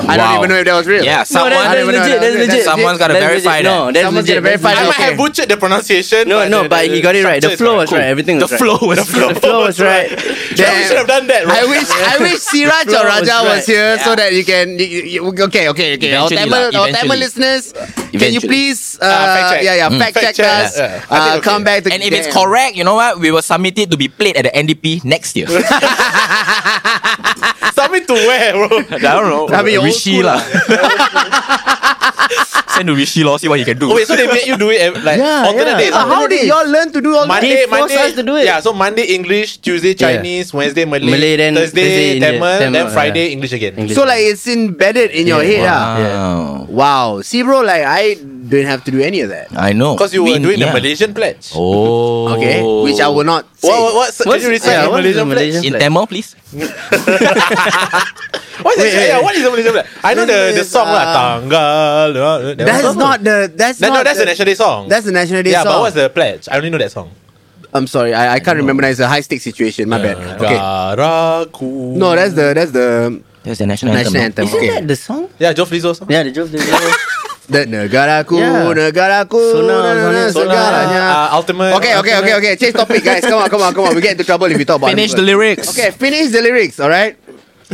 [SPEAKER 3] I don't
[SPEAKER 5] Wow.
[SPEAKER 3] even know if that was real.
[SPEAKER 5] Yeah, someone.
[SPEAKER 4] no, that's,
[SPEAKER 3] even know
[SPEAKER 4] that's
[SPEAKER 3] that.
[SPEAKER 4] legit. That's legit.
[SPEAKER 5] Someone's gotta
[SPEAKER 4] That's
[SPEAKER 5] verify
[SPEAKER 4] legit.
[SPEAKER 5] that.
[SPEAKER 4] No, that's
[SPEAKER 3] Someone's
[SPEAKER 4] legit.
[SPEAKER 3] gotta verify
[SPEAKER 2] I
[SPEAKER 4] that's
[SPEAKER 2] might
[SPEAKER 3] Okay.
[SPEAKER 2] have butchered the pronunciation. but
[SPEAKER 4] No, no,
[SPEAKER 2] the-
[SPEAKER 4] but
[SPEAKER 2] the
[SPEAKER 4] he got it right. The
[SPEAKER 2] structure is
[SPEAKER 4] flow was
[SPEAKER 2] Cool.
[SPEAKER 4] right. Everything
[SPEAKER 5] The
[SPEAKER 4] was right.
[SPEAKER 5] flow was
[SPEAKER 4] The flow was right.
[SPEAKER 2] Yeah, we should have done that.
[SPEAKER 3] I
[SPEAKER 2] right?
[SPEAKER 3] wish I wish Siraj or
[SPEAKER 4] Flow was
[SPEAKER 3] Raja was
[SPEAKER 4] right.
[SPEAKER 3] here so that you can. You, you, you- okay, okay, okay. Our
[SPEAKER 5] Eventually
[SPEAKER 3] Tamil,
[SPEAKER 5] lah,
[SPEAKER 3] our Tamil
[SPEAKER 5] eventually.
[SPEAKER 3] listeners, can you
[SPEAKER 5] Eventually. Mm.
[SPEAKER 3] please? Uh,
[SPEAKER 2] Ah, fact check.
[SPEAKER 3] Yeah, yeah. Fact
[SPEAKER 2] Fact
[SPEAKER 3] check,
[SPEAKER 2] check.
[SPEAKER 3] us.
[SPEAKER 2] Yeah, yeah. I
[SPEAKER 3] Uh,
[SPEAKER 2] think okay.
[SPEAKER 3] Come back to
[SPEAKER 5] And if it's
[SPEAKER 3] them.
[SPEAKER 5] correct, you know what? We will submit it to be played at the NDP next year. I
[SPEAKER 2] Submit to where, bro?
[SPEAKER 5] don't know.
[SPEAKER 3] I mean, old
[SPEAKER 5] Rishi
[SPEAKER 3] school eh.
[SPEAKER 5] lah. Send to Rishi law, see what you can do.
[SPEAKER 2] Oh, wait, so they make you do it ev- like
[SPEAKER 4] Yeah,
[SPEAKER 2] alternate
[SPEAKER 4] yeah. Uh-huh.
[SPEAKER 2] days.
[SPEAKER 3] Uh, how did y'all learn to do all that?
[SPEAKER 2] Monday,
[SPEAKER 4] They force
[SPEAKER 2] Monday,
[SPEAKER 4] us to do it.
[SPEAKER 2] Yeah, so Monday English, Tuesday Chinese, Wednesday Malay,
[SPEAKER 4] Malay, then Thursday
[SPEAKER 2] Thursday,
[SPEAKER 4] Indian,
[SPEAKER 2] Tamil, then
[SPEAKER 4] Tamil,
[SPEAKER 2] Friday English again.
[SPEAKER 3] So like it's embedded in your head. ah.
[SPEAKER 5] Wow.
[SPEAKER 3] Wow. See, bro, like I didn't have to do any of that.
[SPEAKER 5] I know.
[SPEAKER 2] Because you were
[SPEAKER 5] Been-
[SPEAKER 2] doing
[SPEAKER 5] yeah.
[SPEAKER 2] the Malaysian pledge.
[SPEAKER 5] Oh.
[SPEAKER 3] Okay, which I will not say.
[SPEAKER 2] What, what, what's, can
[SPEAKER 4] What's-
[SPEAKER 2] you recite
[SPEAKER 4] yeah,
[SPEAKER 2] the
[SPEAKER 4] what is the
[SPEAKER 2] Malaysian pledge?
[SPEAKER 5] In
[SPEAKER 4] Malaysian flag?
[SPEAKER 5] Tamil, please.
[SPEAKER 2] What is, yeah, what is the Malaysian pledge? I know the, the
[SPEAKER 3] This is,
[SPEAKER 2] song lah.
[SPEAKER 4] Ah.
[SPEAKER 3] uh,
[SPEAKER 2] Tanggal. uh, that
[SPEAKER 3] That is
[SPEAKER 2] one.
[SPEAKER 3] not the. That's
[SPEAKER 2] That,
[SPEAKER 3] not.
[SPEAKER 2] no, that's
[SPEAKER 3] the,
[SPEAKER 2] the national day song.
[SPEAKER 3] That's the national day
[SPEAKER 2] yeah,
[SPEAKER 3] song.
[SPEAKER 2] but what's the pledge? I only know that song.
[SPEAKER 3] I'm sorry, I, I can't remember. Now. It's a high stake situation. My bad. Okay.
[SPEAKER 2] Garaku.
[SPEAKER 3] No, that's the that's the
[SPEAKER 5] That's the national anthem.
[SPEAKER 3] national
[SPEAKER 5] no?
[SPEAKER 3] anthem.
[SPEAKER 4] Isn't
[SPEAKER 3] okay.
[SPEAKER 4] that the song?
[SPEAKER 2] Yeah, Joe Flizzo song.
[SPEAKER 4] Yeah, the joke.
[SPEAKER 3] The
[SPEAKER 4] The
[SPEAKER 3] negaraku,
[SPEAKER 4] Yeah.
[SPEAKER 3] negaraku,
[SPEAKER 4] Sona,
[SPEAKER 3] na- na- na-
[SPEAKER 4] Sona, Sona,
[SPEAKER 3] segalanya.
[SPEAKER 2] uh, ultimate-
[SPEAKER 3] Okay, okay, okay, okay. Change topic, guys. Come on, come on, come on. We get into trouble if we talk about
[SPEAKER 5] Finish the
[SPEAKER 3] this.
[SPEAKER 5] lyrics.
[SPEAKER 3] Okay, finish the lyrics. All right.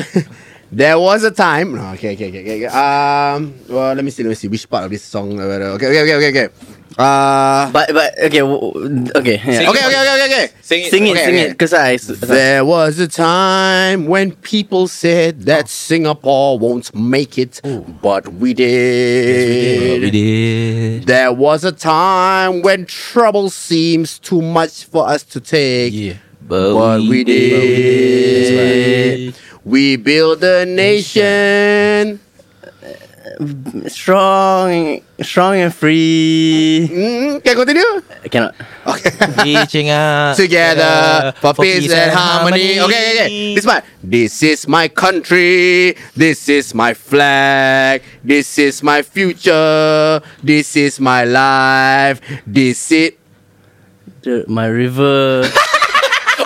[SPEAKER 3] there was a time. No, okay, okay, okay, okay, okay. Um. Well, let me see. Let me see. Which part of this song? uh, Okay, okay, okay, okay, okay. Uh.
[SPEAKER 4] but but okay w- w- okay
[SPEAKER 2] Sing-
[SPEAKER 4] yeah.
[SPEAKER 3] Okay, okay, okay, okay, okay.
[SPEAKER 2] Sing it.
[SPEAKER 4] Sing it,
[SPEAKER 3] Okay,
[SPEAKER 4] sing
[SPEAKER 3] okay.
[SPEAKER 4] it, cause I. s-
[SPEAKER 3] There was a time when people said that Singapore won't make it, but we did.
[SPEAKER 5] We did.
[SPEAKER 3] There was a time when trouble seems too much for us to take.
[SPEAKER 5] But,
[SPEAKER 3] But we
[SPEAKER 5] did.
[SPEAKER 3] did. We built a nation.
[SPEAKER 4] strong, strong and free.
[SPEAKER 3] Mm, can I continue?
[SPEAKER 4] I cannot.
[SPEAKER 5] Reaching out
[SPEAKER 3] Together for peace and harmony. Okay, okay, okay. This part. This is my country. This is my flag. This is my future. This is my life. This is.
[SPEAKER 4] The- My river.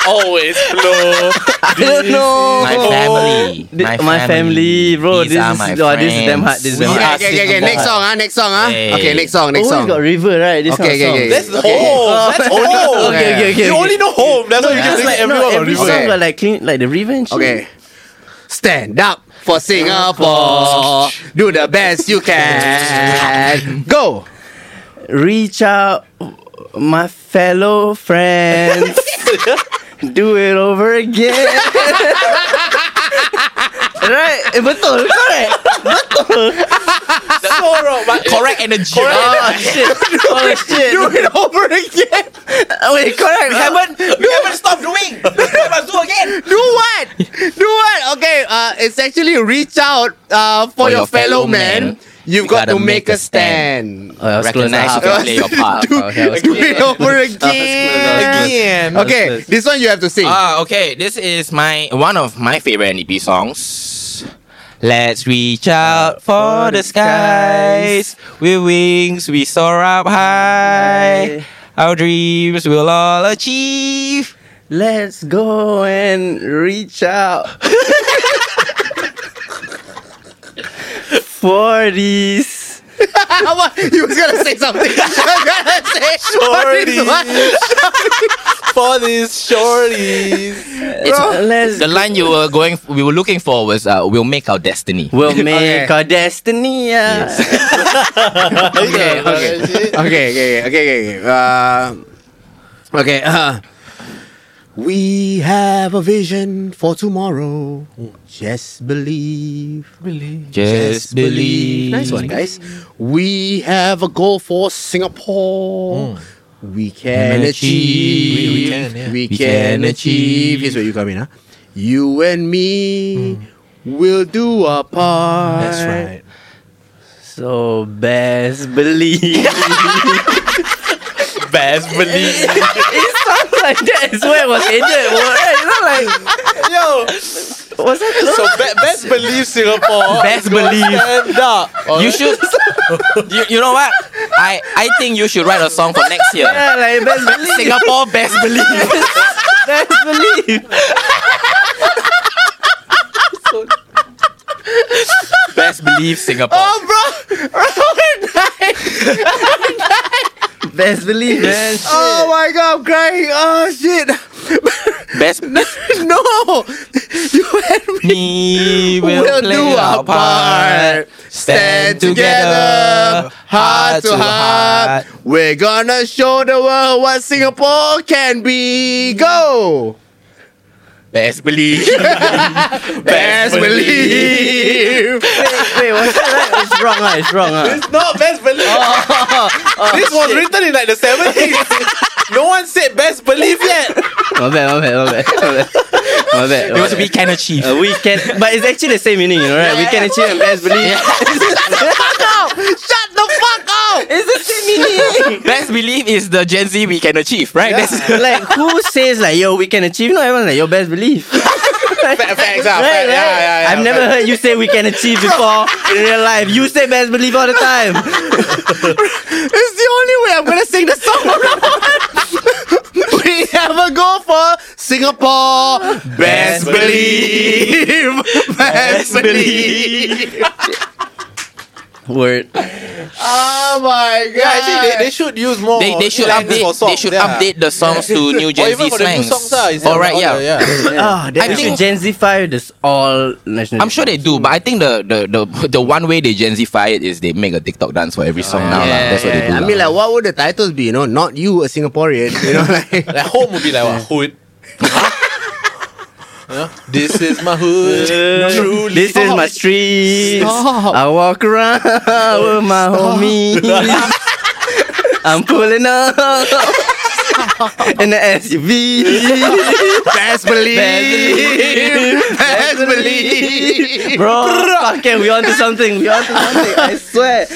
[SPEAKER 2] Always flow.
[SPEAKER 4] I don't know.
[SPEAKER 5] My family.
[SPEAKER 4] Th- my family, bro.
[SPEAKER 5] These
[SPEAKER 4] this
[SPEAKER 5] are
[SPEAKER 4] is
[SPEAKER 5] my
[SPEAKER 4] oh, this is damn hard.
[SPEAKER 5] friends.
[SPEAKER 4] This is
[SPEAKER 5] We
[SPEAKER 4] damn
[SPEAKER 3] Okay,
[SPEAKER 4] hard.
[SPEAKER 5] are
[SPEAKER 3] okay, okay, okay.
[SPEAKER 5] Singapore.
[SPEAKER 3] Next song, huh? Next song, huh?
[SPEAKER 5] Hey.
[SPEAKER 3] Okay, next song, next
[SPEAKER 4] Always
[SPEAKER 3] song.
[SPEAKER 4] got river, right? This
[SPEAKER 3] Okay,
[SPEAKER 4] kind of
[SPEAKER 3] okay,
[SPEAKER 4] song.
[SPEAKER 3] okay.
[SPEAKER 2] That's
[SPEAKER 3] Okay.
[SPEAKER 2] home. Oh, That's home.
[SPEAKER 4] okay, okay, okay,
[SPEAKER 2] You
[SPEAKER 4] okay.
[SPEAKER 2] only know home. That's why you can
[SPEAKER 4] Because
[SPEAKER 2] sing
[SPEAKER 4] like,
[SPEAKER 2] everyone
[SPEAKER 4] no,
[SPEAKER 2] about
[SPEAKER 4] every
[SPEAKER 2] river.
[SPEAKER 4] song
[SPEAKER 3] Okay.
[SPEAKER 4] got like clean, like the river and shit.
[SPEAKER 3] Okay. Stand up for Singapore. Do the best you can. Go.
[SPEAKER 4] Reach out, my fellow friends. Do it over again. right? Eh, betul, correct.
[SPEAKER 2] So wrong, but
[SPEAKER 5] Correct energy.
[SPEAKER 4] Oh shit. Oh shit. Do it over again. Wait, correct. Haven't
[SPEAKER 5] You haven't stopped doing. You must do again.
[SPEAKER 3] Do what? Do what? Okay. Uh, it's actually reach out uh, for, your, fellow, man. You've got to make a stand.
[SPEAKER 4] Oh, I was close
[SPEAKER 5] Recognize you
[SPEAKER 4] enough.
[SPEAKER 5] can play your part.
[SPEAKER 3] Do,
[SPEAKER 4] Okay, I was
[SPEAKER 3] do it over
[SPEAKER 4] close.
[SPEAKER 3] again.
[SPEAKER 4] was Uh,
[SPEAKER 3] Okay,
[SPEAKER 4] close.
[SPEAKER 3] this one you have to sing.
[SPEAKER 5] Ah, okay. This is my one of my favorite NDP songs. Let's reach out for the skies. With wings, we soar up high. Our dreams will all achieve.
[SPEAKER 4] Let's go and reach out. For these
[SPEAKER 3] I wa- you was gonna say something. you was gonna say
[SPEAKER 2] Shorty.
[SPEAKER 3] What?
[SPEAKER 2] for these shorties.
[SPEAKER 5] It's,
[SPEAKER 4] let's
[SPEAKER 5] the line you were going, we were looking for was uh, "We'll make our destiny."
[SPEAKER 4] We'll
[SPEAKER 3] Okay.
[SPEAKER 4] make our destiny. Yeah.
[SPEAKER 3] okay, okay, okay, okay, okay, okay, okay. Uh, okay. Uh, we have a vision for tomorrow. Just believe.
[SPEAKER 5] Just believe.
[SPEAKER 3] Nice one, guys. We have a goal for
[SPEAKER 2] Hmm.
[SPEAKER 3] Singapore. We can
[SPEAKER 5] Can
[SPEAKER 3] achieve. We,
[SPEAKER 5] achieve.
[SPEAKER 2] We can, yeah.
[SPEAKER 3] we
[SPEAKER 5] We
[SPEAKER 3] can
[SPEAKER 5] can
[SPEAKER 3] achieve.
[SPEAKER 5] achieve.
[SPEAKER 3] Here's where you come in, huh? You and me will do our part.
[SPEAKER 2] Hmm. That's right.
[SPEAKER 4] So best believe.
[SPEAKER 2] Best believe.
[SPEAKER 4] it's like that is where it was ended. What, you know, like
[SPEAKER 2] Yo,
[SPEAKER 4] was that
[SPEAKER 2] so be- best believe
[SPEAKER 5] Oh,
[SPEAKER 2] Singapore.
[SPEAKER 4] Best
[SPEAKER 2] Go
[SPEAKER 4] believe.
[SPEAKER 2] Stand up.
[SPEAKER 5] You should. Oh. you, you know what? I I think you should write a song for next year.
[SPEAKER 4] yeah, like best believe.
[SPEAKER 5] Singapore best believe.
[SPEAKER 4] best believe.
[SPEAKER 5] best believe Singapore.
[SPEAKER 4] Best believe, man.
[SPEAKER 3] Oh my god, I'm crying. Oh shit.
[SPEAKER 5] Best
[SPEAKER 3] no. You had me.
[SPEAKER 5] we will
[SPEAKER 3] We'll
[SPEAKER 5] play
[SPEAKER 3] do our part. Stand together, heart to heart. We're gonna show the world what Singapore can be. Go.
[SPEAKER 5] Best believe.
[SPEAKER 3] Best believe.
[SPEAKER 4] Wait, what's that? Right? It's wrong, right? It's wrong, right?
[SPEAKER 2] It's not best believe. oh, this was written in like the 70s. no one said best believe yet.
[SPEAKER 4] My bad, my bad, my bad, my bad. My bad.
[SPEAKER 5] It was we can achieve.
[SPEAKER 2] Oh.
[SPEAKER 4] Uh, we can, but it's actually the same meaning, you know, right? we can achieve and best believe.
[SPEAKER 3] Shut the fuck up.
[SPEAKER 4] It's the same meaning.
[SPEAKER 5] Best believe is the Gen Z we can achieve, right? That's
[SPEAKER 4] like who says like yo we can achieve? No, everyone's like your best believe.
[SPEAKER 2] facts ah, fact- yeah, yeah, yeah,
[SPEAKER 4] I've never heard you say we can achieve before in real life. You say best believe all the time.
[SPEAKER 3] It's the only way I'm gonna sing the song. we have a goal for Singapore. Best believe. Best believe.
[SPEAKER 4] Word.
[SPEAKER 3] Oh my god.
[SPEAKER 2] Yeah, actually, they, they should use more.
[SPEAKER 5] they, they should
[SPEAKER 2] slang for
[SPEAKER 5] update.
[SPEAKER 2] songs,
[SPEAKER 5] they should
[SPEAKER 2] Oh, yeah.
[SPEAKER 5] update the songs to new
[SPEAKER 2] Or
[SPEAKER 5] Gen Z
[SPEAKER 2] even for the new
[SPEAKER 5] slangs.
[SPEAKER 2] songs. ah, is
[SPEAKER 5] All
[SPEAKER 2] it
[SPEAKER 5] right,
[SPEAKER 2] all
[SPEAKER 5] yeah.
[SPEAKER 2] the- yeah.
[SPEAKER 4] Oh,
[SPEAKER 5] I
[SPEAKER 4] then we should
[SPEAKER 5] think-
[SPEAKER 4] Gen Zify this all national.
[SPEAKER 5] I'm sure they do, but I think the the the, the one way they Gen Zify it is they make a TikTok dance for every song now. lah. That's what they do.
[SPEAKER 3] I
[SPEAKER 5] lah.
[SPEAKER 3] mean, like, what would the titles be? You know, not you, a Singaporean. You know, like,
[SPEAKER 2] Like home would be like what hood. You know, This is my hood. Truly.
[SPEAKER 4] This is my streets.
[SPEAKER 3] Oh. Stop.
[SPEAKER 4] I walk around with my homies. I'm pulling up in the SUV.
[SPEAKER 3] best believe. Best believe.
[SPEAKER 4] Bro, fuck it, we onto something. We onto something. I swear.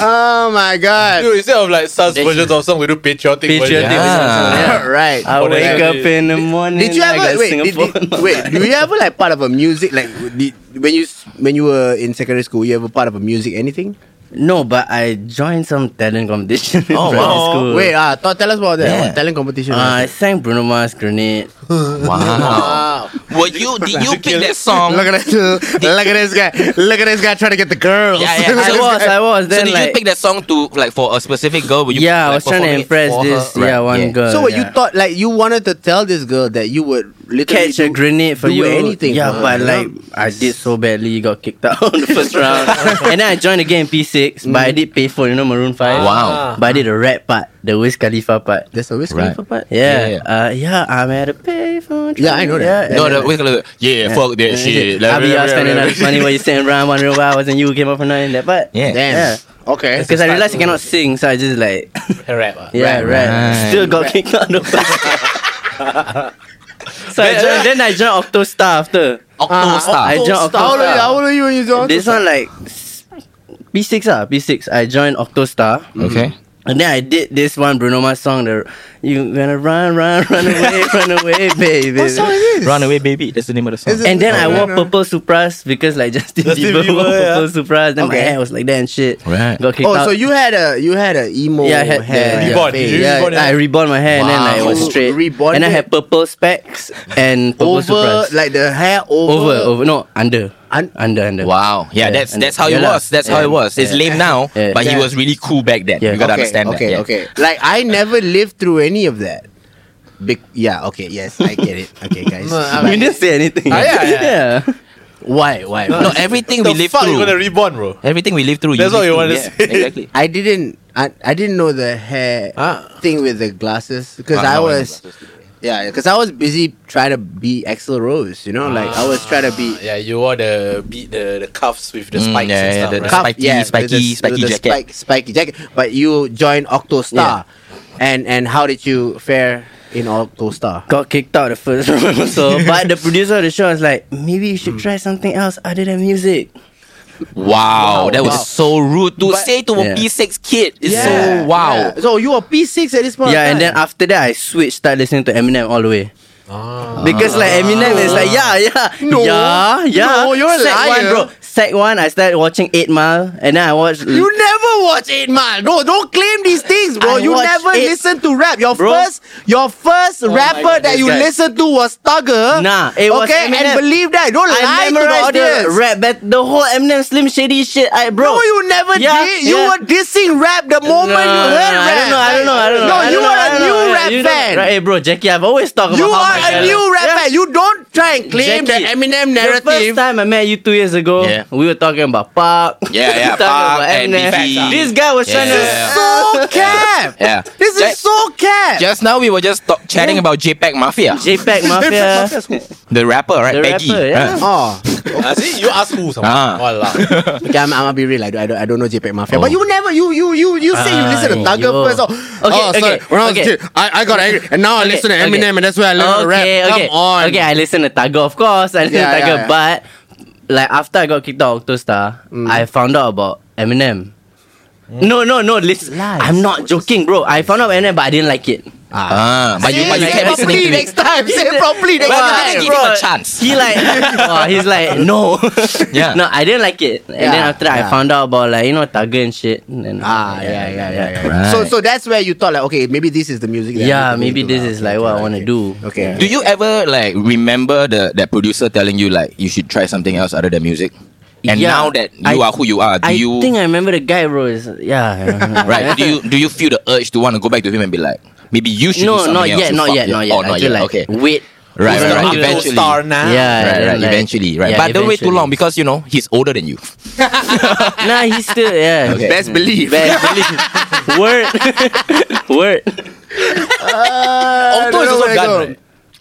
[SPEAKER 3] Oh my god.
[SPEAKER 2] Dude, instead of like sus versions of song, we do patriotic,
[SPEAKER 4] Patriotic.
[SPEAKER 2] versions.
[SPEAKER 5] Yeah.
[SPEAKER 3] right.
[SPEAKER 4] I
[SPEAKER 2] Or they
[SPEAKER 4] wake
[SPEAKER 2] have
[SPEAKER 4] up
[SPEAKER 2] it-
[SPEAKER 4] in the morning.
[SPEAKER 3] Did you
[SPEAKER 4] I
[SPEAKER 3] ever
[SPEAKER 4] got
[SPEAKER 3] wait? Did,
[SPEAKER 4] Singapore
[SPEAKER 3] did,
[SPEAKER 4] on
[SPEAKER 3] wait, do you ever like part of a music like did, when you s- when you were in secondary school? You ever part of a music anything?
[SPEAKER 4] No, but I joined some talent competition in
[SPEAKER 5] Oh,
[SPEAKER 4] primary
[SPEAKER 5] wow.
[SPEAKER 4] school.
[SPEAKER 3] Wait, ah, uh, tell us about that
[SPEAKER 5] Yeah.
[SPEAKER 3] what talent competition. Ah,
[SPEAKER 4] Uh, I
[SPEAKER 3] was.
[SPEAKER 4] sang Bruno Mars Grenade.
[SPEAKER 3] Oh,
[SPEAKER 5] Wow.
[SPEAKER 3] Wow.
[SPEAKER 5] Were you did you pick that song?
[SPEAKER 3] Oh. Look at this! Look at this guy! Look at this guy trying to get the girls.
[SPEAKER 5] Yeah, yeah.
[SPEAKER 3] Look at
[SPEAKER 4] I
[SPEAKER 3] this
[SPEAKER 4] was,
[SPEAKER 3] guy.
[SPEAKER 4] I was.
[SPEAKER 5] So
[SPEAKER 4] Then
[SPEAKER 5] did
[SPEAKER 4] like,
[SPEAKER 5] you pick that song to like for a specific girl? Were you
[SPEAKER 4] yeah,
[SPEAKER 5] like,
[SPEAKER 4] I was trying
[SPEAKER 5] performing it
[SPEAKER 4] to impress
[SPEAKER 5] for
[SPEAKER 4] this
[SPEAKER 5] her?
[SPEAKER 4] yeah
[SPEAKER 5] Right,
[SPEAKER 4] one girl.
[SPEAKER 3] So what you
[SPEAKER 4] yeah.
[SPEAKER 3] thought like you wanted to tell this girl that you would literally
[SPEAKER 4] catch a
[SPEAKER 3] do-
[SPEAKER 4] grenade for
[SPEAKER 3] do
[SPEAKER 4] you
[SPEAKER 3] anything
[SPEAKER 4] Yeah,
[SPEAKER 3] for her,
[SPEAKER 4] but
[SPEAKER 3] you
[SPEAKER 4] like
[SPEAKER 3] know?
[SPEAKER 4] I did so badly, you got kicked out on the first round, and then I joined again P six, but I did pay for you know Maroon Five.
[SPEAKER 5] Wow.
[SPEAKER 4] But I did the rap part, the Wiz Khalifa part.
[SPEAKER 3] There's a whiskey
[SPEAKER 5] Right.
[SPEAKER 3] for part.
[SPEAKER 4] Yeah,
[SPEAKER 5] Yeah,
[SPEAKER 4] yeah, Uh, yeah, I'm at a payphone.
[SPEAKER 3] Yeah, I know that.
[SPEAKER 4] Yeah,
[SPEAKER 5] No, the
[SPEAKER 4] and then-
[SPEAKER 5] wait, look, yeah, fuck that shit.
[SPEAKER 4] I'll be out spending all
[SPEAKER 5] Like,
[SPEAKER 4] this money while you stand around wondering why I wasn't you came up for nothing that but
[SPEAKER 5] Yeah.
[SPEAKER 3] Damn.
[SPEAKER 4] Yeah.
[SPEAKER 3] Okay.
[SPEAKER 4] because I realized I cannot sing so I just like
[SPEAKER 2] Rap, ah.
[SPEAKER 3] Right,
[SPEAKER 4] yeah right,
[SPEAKER 5] right.
[SPEAKER 4] still got kicked out of so I joined, then I joined Octo Star after Ah,
[SPEAKER 5] Octo Star.
[SPEAKER 4] I joined Octo
[SPEAKER 3] How old, are you,
[SPEAKER 4] Star.
[SPEAKER 3] how old are you when you joined?
[SPEAKER 4] This one like B six ah B six. I joined Octostar.
[SPEAKER 5] Okay.
[SPEAKER 4] And then I did this one Bruno Mars song. The you gonna run, run, run away, run away, baby.
[SPEAKER 3] What song is Oh, this?
[SPEAKER 5] Run away, baby. That's the name of the
[SPEAKER 3] Is
[SPEAKER 5] song.
[SPEAKER 3] it-
[SPEAKER 4] And then I
[SPEAKER 3] Run
[SPEAKER 4] wore
[SPEAKER 3] Away.
[SPEAKER 4] purple supras because like Justin,
[SPEAKER 2] Justin
[SPEAKER 4] Bieber, wore
[SPEAKER 2] Bieber, yeah.
[SPEAKER 4] purple supras. Then
[SPEAKER 3] Okay.
[SPEAKER 4] my hair was like that and shit.
[SPEAKER 5] Right.
[SPEAKER 4] Got kicked
[SPEAKER 3] Oh,
[SPEAKER 4] out.
[SPEAKER 3] so you had a you had a emo
[SPEAKER 4] yeah, I had
[SPEAKER 3] hair.
[SPEAKER 4] yeah,
[SPEAKER 2] Reborn.
[SPEAKER 4] Yeah,
[SPEAKER 2] Did you reborn your
[SPEAKER 4] I
[SPEAKER 2] hair?
[SPEAKER 4] reborn my hair and then like it
[SPEAKER 3] Wow.
[SPEAKER 4] was straight.
[SPEAKER 3] Reborn
[SPEAKER 4] and I
[SPEAKER 3] it?
[SPEAKER 4] had purple specs and purple
[SPEAKER 3] Over
[SPEAKER 4] supras.
[SPEAKER 3] like the hair
[SPEAKER 4] over,
[SPEAKER 3] over
[SPEAKER 4] over, no under,
[SPEAKER 3] Un-
[SPEAKER 4] under, under.
[SPEAKER 5] Wow. Yeah,
[SPEAKER 4] Yeah,
[SPEAKER 5] that's
[SPEAKER 4] and-
[SPEAKER 5] that's how it
[SPEAKER 4] yeah lah.
[SPEAKER 5] was. That's how it
[SPEAKER 4] Yeah.
[SPEAKER 5] was. It's lame now,
[SPEAKER 4] Yeah.
[SPEAKER 5] but he
[SPEAKER 3] Yeah.
[SPEAKER 5] was really cool back then.
[SPEAKER 4] Yeah.
[SPEAKER 5] You gotta
[SPEAKER 3] okay,
[SPEAKER 5] understand
[SPEAKER 3] okay,
[SPEAKER 5] that.
[SPEAKER 3] Okay, Like I never lived through any of that. Big, yeah, okay, yes, I get it. Okay, guys.
[SPEAKER 4] We didn't say anything.
[SPEAKER 2] Ah, yeah, yeah.
[SPEAKER 4] yeah.
[SPEAKER 3] why? Why?
[SPEAKER 5] No, everything we
[SPEAKER 2] The
[SPEAKER 5] live
[SPEAKER 2] fuck you gonna
[SPEAKER 5] through.
[SPEAKER 2] reborn, bro?
[SPEAKER 5] Everything we live through.
[SPEAKER 2] That's what
[SPEAKER 5] live through.
[SPEAKER 2] you wanna
[SPEAKER 5] Yeah,
[SPEAKER 2] say.
[SPEAKER 5] Exactly.
[SPEAKER 3] I didn't. I, I didn't know the hair
[SPEAKER 2] Ah.
[SPEAKER 3] thing with the glasses because I
[SPEAKER 5] Ah, no, I
[SPEAKER 3] was,
[SPEAKER 5] know
[SPEAKER 3] yeah, because I was busy trying to be Axl Rose. You know, like I was trying to be.
[SPEAKER 2] Uh, Yeah, you wore the beat the, the cuffs with the
[SPEAKER 5] Mm,
[SPEAKER 2] spikes
[SPEAKER 5] yeah,
[SPEAKER 2] and
[SPEAKER 5] yeah,
[SPEAKER 2] stuff.
[SPEAKER 5] the- the- spiky-
[SPEAKER 2] right?
[SPEAKER 3] with
[SPEAKER 5] spiky-
[SPEAKER 3] the-
[SPEAKER 5] spiky
[SPEAKER 3] with the
[SPEAKER 5] jacket.
[SPEAKER 3] spike- spiky jacket. But you joined Octostar, and and how did you fare in Octostar?
[SPEAKER 4] got kicked out the first round. So, but the producer of the show was like, maybe you should try something else other than music.
[SPEAKER 5] Wow, that was
[SPEAKER 3] Wow.
[SPEAKER 5] so rude to
[SPEAKER 3] But-
[SPEAKER 5] say to a
[SPEAKER 4] Yeah.
[SPEAKER 5] 6 kid. It's
[SPEAKER 3] Yeah.
[SPEAKER 5] so wow.
[SPEAKER 3] Yeah. So you are P6 at this point.
[SPEAKER 4] Yeah,
[SPEAKER 3] of
[SPEAKER 4] and then
[SPEAKER 3] time.
[SPEAKER 4] after that, I switched, start listening to Eminem all the way. Because like Eminem is like yeah yeah
[SPEAKER 3] No.
[SPEAKER 4] yeah yeah
[SPEAKER 3] No, you're a
[SPEAKER 4] Sec one
[SPEAKER 3] liar.
[SPEAKER 4] bro Sec one I started watching 8 Mile and then I watched
[SPEAKER 3] you never watch Eight Mile. No, don't claim these things, bro.
[SPEAKER 4] Mm. I
[SPEAKER 3] you
[SPEAKER 4] watch
[SPEAKER 3] never
[SPEAKER 4] it.
[SPEAKER 3] listen to rap. Your
[SPEAKER 4] Bro. Oh
[SPEAKER 3] first, your first rapper that
[SPEAKER 4] This
[SPEAKER 3] you
[SPEAKER 4] guy.
[SPEAKER 3] listened to was Thugger.
[SPEAKER 4] Nah, it was
[SPEAKER 3] okay,
[SPEAKER 4] Eminem.
[SPEAKER 3] and believe that. Don't
[SPEAKER 4] I
[SPEAKER 3] lie to the
[SPEAKER 4] memorized
[SPEAKER 3] audience.
[SPEAKER 4] the rap but the whole Eminem Slim Shady shit I bro
[SPEAKER 3] No, you never
[SPEAKER 4] Yeah,
[SPEAKER 3] did. You
[SPEAKER 4] yeah.
[SPEAKER 3] were dissing rap the moment
[SPEAKER 4] No,
[SPEAKER 3] you
[SPEAKER 4] no,
[SPEAKER 3] heard
[SPEAKER 4] no,
[SPEAKER 3] rap.
[SPEAKER 4] I don't know. I don't know. I don't know.
[SPEAKER 3] No,
[SPEAKER 4] I don't
[SPEAKER 3] you
[SPEAKER 4] know,
[SPEAKER 3] are
[SPEAKER 4] I
[SPEAKER 3] a
[SPEAKER 4] don't know,
[SPEAKER 3] new
[SPEAKER 4] yeah,
[SPEAKER 3] rap
[SPEAKER 4] you don't-
[SPEAKER 3] fan.
[SPEAKER 4] Right, hey, bro, Jackie, I've always talked about
[SPEAKER 3] You
[SPEAKER 4] how
[SPEAKER 3] are
[SPEAKER 4] much I
[SPEAKER 3] a new
[SPEAKER 4] love-
[SPEAKER 3] rapper.
[SPEAKER 4] Yeah.
[SPEAKER 3] You don't try and claim
[SPEAKER 4] Jackie,
[SPEAKER 3] the Eminem
[SPEAKER 4] The first
[SPEAKER 3] narrative.
[SPEAKER 4] time I met you two years ago,
[SPEAKER 5] Yeah.
[SPEAKER 4] we were talking about Park.
[SPEAKER 5] Yeah,
[SPEAKER 4] we
[SPEAKER 5] yeah,
[SPEAKER 4] were talking
[SPEAKER 5] Park
[SPEAKER 4] about
[SPEAKER 5] and
[SPEAKER 4] Eminem.
[SPEAKER 5] Biggie.
[SPEAKER 4] This guy was trying
[SPEAKER 5] Yeah.
[SPEAKER 4] to.
[SPEAKER 3] So cap.
[SPEAKER 5] Yeah.
[SPEAKER 3] This is
[SPEAKER 5] Just-
[SPEAKER 3] so cap.
[SPEAKER 5] Just now we were just talk- chatting about JPEG Mafia,
[SPEAKER 4] JPEG Mafia.
[SPEAKER 5] the rapper, right?
[SPEAKER 4] The
[SPEAKER 5] Peggy.
[SPEAKER 4] rapper, yeah.
[SPEAKER 5] right?
[SPEAKER 3] Oh,
[SPEAKER 2] Ah, see, you ask who? someone.
[SPEAKER 5] Ah.
[SPEAKER 2] Wallah.
[SPEAKER 3] okay. I'm, I'm gonna be real. I don't, I don't, I don't know JPEG Mafia,
[SPEAKER 4] Oh.
[SPEAKER 3] but you never, you, you, you, you say you listen to Thugger
[SPEAKER 4] Aiyo.
[SPEAKER 3] first. Oh,
[SPEAKER 4] Ah, Okay,
[SPEAKER 3] oh, sorry.
[SPEAKER 4] okay,
[SPEAKER 3] When I was
[SPEAKER 4] okay.
[SPEAKER 3] a kid, I, I got angry, and now I listen to
[SPEAKER 4] okay.
[SPEAKER 3] Eminem, and that's where I learned to
[SPEAKER 4] okay,
[SPEAKER 3] rap.
[SPEAKER 4] okay.
[SPEAKER 3] Come on.
[SPEAKER 4] Okay, I listen to Tago, of course. I listen
[SPEAKER 3] Yeah,
[SPEAKER 4] to Tago,
[SPEAKER 3] yeah, Mm. yeah.
[SPEAKER 4] but like after I got kicked out of Octostar, I found out about Eminem. No, no, no. Listen,
[SPEAKER 3] Mm. Lies.
[SPEAKER 4] I'm not joking, bro. I found out Eminem, but I didn't like it.
[SPEAKER 5] Ah, but you,
[SPEAKER 3] Say
[SPEAKER 5] but you
[SPEAKER 3] it
[SPEAKER 5] kept listening
[SPEAKER 3] properly
[SPEAKER 5] to me.
[SPEAKER 3] next time. Say it properly next
[SPEAKER 5] I
[SPEAKER 4] Well,
[SPEAKER 3] time.
[SPEAKER 5] didn't give him a chance.
[SPEAKER 4] He like, oh, he's like, no,
[SPEAKER 5] Yeah.
[SPEAKER 4] no, I didn't like it. And then
[SPEAKER 3] Yeah,
[SPEAKER 4] after that,
[SPEAKER 3] yeah.
[SPEAKER 4] I found out about like you know Tago and shit. And then,
[SPEAKER 3] Ah, yeah, yeah, yeah, yeah.
[SPEAKER 5] Right.
[SPEAKER 3] So, so that's where you thought like, okay, maybe this is the music. That I
[SPEAKER 4] Yeah,
[SPEAKER 3] need to
[SPEAKER 4] maybe
[SPEAKER 3] do
[SPEAKER 4] this
[SPEAKER 3] lah.
[SPEAKER 4] is like what I want to do.
[SPEAKER 3] Okay.
[SPEAKER 5] Do you ever like remember the that producer telling you like you should try something else other than music? And
[SPEAKER 4] Yeah,
[SPEAKER 5] now that you
[SPEAKER 4] I-
[SPEAKER 5] are who you are, do
[SPEAKER 4] I
[SPEAKER 5] you
[SPEAKER 4] think I remember the guy, bro. Is yeah,
[SPEAKER 5] right? Do you do you feel the urge to want to go back to him and be like, maybe you should do
[SPEAKER 4] no,
[SPEAKER 5] something
[SPEAKER 4] not
[SPEAKER 5] else
[SPEAKER 4] yet,
[SPEAKER 5] to
[SPEAKER 4] not
[SPEAKER 5] fuck
[SPEAKER 4] yet,
[SPEAKER 5] you-
[SPEAKER 4] not yet.
[SPEAKER 5] Oh, not
[SPEAKER 4] I feel
[SPEAKER 5] yet.
[SPEAKER 4] like
[SPEAKER 5] okay,
[SPEAKER 4] wait.
[SPEAKER 3] Ah.
[SPEAKER 5] right,
[SPEAKER 4] Who's
[SPEAKER 5] right,
[SPEAKER 4] the
[SPEAKER 5] right.
[SPEAKER 4] upper
[SPEAKER 5] Eventually,
[SPEAKER 2] star now.
[SPEAKER 4] Yeah,
[SPEAKER 5] right,
[SPEAKER 4] then,
[SPEAKER 5] right.
[SPEAKER 4] like-
[SPEAKER 5] eventually, right.
[SPEAKER 4] Yeah,
[SPEAKER 5] but don't wait too
[SPEAKER 4] eventually.
[SPEAKER 5] long because you know he's older than you.
[SPEAKER 4] nah, he's still yeah.
[SPEAKER 5] Okay.
[SPEAKER 3] Best believe.
[SPEAKER 4] Bad belief. Word, word.
[SPEAKER 3] Octo
[SPEAKER 5] is also gone, right?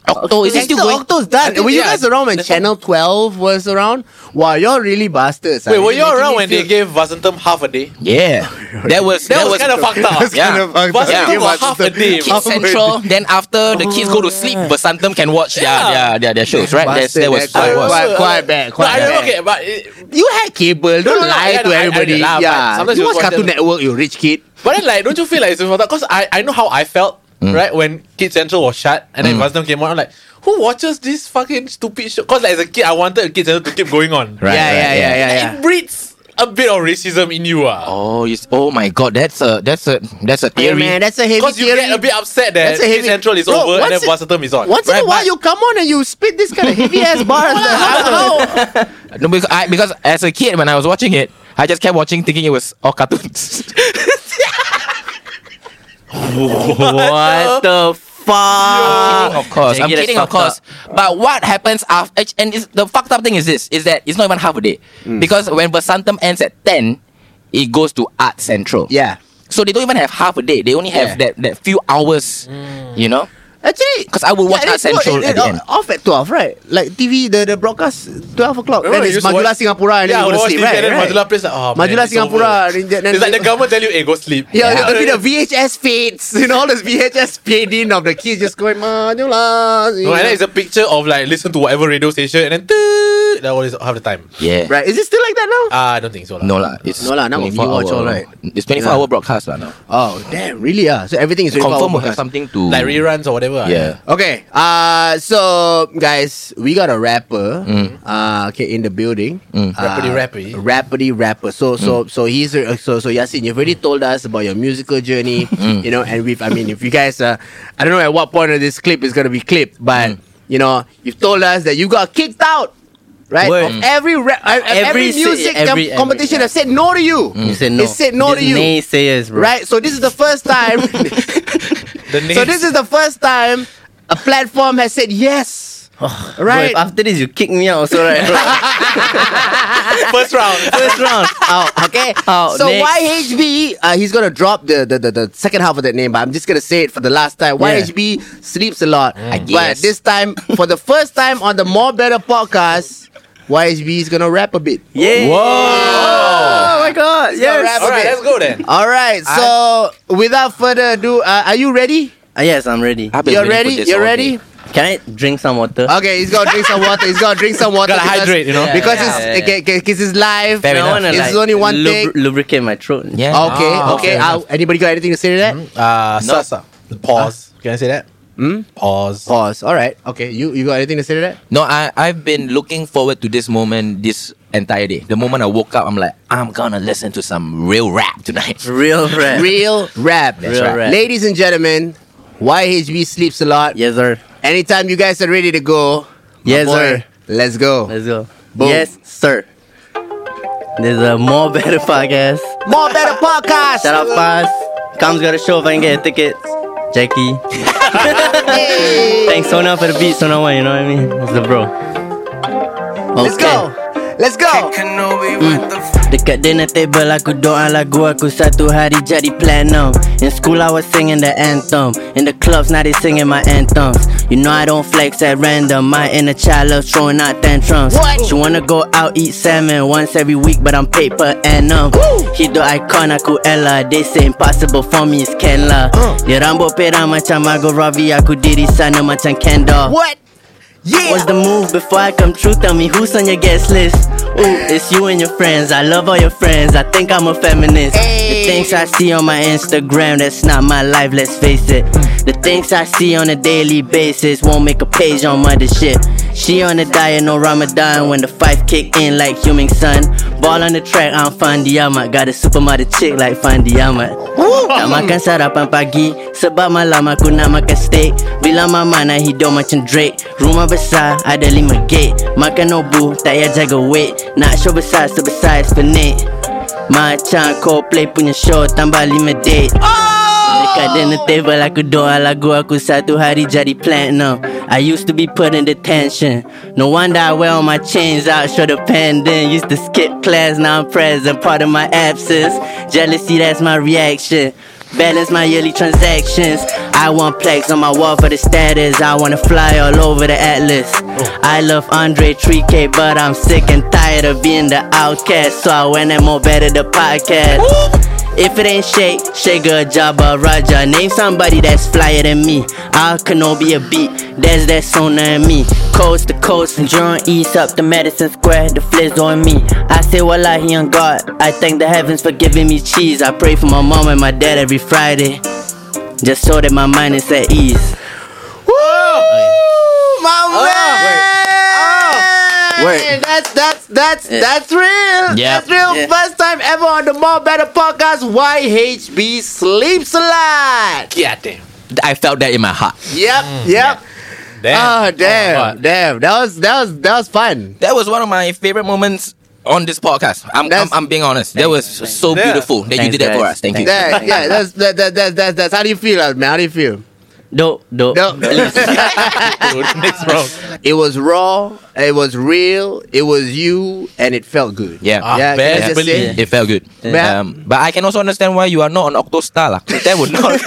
[SPEAKER 3] Octo
[SPEAKER 5] is it still going?
[SPEAKER 3] Octo's done.
[SPEAKER 5] think-
[SPEAKER 3] Were you
[SPEAKER 5] yeah.
[SPEAKER 3] guys around when Channel 12 was around? Wow, you're really bastards.
[SPEAKER 2] Wait, were you around when they gave Vasantham half a day?
[SPEAKER 5] Yeah, that was
[SPEAKER 2] That was kind of uh, fucked up.
[SPEAKER 5] Yeah.
[SPEAKER 2] Vasantham was half a day.
[SPEAKER 5] Kids Central. Then after the kids go
[SPEAKER 4] Oh,
[SPEAKER 5] to sleep, Vasantham can watch their, their, their their shows, right? That's, that was how it
[SPEAKER 3] eh, quite,
[SPEAKER 5] was.
[SPEAKER 3] quite, quite bad.
[SPEAKER 2] No, I
[SPEAKER 3] Quite
[SPEAKER 2] don't
[SPEAKER 3] bad.
[SPEAKER 2] okay, but it,
[SPEAKER 3] You had cable. Don't
[SPEAKER 2] no, no,
[SPEAKER 3] lie
[SPEAKER 2] yeah,
[SPEAKER 3] to
[SPEAKER 2] no, I- I
[SPEAKER 3] everybody.
[SPEAKER 2] did lah, but
[SPEAKER 3] yeah.
[SPEAKER 2] sometimes
[SPEAKER 3] You
[SPEAKER 2] you
[SPEAKER 3] watch
[SPEAKER 2] watch
[SPEAKER 3] Cartoon
[SPEAKER 2] them-
[SPEAKER 3] Network, you rich kid.
[SPEAKER 2] But then, like, don't you feel like it's important? Because I, I know how I felt,
[SPEAKER 3] Mm.
[SPEAKER 2] right, when Kids Central was shut and then Vasantham came on. I'm like, who watches this fucking stupid show? Because, like, as a kid, I wanted Kids Central to keep going on.
[SPEAKER 5] Right,
[SPEAKER 3] yeah,
[SPEAKER 5] right,
[SPEAKER 3] yeah, yeah,
[SPEAKER 5] yeah.
[SPEAKER 3] yeah, yeah.
[SPEAKER 2] It breeds a bit of racism in you, ah.
[SPEAKER 5] Oh, you, s- oh my God! That's a that's a that's a
[SPEAKER 3] Hey,
[SPEAKER 5] theory.
[SPEAKER 3] man, that's a heavy
[SPEAKER 2] Because you
[SPEAKER 3] theory.
[SPEAKER 2] get a bit upset
[SPEAKER 3] That's
[SPEAKER 2] that
[SPEAKER 3] a
[SPEAKER 2] Kids
[SPEAKER 3] heavy-
[SPEAKER 2] Central is
[SPEAKER 3] Bro,
[SPEAKER 2] over and then
[SPEAKER 3] once it-
[SPEAKER 2] Vasantham is on.
[SPEAKER 3] Once in a
[SPEAKER 5] Right,
[SPEAKER 3] while,
[SPEAKER 5] but-
[SPEAKER 3] you come on and you spit this kind of heavy ass bars. I
[SPEAKER 5] No, because I because as a kid when I was watching it, I just kept watching thinking it was all cartoons.
[SPEAKER 4] What the fuck?
[SPEAKER 5] Ah, of course, I'm kidding,
[SPEAKER 4] Jackie, that's
[SPEAKER 5] of
[SPEAKER 4] fucked up.
[SPEAKER 5] course. But what happens after? And it's, the fucked up thing is this: is that it's not even half a day
[SPEAKER 3] Mm.
[SPEAKER 5] because when Vasantham ends at ten, it goes to Art Central.
[SPEAKER 3] Yeah.
[SPEAKER 5] So they don't even have half a day. They only have
[SPEAKER 3] Yeah.
[SPEAKER 5] that, that few hours, you know?
[SPEAKER 3] Actually,
[SPEAKER 5] 'Cause I would watch
[SPEAKER 3] it
[SPEAKER 5] Art
[SPEAKER 3] is good.
[SPEAKER 5] Central
[SPEAKER 3] It-
[SPEAKER 5] at
[SPEAKER 3] it
[SPEAKER 5] the
[SPEAKER 3] o-
[SPEAKER 5] end.
[SPEAKER 3] Off at twelve, right? Like TV, the, the broadcast twelve o'clock.
[SPEAKER 2] Remember
[SPEAKER 3] then
[SPEAKER 2] you
[SPEAKER 3] it's
[SPEAKER 2] used to
[SPEAKER 3] Madula
[SPEAKER 2] watch-
[SPEAKER 3] Singapura and
[SPEAKER 2] yeah,
[SPEAKER 3] then you go
[SPEAKER 2] we
[SPEAKER 3] to
[SPEAKER 2] watched
[SPEAKER 3] sleep,
[SPEAKER 2] TV
[SPEAKER 3] right?
[SPEAKER 2] and then
[SPEAKER 3] right?
[SPEAKER 2] Madula plays like, oh, man,
[SPEAKER 3] Madula
[SPEAKER 2] it's over.
[SPEAKER 3] Singapura, then- then-
[SPEAKER 2] It's like the government tell you, hey, go sleep.
[SPEAKER 3] Yeah, I mean the VHS fades, you know, this VHS fade in of the kids just going Madula. you
[SPEAKER 2] No, and
[SPEAKER 3] know.
[SPEAKER 2] then it's a picture of like listen to whatever radio station and then toot, that one is half the time.
[SPEAKER 5] Yeah.
[SPEAKER 3] Oh. Right? Is it still like that now?
[SPEAKER 2] Ah, I don't think so. lah.
[SPEAKER 5] No lah, it's
[SPEAKER 3] No lah, now we
[SPEAKER 5] 24
[SPEAKER 3] watch
[SPEAKER 5] hour,
[SPEAKER 3] all right.
[SPEAKER 5] It's 24
[SPEAKER 3] Yeah.
[SPEAKER 5] hour broadcast lah now.
[SPEAKER 3] oh damn, really? Ah, so everything is
[SPEAKER 5] Confirm will have
[SPEAKER 3] something.
[SPEAKER 5] something to
[SPEAKER 2] like reruns or whatever. ah.
[SPEAKER 5] Yeah.
[SPEAKER 3] Okay. Uh so guys, we got a rapper uh okay in the building.
[SPEAKER 2] Rapperty
[SPEAKER 3] Uh,
[SPEAKER 2] rapper, eh?
[SPEAKER 3] Rapperty rapper. So so so he's uh, so so Yasin, you've already told us about your musical journey, you know, and we've I mean if you guys uh I don't know at what point of this clip is gonna be clipped, but you know, you've told us that you got kicked out. Right, of
[SPEAKER 4] Word.
[SPEAKER 3] every rap, uh, every,
[SPEAKER 4] Every si-
[SPEAKER 3] music com-
[SPEAKER 4] every- every-
[SPEAKER 3] competition, have said no to you.
[SPEAKER 4] He said no.
[SPEAKER 3] They said no
[SPEAKER 4] These
[SPEAKER 3] to you.
[SPEAKER 4] Naysayers, bro.
[SPEAKER 3] Right, so this is the first time
[SPEAKER 2] The name.
[SPEAKER 3] so this is the first time a platform has said yes.
[SPEAKER 4] Right.
[SPEAKER 3] right?
[SPEAKER 4] Bro, if after this, you kick me out, also right? Bro?
[SPEAKER 2] first round.
[SPEAKER 4] First round.
[SPEAKER 3] Out, okay.
[SPEAKER 4] Out,
[SPEAKER 3] so
[SPEAKER 4] next.
[SPEAKER 3] YHB, uh, he's gonna drop the, the, the, the second half of that name, but I'm just gonna say it for the last time.
[SPEAKER 4] Yeah.
[SPEAKER 3] YHB sleeps a lot, but
[SPEAKER 5] guess.
[SPEAKER 3] this time, for the first time on the More Better podcast, YHB is gonna rap a bit.
[SPEAKER 4] Yeah.
[SPEAKER 3] Oh my god! Yes.
[SPEAKER 2] All right, let's go then.
[SPEAKER 3] All right. So without further ado, uh, are you ready?
[SPEAKER 4] Ah, yes, I'm ready.
[SPEAKER 5] I've been
[SPEAKER 3] You're
[SPEAKER 5] waiting
[SPEAKER 3] ready.
[SPEAKER 5] for this
[SPEAKER 3] You're
[SPEAKER 5] all
[SPEAKER 3] ready.
[SPEAKER 5] day.
[SPEAKER 4] Can I drink some water?
[SPEAKER 3] Okay, he's gonna drink some water. He's gonna drink some water.
[SPEAKER 2] Gotta
[SPEAKER 3] because-
[SPEAKER 2] hydrate, you know?
[SPEAKER 3] Because
[SPEAKER 4] Yeah, yeah,
[SPEAKER 3] it's
[SPEAKER 4] yeah.
[SPEAKER 3] okay, okay, 'cause it's live.
[SPEAKER 5] Fair
[SPEAKER 4] I
[SPEAKER 5] enough.
[SPEAKER 4] wanna,
[SPEAKER 3] It's
[SPEAKER 4] like,
[SPEAKER 3] only one
[SPEAKER 4] lubri-
[SPEAKER 3] thing.
[SPEAKER 4] lubricate my throat.
[SPEAKER 5] Yeah.
[SPEAKER 3] Okay,
[SPEAKER 5] Ah,
[SPEAKER 3] okay.
[SPEAKER 5] fair
[SPEAKER 3] Uh, anybody got anything to say to that?
[SPEAKER 2] Uh,
[SPEAKER 5] No.
[SPEAKER 2] Sasa. Pause. Hmm? Can I say that? Pause.
[SPEAKER 3] Pause. All right. Okay, you you got anything to say to that?
[SPEAKER 5] No, I, I've been looking forward to this moment this entire day. The moment I woke up, I'm like, I'm gonna listen to some real rap tonight.
[SPEAKER 4] Real red.
[SPEAKER 3] Real rap.
[SPEAKER 4] That's Real right. rap.
[SPEAKER 3] Ladies and gentlemen, YHB sleeps a lot.
[SPEAKER 4] yes, sir.
[SPEAKER 3] Anytime you guys are ready to go, my
[SPEAKER 4] Yes,
[SPEAKER 3] boy,
[SPEAKER 4] sir.
[SPEAKER 3] Let's go.
[SPEAKER 4] Let's go.
[SPEAKER 3] Boom.
[SPEAKER 4] Yes, sir. There's a more better podcast.
[SPEAKER 3] More better podcast.
[SPEAKER 4] Shout out Fast. Comes got a show if I can get tickets. Jackie. Thanks Sona for the beat, Sona One, you know what I mean? That's the bro.
[SPEAKER 3] Let's go. Let's go.
[SPEAKER 4] Dekat dinner table aku doa lagu aku satu hari jadi platinum In school I was singing the anthem In the clubs now they singing my anthems You know I don't flex at random My inner child loves throwing out tantrums
[SPEAKER 3] What?
[SPEAKER 4] She wanna go out eat salmon once every week but I'm paid per annum Hidup icon aku Ella They say impossible for me is Ken lah
[SPEAKER 3] Uh.
[SPEAKER 4] Dia rambut perang macam Margot Robbie Aku diri sana macam Kendall
[SPEAKER 3] What? Yeah.
[SPEAKER 4] What's the move before I come true? Tell me who's on your guest list. Ooh, it's you and your friends. I love all your friends. I think I'm a feminist. The things I see on my Instagram, that's not my life, let's face it. The things I see on a daily basis won't make a page on mother shit. She on a diet, no Ramadan. When the five kick in like human sun. Ball on the track, I'm Fandi Ahmad. Got a supermodel chick like Fandi Ahmad. Tak makan sarapan pagi Sebab malam aku nak makan steak Bila mama nak hidup macam Drake Rumah besar ada lima gate Makan obu tak payah jaga weight Nak show besar sebesar Esplanade Macam Coldplay punya show Tambah lima date Dekat dinner table aku doa lagu aku satu hari jadi platinum I used to be put in detention No wonder I wear all my chains out show the pendant Used to skip class now I'm present part of my absence Jealousy that's my reaction Balance my yearly transactions I want plaques on my wall for the status I wanna fly all over the atlas I love Andre 3K but I'm sick and tired of being the outcast So I went and more better the podcast if it ain't Shake, Shake a Jabba Raja. Name somebody that's flyer than me. I'll Kenobi a beat. That's that Sona and me. Coast to coast from Jurong East up to Madison Square. The fliz on me. I say Wallahi on God. I thank the heavens for giving me cheese. I pray for my mom and my dad every Friday. Just so that my mind is at ease.
[SPEAKER 3] my man.
[SPEAKER 4] wait. Oh. Wait.
[SPEAKER 3] That's that's that's that's real.
[SPEAKER 5] Yeah.
[SPEAKER 3] That's real.
[SPEAKER 4] Yeah.
[SPEAKER 3] First time ever on the More Better Podcast. YHB sleeps a lot.
[SPEAKER 2] Yeah, damn.
[SPEAKER 5] I felt that in my heart.
[SPEAKER 3] Yep. Yep.
[SPEAKER 4] Ah.
[SPEAKER 3] Oh damn,
[SPEAKER 2] God.
[SPEAKER 3] damn! That was that was that was fun.
[SPEAKER 5] That was one of my favorite moments on this podcast. I'm, I'm,
[SPEAKER 3] That's-
[SPEAKER 5] I'm being honest. That was so
[SPEAKER 2] Yeah.
[SPEAKER 5] beautiful that you
[SPEAKER 4] Thanks,
[SPEAKER 5] did that for
[SPEAKER 4] guys.
[SPEAKER 5] us. Thank you.
[SPEAKER 3] That, yeah, that's that, that, that, that, that's how do you feel, man? How do you feel?
[SPEAKER 4] Dope, dope.
[SPEAKER 3] No,
[SPEAKER 2] Dude, next round.
[SPEAKER 3] it was raw. It was real. It was you, and it felt good.
[SPEAKER 5] Yeah.
[SPEAKER 2] Ah,
[SPEAKER 3] yeah. can I
[SPEAKER 2] best
[SPEAKER 3] just say?
[SPEAKER 2] believe.
[SPEAKER 5] It felt good.
[SPEAKER 3] Yeah.
[SPEAKER 5] Um, but I can also understand why you are not on Octostar. lah. That would not.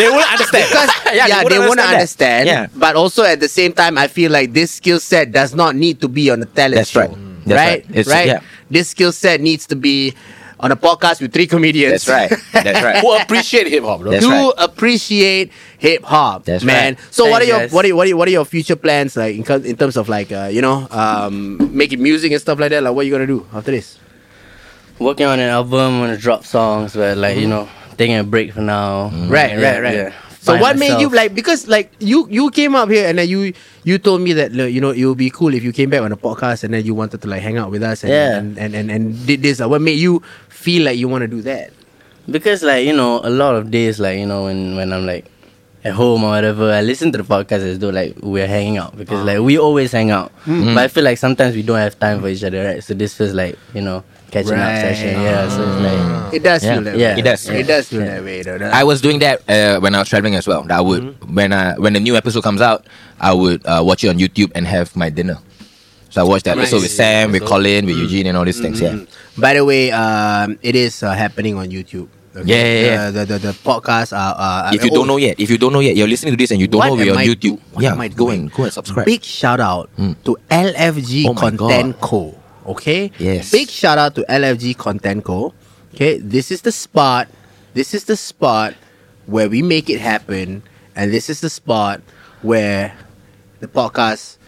[SPEAKER 2] They won't understand.
[SPEAKER 3] because yeah, they
[SPEAKER 2] wouldn't
[SPEAKER 3] want to understand.
[SPEAKER 5] Yeah.
[SPEAKER 3] But also at the same time, I feel like this skill set does not need to be on a talent
[SPEAKER 5] That's
[SPEAKER 3] show.
[SPEAKER 5] right. That's right.
[SPEAKER 3] right.
[SPEAKER 5] It's- yeah.
[SPEAKER 3] This skill set needs to be on a podcast with three comedians.
[SPEAKER 5] That's right. That's right.
[SPEAKER 2] Who appreciate hip hop, bro.
[SPEAKER 5] That's
[SPEAKER 3] to
[SPEAKER 5] right.
[SPEAKER 3] appreciate hip hop,
[SPEAKER 5] That's
[SPEAKER 3] man.
[SPEAKER 5] right.
[SPEAKER 3] So, what are
[SPEAKER 4] Thanks,
[SPEAKER 3] your
[SPEAKER 4] guys.
[SPEAKER 3] what are, your- what are your- what are your future plans like in, co- in terms of like uh, you know um, making music and stuff like that? Like, what you gonna do after this?
[SPEAKER 4] Working on an album, wanna drop songs, but like,
[SPEAKER 3] Mm-hmm.
[SPEAKER 4] you know, taking a break for now.
[SPEAKER 3] Right,
[SPEAKER 4] Mm, Yeah,
[SPEAKER 3] right, right.
[SPEAKER 4] yeah.
[SPEAKER 3] Mm-hmm. So
[SPEAKER 4] Find
[SPEAKER 3] what made you
[SPEAKER 4] myself.
[SPEAKER 3] like because like you you came up here and then you you told me that look, you know it would be cool if you came back on the podcast and then you wanted to like hang out with us and
[SPEAKER 4] Yeah.
[SPEAKER 3] and, and, and and did this. Like, what made you feel like you want to do that?
[SPEAKER 4] Because like you know, a lot of days like you know when when I'm like at home or whatever, I listen to the podcast as though like we're hanging out because
[SPEAKER 3] Ah.
[SPEAKER 4] like we always hang out.
[SPEAKER 3] Hmm.
[SPEAKER 4] But I feel like sometimes we don't have time for each other, right? So this feels like you know catching up
[SPEAKER 3] Right. Ah.
[SPEAKER 4] session. Yeah, so it's like
[SPEAKER 3] It does
[SPEAKER 5] Yeah.
[SPEAKER 3] feel that
[SPEAKER 4] Uh, Yeah.
[SPEAKER 3] way.
[SPEAKER 4] It
[SPEAKER 5] does.
[SPEAKER 3] It does feel
[SPEAKER 4] Yeah.
[SPEAKER 3] that way though. That-
[SPEAKER 5] I was doing that uh, when I was traveling as well. I would when I when the new episode comes out, I would uh, watch it on YouTube and have my dinner. So I watched that episode with Sam, with Colin, with Eugene, and all these things. Yeah,
[SPEAKER 3] By the way, um, it is uh, happening on YouTube. Okay?
[SPEAKER 5] Yeah, yeah, yeah.
[SPEAKER 3] The, the, the, the podcasts are. Uh,
[SPEAKER 5] if you don't know yet, if you don't know yet, you're listening to this and you don't
[SPEAKER 3] What
[SPEAKER 5] know we're
[SPEAKER 3] am I
[SPEAKER 5] on
[SPEAKER 3] do-
[SPEAKER 5] YouTube.
[SPEAKER 3] what
[SPEAKER 5] yeah,
[SPEAKER 3] am I
[SPEAKER 5] go
[SPEAKER 3] doing?
[SPEAKER 5] and go and subscribe. Hmm.
[SPEAKER 3] Big shout out to LFG
[SPEAKER 5] Oh my
[SPEAKER 3] Content Co. Okay?
[SPEAKER 5] Yes.
[SPEAKER 3] Big shout out to LFG Content Co. Okay? This is the spot. This is the spot where we make it happen. And this is the spot where the podcast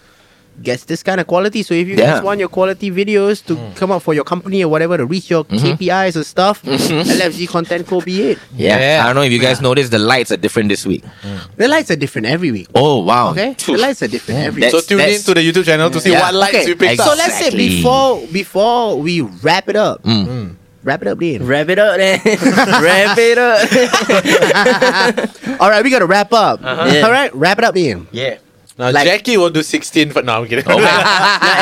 [SPEAKER 3] gets this kind of quality. So if you
[SPEAKER 5] Yeah. Hmm.
[SPEAKER 3] guys want your quality videos to come out for your company or whatever to reach your KPIs and stuff, LFG content could be it.
[SPEAKER 5] Mm-hmm. Yeah.
[SPEAKER 2] Yeah.
[SPEAKER 5] I don't know if you guys noticed the lights are different this week.
[SPEAKER 3] The lights are different every week.
[SPEAKER 5] Oh wow.
[SPEAKER 3] Okay, the
[SPEAKER 5] Phew.
[SPEAKER 3] lights are different every week.
[SPEAKER 5] That's-
[SPEAKER 2] so tune in
[SPEAKER 5] that's-
[SPEAKER 2] to the YouTube channel to see
[SPEAKER 5] Yeah.
[SPEAKER 2] what likes
[SPEAKER 3] Okay,
[SPEAKER 2] you picked
[SPEAKER 3] So
[SPEAKER 2] up.
[SPEAKER 3] let's say
[SPEAKER 5] Exactly.
[SPEAKER 3] before before we wrap it up,
[SPEAKER 5] Mm.
[SPEAKER 3] wrap it up then.
[SPEAKER 4] Wrap it up then. Wrap it up.
[SPEAKER 3] All right, we gotta wrap up.
[SPEAKER 4] Yeah.
[SPEAKER 3] All right, wrap it up then.
[SPEAKER 4] yeah.
[SPEAKER 2] Now
[SPEAKER 3] like-
[SPEAKER 2] Jackie will do 16 for now. I'm kidding.
[SPEAKER 4] Now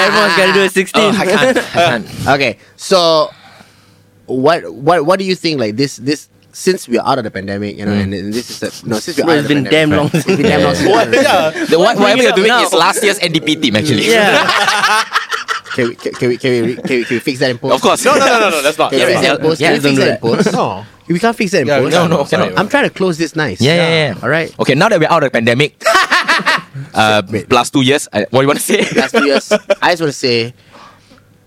[SPEAKER 4] everyone's got to do a 16.
[SPEAKER 5] Oh, I can't. I can't.
[SPEAKER 3] Okay, so what what what do you think? Like this this since we're out of the pandemic, you know, and, and this is a, no since we're
[SPEAKER 4] Bro,
[SPEAKER 3] out
[SPEAKER 4] it's
[SPEAKER 3] of the
[SPEAKER 4] been
[SPEAKER 3] pandemic,
[SPEAKER 4] damn
[SPEAKER 3] right?
[SPEAKER 4] long.
[SPEAKER 3] It's been damn long. since
[SPEAKER 2] What?
[SPEAKER 3] we're out of the pandemic.
[SPEAKER 2] Yeah.
[SPEAKER 5] The one
[SPEAKER 4] Bring
[SPEAKER 5] whatever
[SPEAKER 4] it
[SPEAKER 5] you're
[SPEAKER 4] up
[SPEAKER 5] doing
[SPEAKER 4] now.
[SPEAKER 5] is last year's NDP team actually.
[SPEAKER 4] Yeah.
[SPEAKER 3] Can we can, can we can we can we can we fix that in post?
[SPEAKER 5] Of course.
[SPEAKER 2] No, no, no, no, no. That's not.
[SPEAKER 3] Can we
[SPEAKER 5] Yeah,
[SPEAKER 3] fix
[SPEAKER 5] yeah,
[SPEAKER 3] that in post?
[SPEAKER 5] yeah,
[SPEAKER 3] Can we
[SPEAKER 5] don't
[SPEAKER 3] fix
[SPEAKER 5] do
[SPEAKER 3] that in post?
[SPEAKER 2] No.
[SPEAKER 3] We can't fix that in
[SPEAKER 2] Yeah, we
[SPEAKER 3] post.
[SPEAKER 2] can't.
[SPEAKER 5] No, no,
[SPEAKER 2] Sorry.
[SPEAKER 5] cannot.
[SPEAKER 3] I'm trying to close this nice.
[SPEAKER 5] Yeah, yeah, yeah.
[SPEAKER 3] All right.
[SPEAKER 5] Okay, now that we're out of the pandemic, uh, last two years, uh, what do you want to say?
[SPEAKER 3] last two years. I just want to say,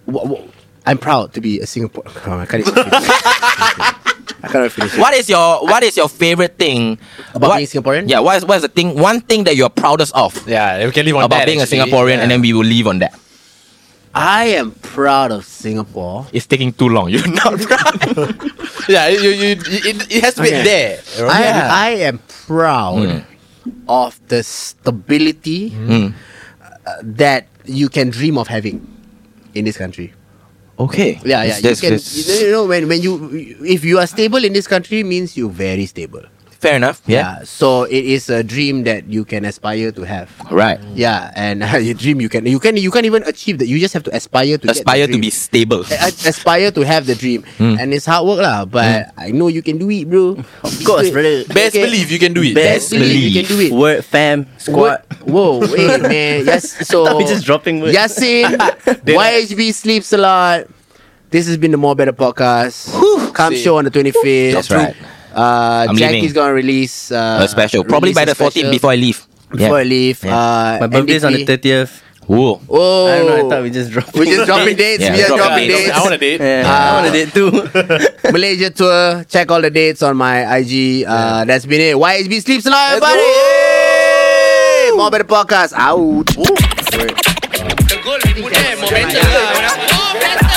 [SPEAKER 3] wh- wh- I'm proud to be a Singapore. Come on, I can't even finish. I can't even finish. it.
[SPEAKER 5] What is your What is your favorite thing
[SPEAKER 3] About
[SPEAKER 5] what,
[SPEAKER 3] being Singaporean?
[SPEAKER 5] Yeah, what is what is the thing? One thing that you're proudest of
[SPEAKER 2] Yeah, we can leave on
[SPEAKER 5] about
[SPEAKER 2] that,
[SPEAKER 5] being
[SPEAKER 2] actually.
[SPEAKER 5] a Singaporean,
[SPEAKER 2] Yeah.
[SPEAKER 5] and then we will leave on that.
[SPEAKER 3] I am proud of Singapore.
[SPEAKER 5] It's taking too long. You're not proud.
[SPEAKER 2] yeah, you, you, you, it, it has to be
[SPEAKER 3] Okay.
[SPEAKER 2] there.
[SPEAKER 5] Oh,
[SPEAKER 3] I am,
[SPEAKER 2] yeah.
[SPEAKER 3] I am proud
[SPEAKER 5] Hmm.
[SPEAKER 3] of the stability uh, that you can dream of having in this country.
[SPEAKER 5] okay.
[SPEAKER 3] Yeah, yeah.
[SPEAKER 5] That's-
[SPEAKER 3] you can,
[SPEAKER 5] that's-
[SPEAKER 3] you know, when when you if you are stable in this country means you're very stable.
[SPEAKER 5] fair enough. Yeah.
[SPEAKER 3] So it is a dream that you can aspire to have.
[SPEAKER 5] Right.
[SPEAKER 3] Yeah, and you dream you can you can you can't even achieve that. You just have to aspire to get the
[SPEAKER 5] Aspire to
[SPEAKER 3] dream.
[SPEAKER 5] be Hmm. stable.
[SPEAKER 3] A- a- aspire to have the dream, and it's hard work lah. But
[SPEAKER 5] Hmm.
[SPEAKER 3] I know you can do it, bro. Of
[SPEAKER 4] course, brother.
[SPEAKER 2] Best believe you can do it.
[SPEAKER 4] Best
[SPEAKER 3] you can do it.
[SPEAKER 4] Word, fam, squad.
[SPEAKER 3] What? Whoa, wait, man. Yes, so
[SPEAKER 4] We just dropping words.
[SPEAKER 3] Yasin, YHB sleeps a lot. This has been the More Better podcast. Come show on the twenty fifth.
[SPEAKER 5] That's right.
[SPEAKER 3] Uh,
[SPEAKER 5] I'm
[SPEAKER 3] Jackie's
[SPEAKER 5] leaving.
[SPEAKER 3] gonna release uh,
[SPEAKER 5] a special. Probably
[SPEAKER 3] release a
[SPEAKER 5] by the 14th
[SPEAKER 3] special
[SPEAKER 5] before I leave.
[SPEAKER 3] before I leave.
[SPEAKER 5] Yeah.
[SPEAKER 3] Uh,
[SPEAKER 4] My birthday's on the
[SPEAKER 3] NDP.
[SPEAKER 4] 30th.
[SPEAKER 5] Whoa.
[SPEAKER 3] Oh,
[SPEAKER 4] I don't know. I thought we just dropped
[SPEAKER 3] We just dropping dates.
[SPEAKER 5] Yeah,
[SPEAKER 3] we just
[SPEAKER 5] drop
[SPEAKER 3] dropping
[SPEAKER 5] dates.
[SPEAKER 3] dates.
[SPEAKER 2] I want a date.
[SPEAKER 4] Yeah, I wanted it too.
[SPEAKER 3] Malaysia tour. Check all the dates on my IG. Uh, That's been it. YHB sleeps alive, buddy. More better podcast out.
[SPEAKER 1] The goal is put there, momentum. lah. Oh, better.